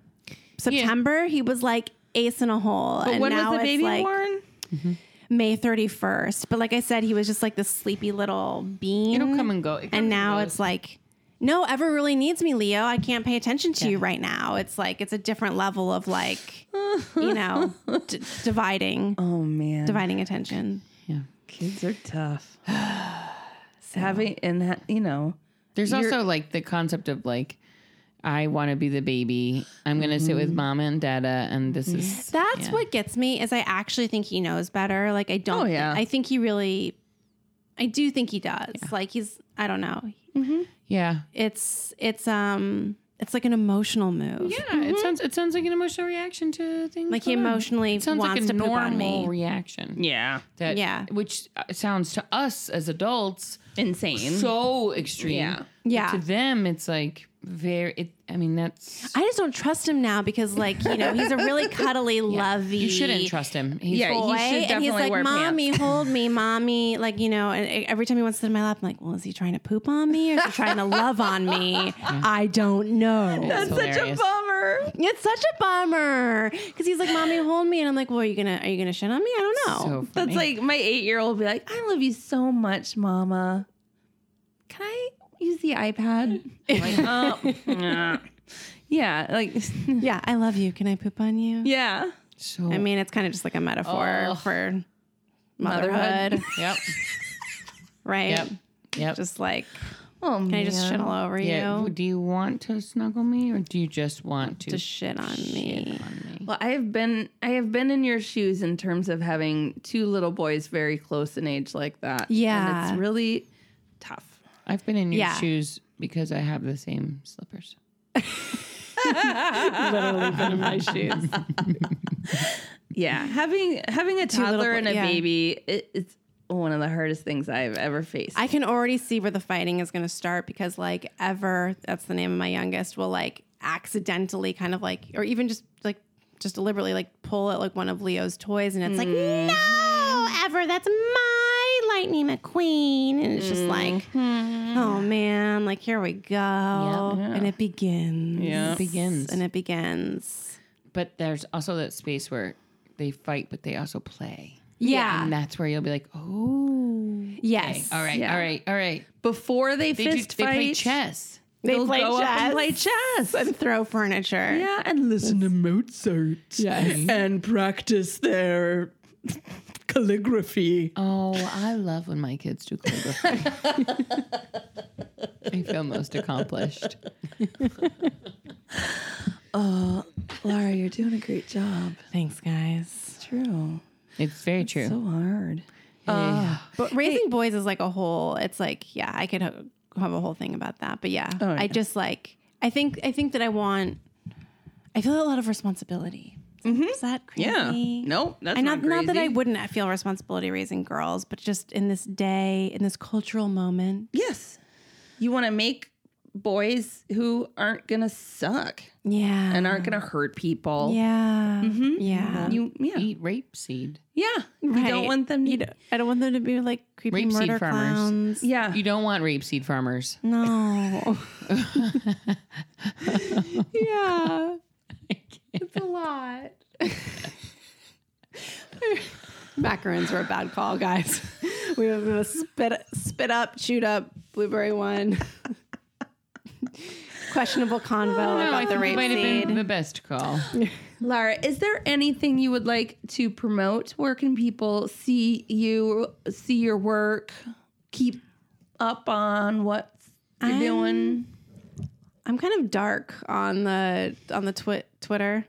September, he was like ace in a hole.
But
and
when
now
was the
it's,
baby
like,
born?
May 31st. But like I said, he was just like this sleepy little bean.
Mm-hmm.
It'll come and go. It comes
And now
goes.
it's like, no, Ever really needs me, Leo. I can't pay attention to you right now. It's like, it's a different level of like, you know, d- dividing,
Oh man,
dividing attention.
kids are tough. Having and ha- you know,
There's also like the concept of like, I want to be the baby. I'm gonna sit with mama and dada, and this is
That's what gets me is I actually think he knows better. Like I don't.
yeah.
I think he really. I do think he does. Like he's. I don't know.
yeah.
It's. It's. Um. It's like an emotional move.
Yeah, it sounds it sounds like an emotional reaction to things.
Like he
going on.
emotionally
It sounds
wants
like a
to poop
normal
on me.
reaction.
yeah,
That,
Yeah.
which uh, sounds to us as adults
insane.
so extreme.
Yeah.
But
Yeah.
to them, it's like very. It, I mean, that's
I just don't trust him now because, like, you know, he's a really cuddly, lovey.
you shouldn't trust him. He's
Yeah,
full-
boy,
he should
and
definitely
he's like,
wear
"Mommy,
pants.
hold me, mommy." Like you know, and e, every time he wants to sit in my lap, I'm like, "Well, is he trying to poop on me or is he trying to love on me?" I don't know.
That's hilarious.
bummer.
It's such a bummer because he's like, "Mommy, hold me," and I'm like, "Well, are you gonna are you gonna shit on me? I don't know."
So
That's
funny.
like my eight year old be like, I love you so much, mama. Can I use the iPad? I'm like,
uh,
oh, nah. yeah, like,
yeah, I love you. Can I poop on you?
yeah.
so.
I mean, it's kind of just like a metaphor
Ugh.
for motherhood,
yep,
right?
yep, yep.
Just like,
Oh,
can I just shit all over
yeah.
you?
w- Do you want to snuggle me, or do you just want to
Just shit on me.
Well, I have been, I have been in your shoes in terms of having two little boys very close in age like that.
Yeah.
and it's really tough.
I've been in your
Yeah.
shoes because I have the same slippers.
Uh, Yeah, having having a
little
toddler and
boy-
a
yeah.
baby, it, it's one of the hardest things I've ever faced.
I can already see where the fighting is going to start because, like, ever that's the name of my youngest will like accidentally kind of like, or even just like, just deliberately like pull at like one of Leo's toys, and it's like,
Mm-hmm.
no, ever that's my Lightning McQueen, and it's just like,
Mm-hmm.
oh man, like here we go, and it begins,
Yeah. It begins.
and it begins,
But there's also that space where they fight, but they also play.
yeah,
And that's where you'll be like, oh,
yes,
Uh,
all right, all right, all right.
Before they,
They, do-
fist
they
fight,
play chess.
they
they'll
play
go up
chess
and play
and,
chess.
throw furniture,
Yeah, and listen to Mozart.
and practice their calligraphy.
Oh, I love when my kids do calligraphy. I feel most accomplished.
Laura, you're doing a great job.
thanks guys.
It's true.
It's very true.
So hard.
But raising boys is like a whole. It's like yeah, I could ho- have a whole thing about that. But yeah, I just like I think I think that I want. I feel a lot of responsibility. Is that crazy?
Yeah. Nope, that's
I
not
not not that I
crazy.
wouldn't feel responsibility raising girls, but just in this day, in this cultural moment.
Yes. You want to make boys who aren't gonna suck
Yeah.
and aren't gonna hurt people.
Mm. Yeah. Yeah.
You yeah.
Eat rapeseed.
Yeah. You
Right.
don't want them to
You don't- I don't want them to be like creepy
Rapeseed
murder
farmers.
clowns.
Yeah.
You don't want rapeseed farmers.
No. yeah.
It's a lot.
Macarons were a bad call, guys. We were gonna spit spit up, shoot up, blueberry one. Questionable convo
I
about the
Oh,
think it might have been
rapeseed.
the best call.
Lara, is there anything you would like to promote? Where can people see you, see your work, keep up on what you're
I'm-
doing?
I'm kind of dark on the on the twit Twitter.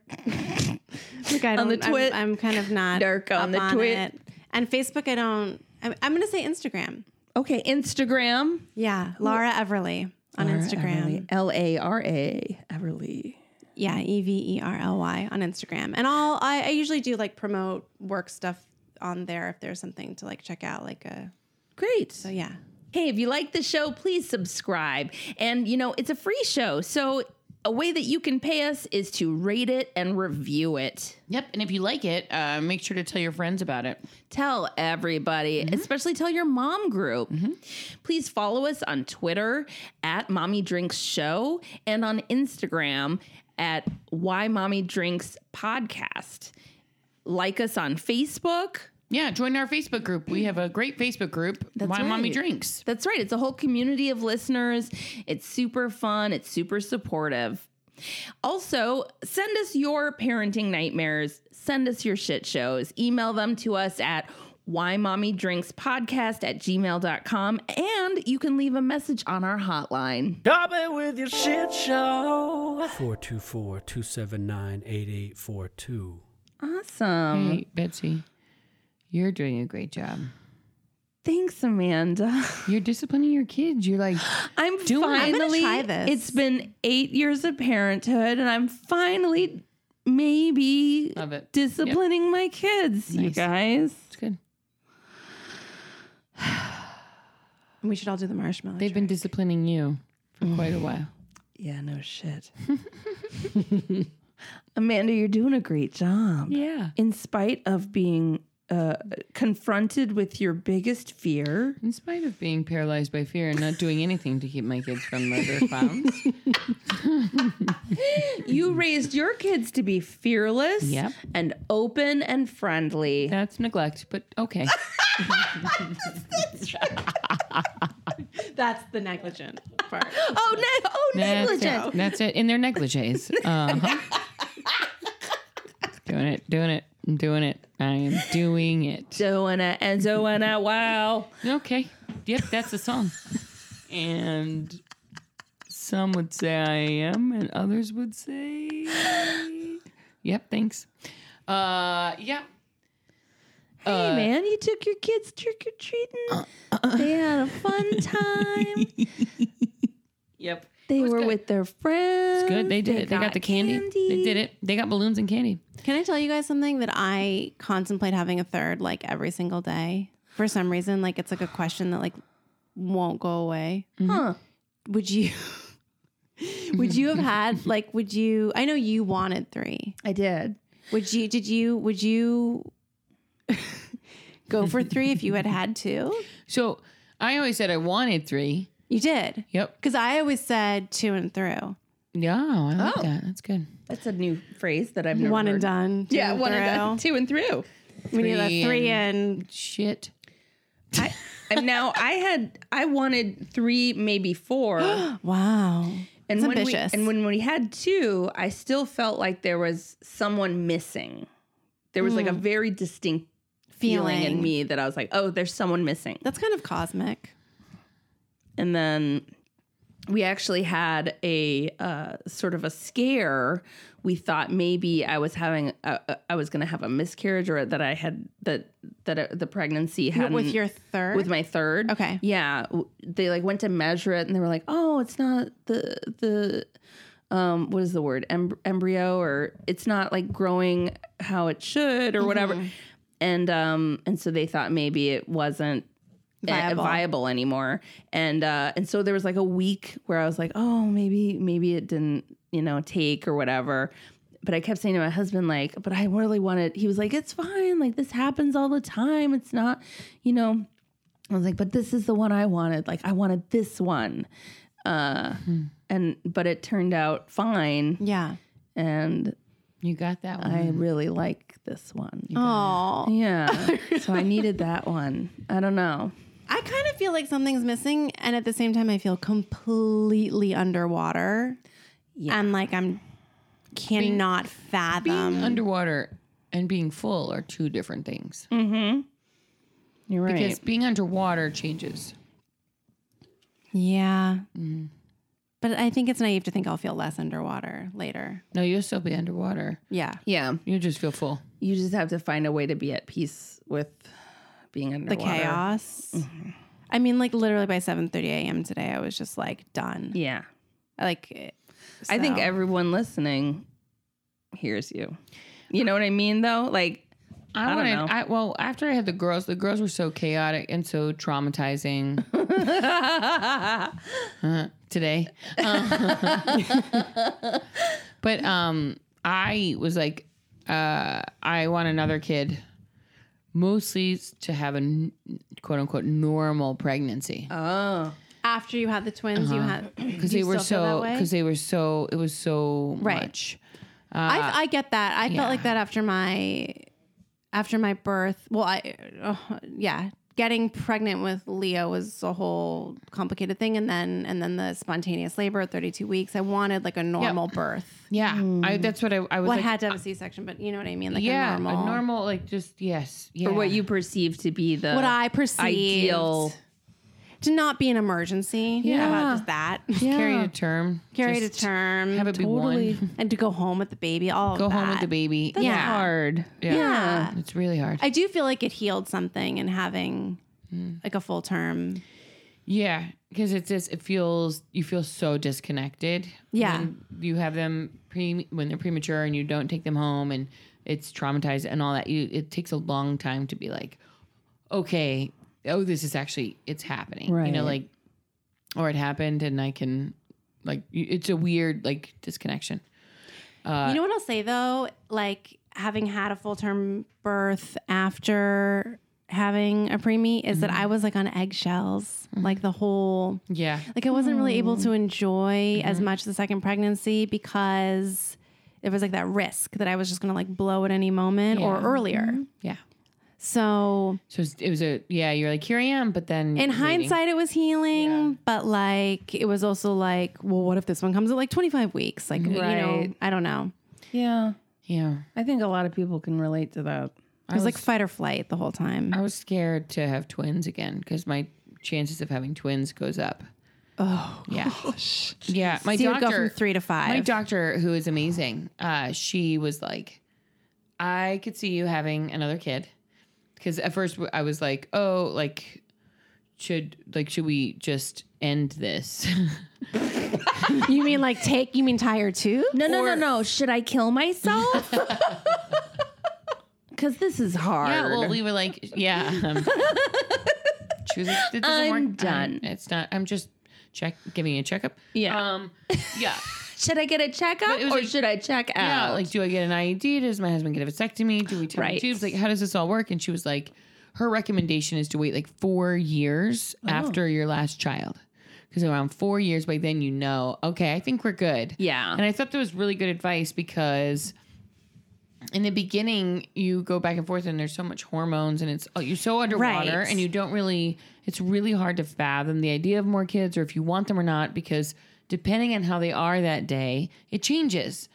like I
On the
don't- I'm-
twit.
I'm, kind of not
Dark on
up
the twit.
it. And Facebook, I don't. I'm, I'm gonna say Instagram.
Okay, Instagram.
Yeah, Laura Everly on Instagram.
L A R A Everly.
Yeah, E V E R L Y on Instagram. And I'll I, I usually do like promote work stuff on there if there's something to like check out, like a
Great.
so yeah.
Hey, if you like the show, please subscribe. And you know, it's a free show. So a way that you can pay us is to rate it and review it.
Yep. And if you like it, uh, make sure to tell your friends about it.
Tell everybody, especially tell your mom group. Please follow us on Twitter at Mommy Drinks Show and on Instagram at Why Mommy Drinks Podcast. Like us on Facebook.
Yeah, join our Facebook group. We have a great Facebook group. That's Why Mommy
right.
Drinks.
That's right. It's a whole community of listeners. It's super fun, it's super supportive. Also, send us your parenting nightmares, send us your shit shows, email them to us at why mommy drinks podcast at gmail.com and you can leave a message on our hotline
Stop it with your shit show.
424 279 8842.
awesome
hey, Betsy, you're doing a great job.
thanks amanda
You're disciplining your kids. You're like,
i'm
Doing- I'm
gonna
finally
try this.
it's been eight years of parenthood and i'm finally maybe
Love it.
disciplining my kids you
Nice.
guys
it's good.
We should all do the marshmallow.
They've been disciplining you for quite a while.
Yeah, no shit. Amanda, you're doing a great job.
Yeah.
In spite of being uh, confronted with your biggest fear,
In spite of being paralyzed by fear and not doing anything to keep my kids from murder clowns.
you raised your kids to be fearless
Yep.
and open and friendly.
That's neglect, but okay.
That's the negligent part.
Oh, ne- oh
That's it.
negligent.
That's it. In their negligees. Uh-huh. doing it. Doing it. I'm doing it. I am doing it.
Joanna and Joanna, wow.
Okay. Yep, that's the song. And some would say I am, and others would say, "Yep, thanks." Uh, yeah.
hey, man, you took your kids trick or treating. they had a fun time.
Yep.
They were with their friends.
Good. They did it. They got the candy. They did it. They got balloons and candy.
Can I tell you guys something that I contemplate having a third like every single day? For some reason, like it's like a question that like won't go away.
Huh.
Would you would you have had like would you I know you wanted three.
I did.
Would you? Did you? Would you go for three if you had had two?
So I always said I wanted three.
You did,
Yep.
because I always said two and through,
Yeah, I like
Oh.
that. That's good.
That's a new phrase that I've never
one and
heard.
done. two
Yeah,
and
one and
through.
done, two and through.
We need a
Three
three and
Shit.
I, and now I had I wanted three, maybe four, and
wow. It's
when
ambitious.
we and when we had two, I still felt like there was someone missing. There was like a very distinct Hmm. feeling. in me that I was like, oh, there's someone missing.
That's kind of cosmic.
and then we actually had a uh, sort of a scare. We thought maybe I was having a, a, I was going to have a miscarriage or that I had that that uh, the pregnancy had
With your third,
with my third.
Okay.
Yeah, w- they like went to measure it and they were like, "Oh, it's not the the um what is the word? Em- embryo or it's not like growing
Mm-hmm.
how it should or whatever." And um and so they thought maybe it wasn't
Viable.
viable, viable anymore. And uh, and so there was like a week where I was like, oh, maybe maybe it didn't you know take or whatever. But I kept saying to my husband, like, but I really wanted. He was like, it's fine. Like this happens all the time. It's not, you know. I was like, but this is the one I wanted. Like I wanted this one. Uh, And but it turned out fine,
Yeah.
and
You got that one.
I really like this one.
Mm-hmm. Oh,
Yeah. so I needed that one. I don't know.
I kind of feel like something's missing, and at the same time, I feel completely underwater.
Yeah.
and like I'm cannot
being
fathom.
underwater and being full are two different things
Mm-hmm. You're right.
because being underwater changes.
yeah. But I think it's naive to think I'll feel less underwater later.
No, you'll still be underwater.
Yeah.
yeah.
You just feel full.
You just have to find a way to be at peace with being
The
underwater.
chaos. I mean, like literally by 7:30 a.m. today, I was just like done.
Yeah.
Like, it-
I think
so.
everyone listening hears you. You know what I mean though? Like
I,
don't
wanted.
know.
I, well, after I had the girls, the girls were so chaotic and so traumatizing Uh, today. Uh, but um, I was like, uh, I want another kid, mostly to have a n- quote unquote normal pregnancy.
after you had the twins, Oh, you had
because they were so because they were so it was so
Right.
much uh,
I, I get that. I felt like that after my after my birth. Well, I uh, yeah, getting pregnant with Leo was a whole complicated thing, and then and then the spontaneous labor at 32 weeks. I wanted like a normal birth.
yeah I, that's what i, I was
Well,
like
I Hmm. had to have a C-section, but you know what I mean, like
yeah
a normal,
like just yes yeah
or what you perceive to be the
what I perceived
ideal
to not be an emergency. Yeah, about just that.
carry a term
Carry to
Just
term,
have it be one
and to go home with the baby. All
go
of
home with
that.
the baby
That's
yeah.
hard.
yeah
Yeah.
it's really hard
I do feel like it healed something in having
Mm.
like a full term.
yeah because it's just it feels you feel so disconnected
Yeah.
when you have them pre when they're premature and you don't take them home and it's traumatized and all that you it takes a long time to be like okay oh this is actually it's happening you know like or it happened and I can like y- it's a weird like disconnection. Uh,
you know what I'll say though? Like having had a full term birth after having a preemie is
Mm-hmm.
that I was like on eggshells, like the whole,
Yeah.
like I wasn't really
Hmm.
able to enjoy
Mm-hmm.
as much the second pregnancy because there was like that risk that I was just gonna like blow at any moment or
Yeah. Mm-hmm.
earlier.
Yeah.
So
So it's- it was a yeah, you're like here I am but
In
then waiting.
hindsight, it was healing, but like it was also like, well, what if this one comes at like 25 weeks? Like, you know,
Right.
I don't know.
Yeah.
Yeah.
I think a lot of people can relate to that.
It was, like fight or flight the whole time.
I was scared to have twins again cuz my chances of having twins goes up. Oh. Yeah. Yeah, my
so you would go
doctor
from three to five.
My doctor, who is amazing, uh, she was like, I could see you having another kid. Because at first w- I was like, oh, like, should like should we just end this?
you mean like take? You mean tire two?
No, no, no, no. Should I kill myself? Cuz this is hard.
yeah, well, we were like, yeah. Um, she was like, it doesn't
I'm
work.
done.
it's not. I'm just check giving you a checkup.
Yeah.
Um. Yeah.
should I get a checkup
it was
or
like-
should I check out?
Yeah, like, do I get an IED? Does my husband get a vasectomy? Do we tie my
Right.
tubes? Like, how does this all work? And she was like, her recommendation is to wait like four years
Oh.
after your last child. Because around four years, by then you know, okay, I think we're good.
Yeah.
And I thought that was really good advice because in the beginning, you go back and forth and there's so much hormones and it's, oh, you're so underwater
Right.
and you don't really, it's really hard to fathom the idea of more kids or if you want them or not because depending on how they are that day, it changes.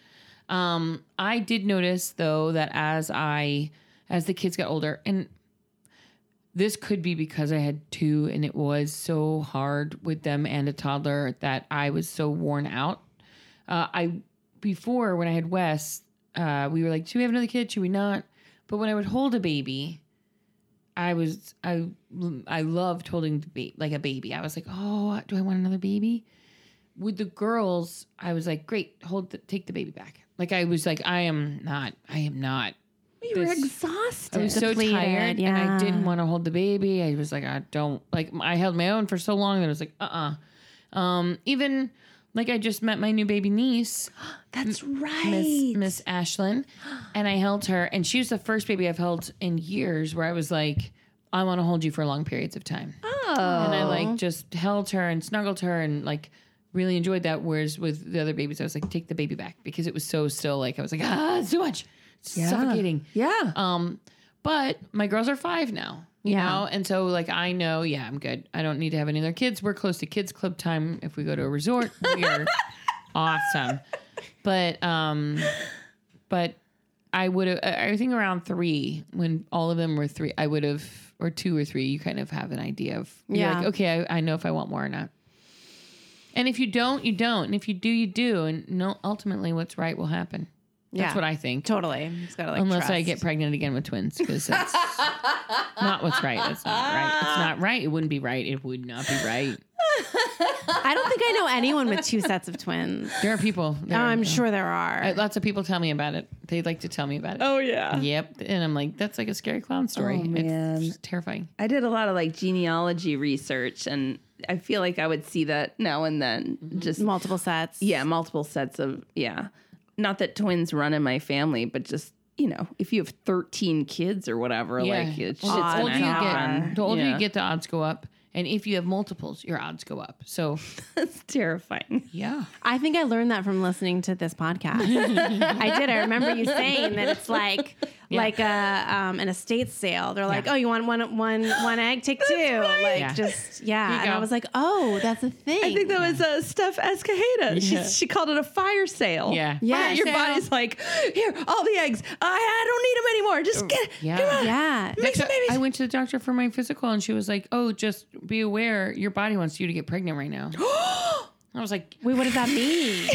Um, I did notice though that as I as the kids got older, and this could be because I had two, and it was so hard with them and a toddler that I was so worn out. Uh, I before when I had Wes, uh, we were like, should we have another kid? Should we not? But when I would hold a baby, I was I I loved holding the baby like a baby. I was like, oh, do I want another baby? With the girls, I was like, great, hold the, take the baby back. Like I was like, I am not, I am not.
We
you were
this-
exhausted.
I was so
Depleted,
tired and
yeah.
I didn't want to hold the baby. I was like, I don't like I held my own for so long that I was like, uh uh Um, even like I just met my new baby niece,
That's right.
Miss Miss Ashlyn, and I held her and she was the first baby I've held in years where I was like, I want to hold you for long periods of time.
oh.
And I like just held her and snuggled her and like really enjoyed that. Whereas with the other babies, I was like, take the baby back because it was so still. Like I was like, ah, it's too much. It's suffocating.
Yeah.
Um, but my girls are five now. You
Yeah.
know? And so like I know, yeah, I'm good. I don't need to have any other kids. We're close to kids club time if we go to a resort. We are awesome. But um but I would have I think around three, when all of them were three, I would have or two or three, you kind of have an idea of you're
Yeah.
like, okay, I, I know if I want more or not. And if you don't, you don't. And if you do, you do. And no ultimately what's right will happen. That's
Yeah.
what I think.
Totally. It's gotta like
Unless I
trust.
get pregnant again with twins, because that's not what's right. That's not right. It's not right. It wouldn't be right. It would not be right.
I don't think I know anyone with two sets of twins.
There are people. There
I'm sure there are.
Uh, Lots of people tell me about it. They like to tell me about it.
Oh yeah.
Yep. And I'm like, that's like a scary clown story.
Oh, man.
It's just terrifying.
I did a lot of like genealogy research, and I feel like I would see that now and then.
Mm-hmm.
Just
Multiple sets.
yeah, multiple sets of yeah. Not that twins run in my family, but just you know, if you have thirteen kids or whatever, like it's shit's
Well, the older
gonna
you
happen.
get, the older
Yeah.
you get, the odds go up. And if you have multiples, your odds go up. So
That's terrifying.
yeah.
I think I learned that from listening to this podcast. I did. I remember you saying that it's like like a um, an estate sale. They're like,
Yeah.
oh, you want one one one egg, take two. Like
Yeah.
just yeah. And I
go.
was like, oh, that's a thing.
I think that was uh, Steph Escajeda. She, she called it a fire sale.
Yeah.
Yeah,
Where your
sale.
body's like, here, all the eggs. I, I don't need them anymore. Just get,
Yeah.
come on.
yeah.
Make some
Doctor-
babies.
I went to the doctor for my physical and she was like, Oh, just be aware your body wants you to get pregnant right now. I was like,
Wait, what does that mean?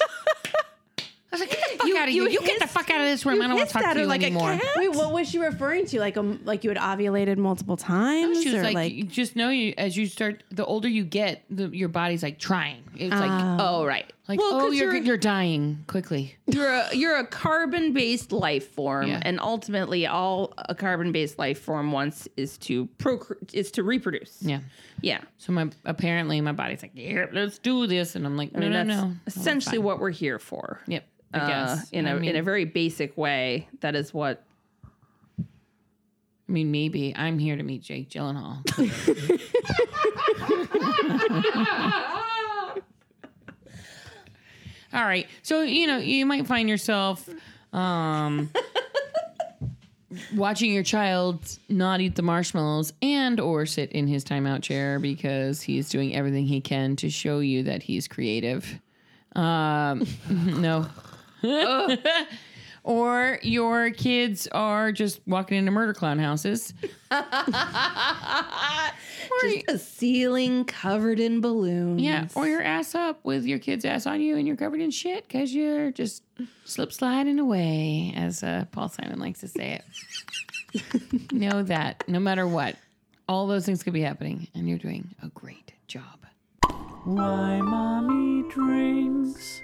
I was like, get the fuck out of here.
you
You get the fuck out of this room. I don't want
hissed
to talk
at
to
her
you
like a
anymore.
cat.
Wait, what was she referring to? Like um, like you had ovulated multiple times,
She was
or
like,
like,
"You just know you as you start the older you get, the, your body's like trying. It's like uh,
Oh, right.
like
Well,
oh
'cause
you're
you're-
you're dying quickly.
you're a, you're a carbon based life form,
Yeah.
and ultimately, all a carbon based life form wants is to procre- is to reproduce.
Yeah.
yeah.
So my apparently my body's like, yeah, let's do this, and I'm like,
I
no,
mean,
no,
that's
no.
essentially what we're here for.
Yep. I
Uh,
guess.
in
I
a
mean,
in a very basic way, that is what.
I mean, maybe I'm here to meet Jake Gyllenhaal. All right. So, you know, you might find yourself um, watching your child not eat the marshmallows and or sit in his timeout chair because he's doing everything he can to show you that he's creative. Um, no. or your kids are just walking into murder clown houses.
Just a ceiling covered in balloons.
Yeah, or your ass up with your kid's ass on you and you're covered in shit because you're just slip sliding away, as uh, Paul Simon likes to say it. know that no matter what, all those things could be happening and you're doing a great job.
Why mommy drinks.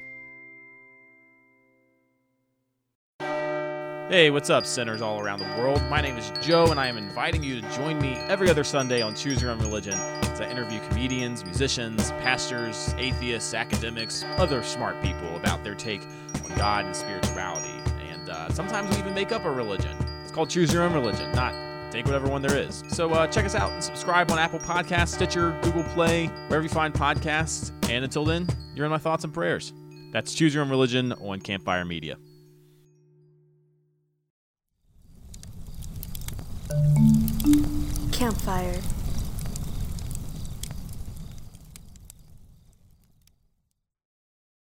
Hey, what's up, sinners all around the world? My name is Joe, and I am inviting you to join me every other Sunday on Choose Your Own Religion as I interview comedians, musicians, pastors, atheists, academics, other smart people about their take on God and spirituality. And uh, sometimes we even make up a religion. It's called Choose Your Own Religion, not take whatever one there is. So uh, check us out and subscribe on Apple Podcasts, Stitcher, Google Play, wherever you find podcasts. And until then, you're in my thoughts and prayers. That's Choose Your Own Religion on Campfire Media.
Campfire.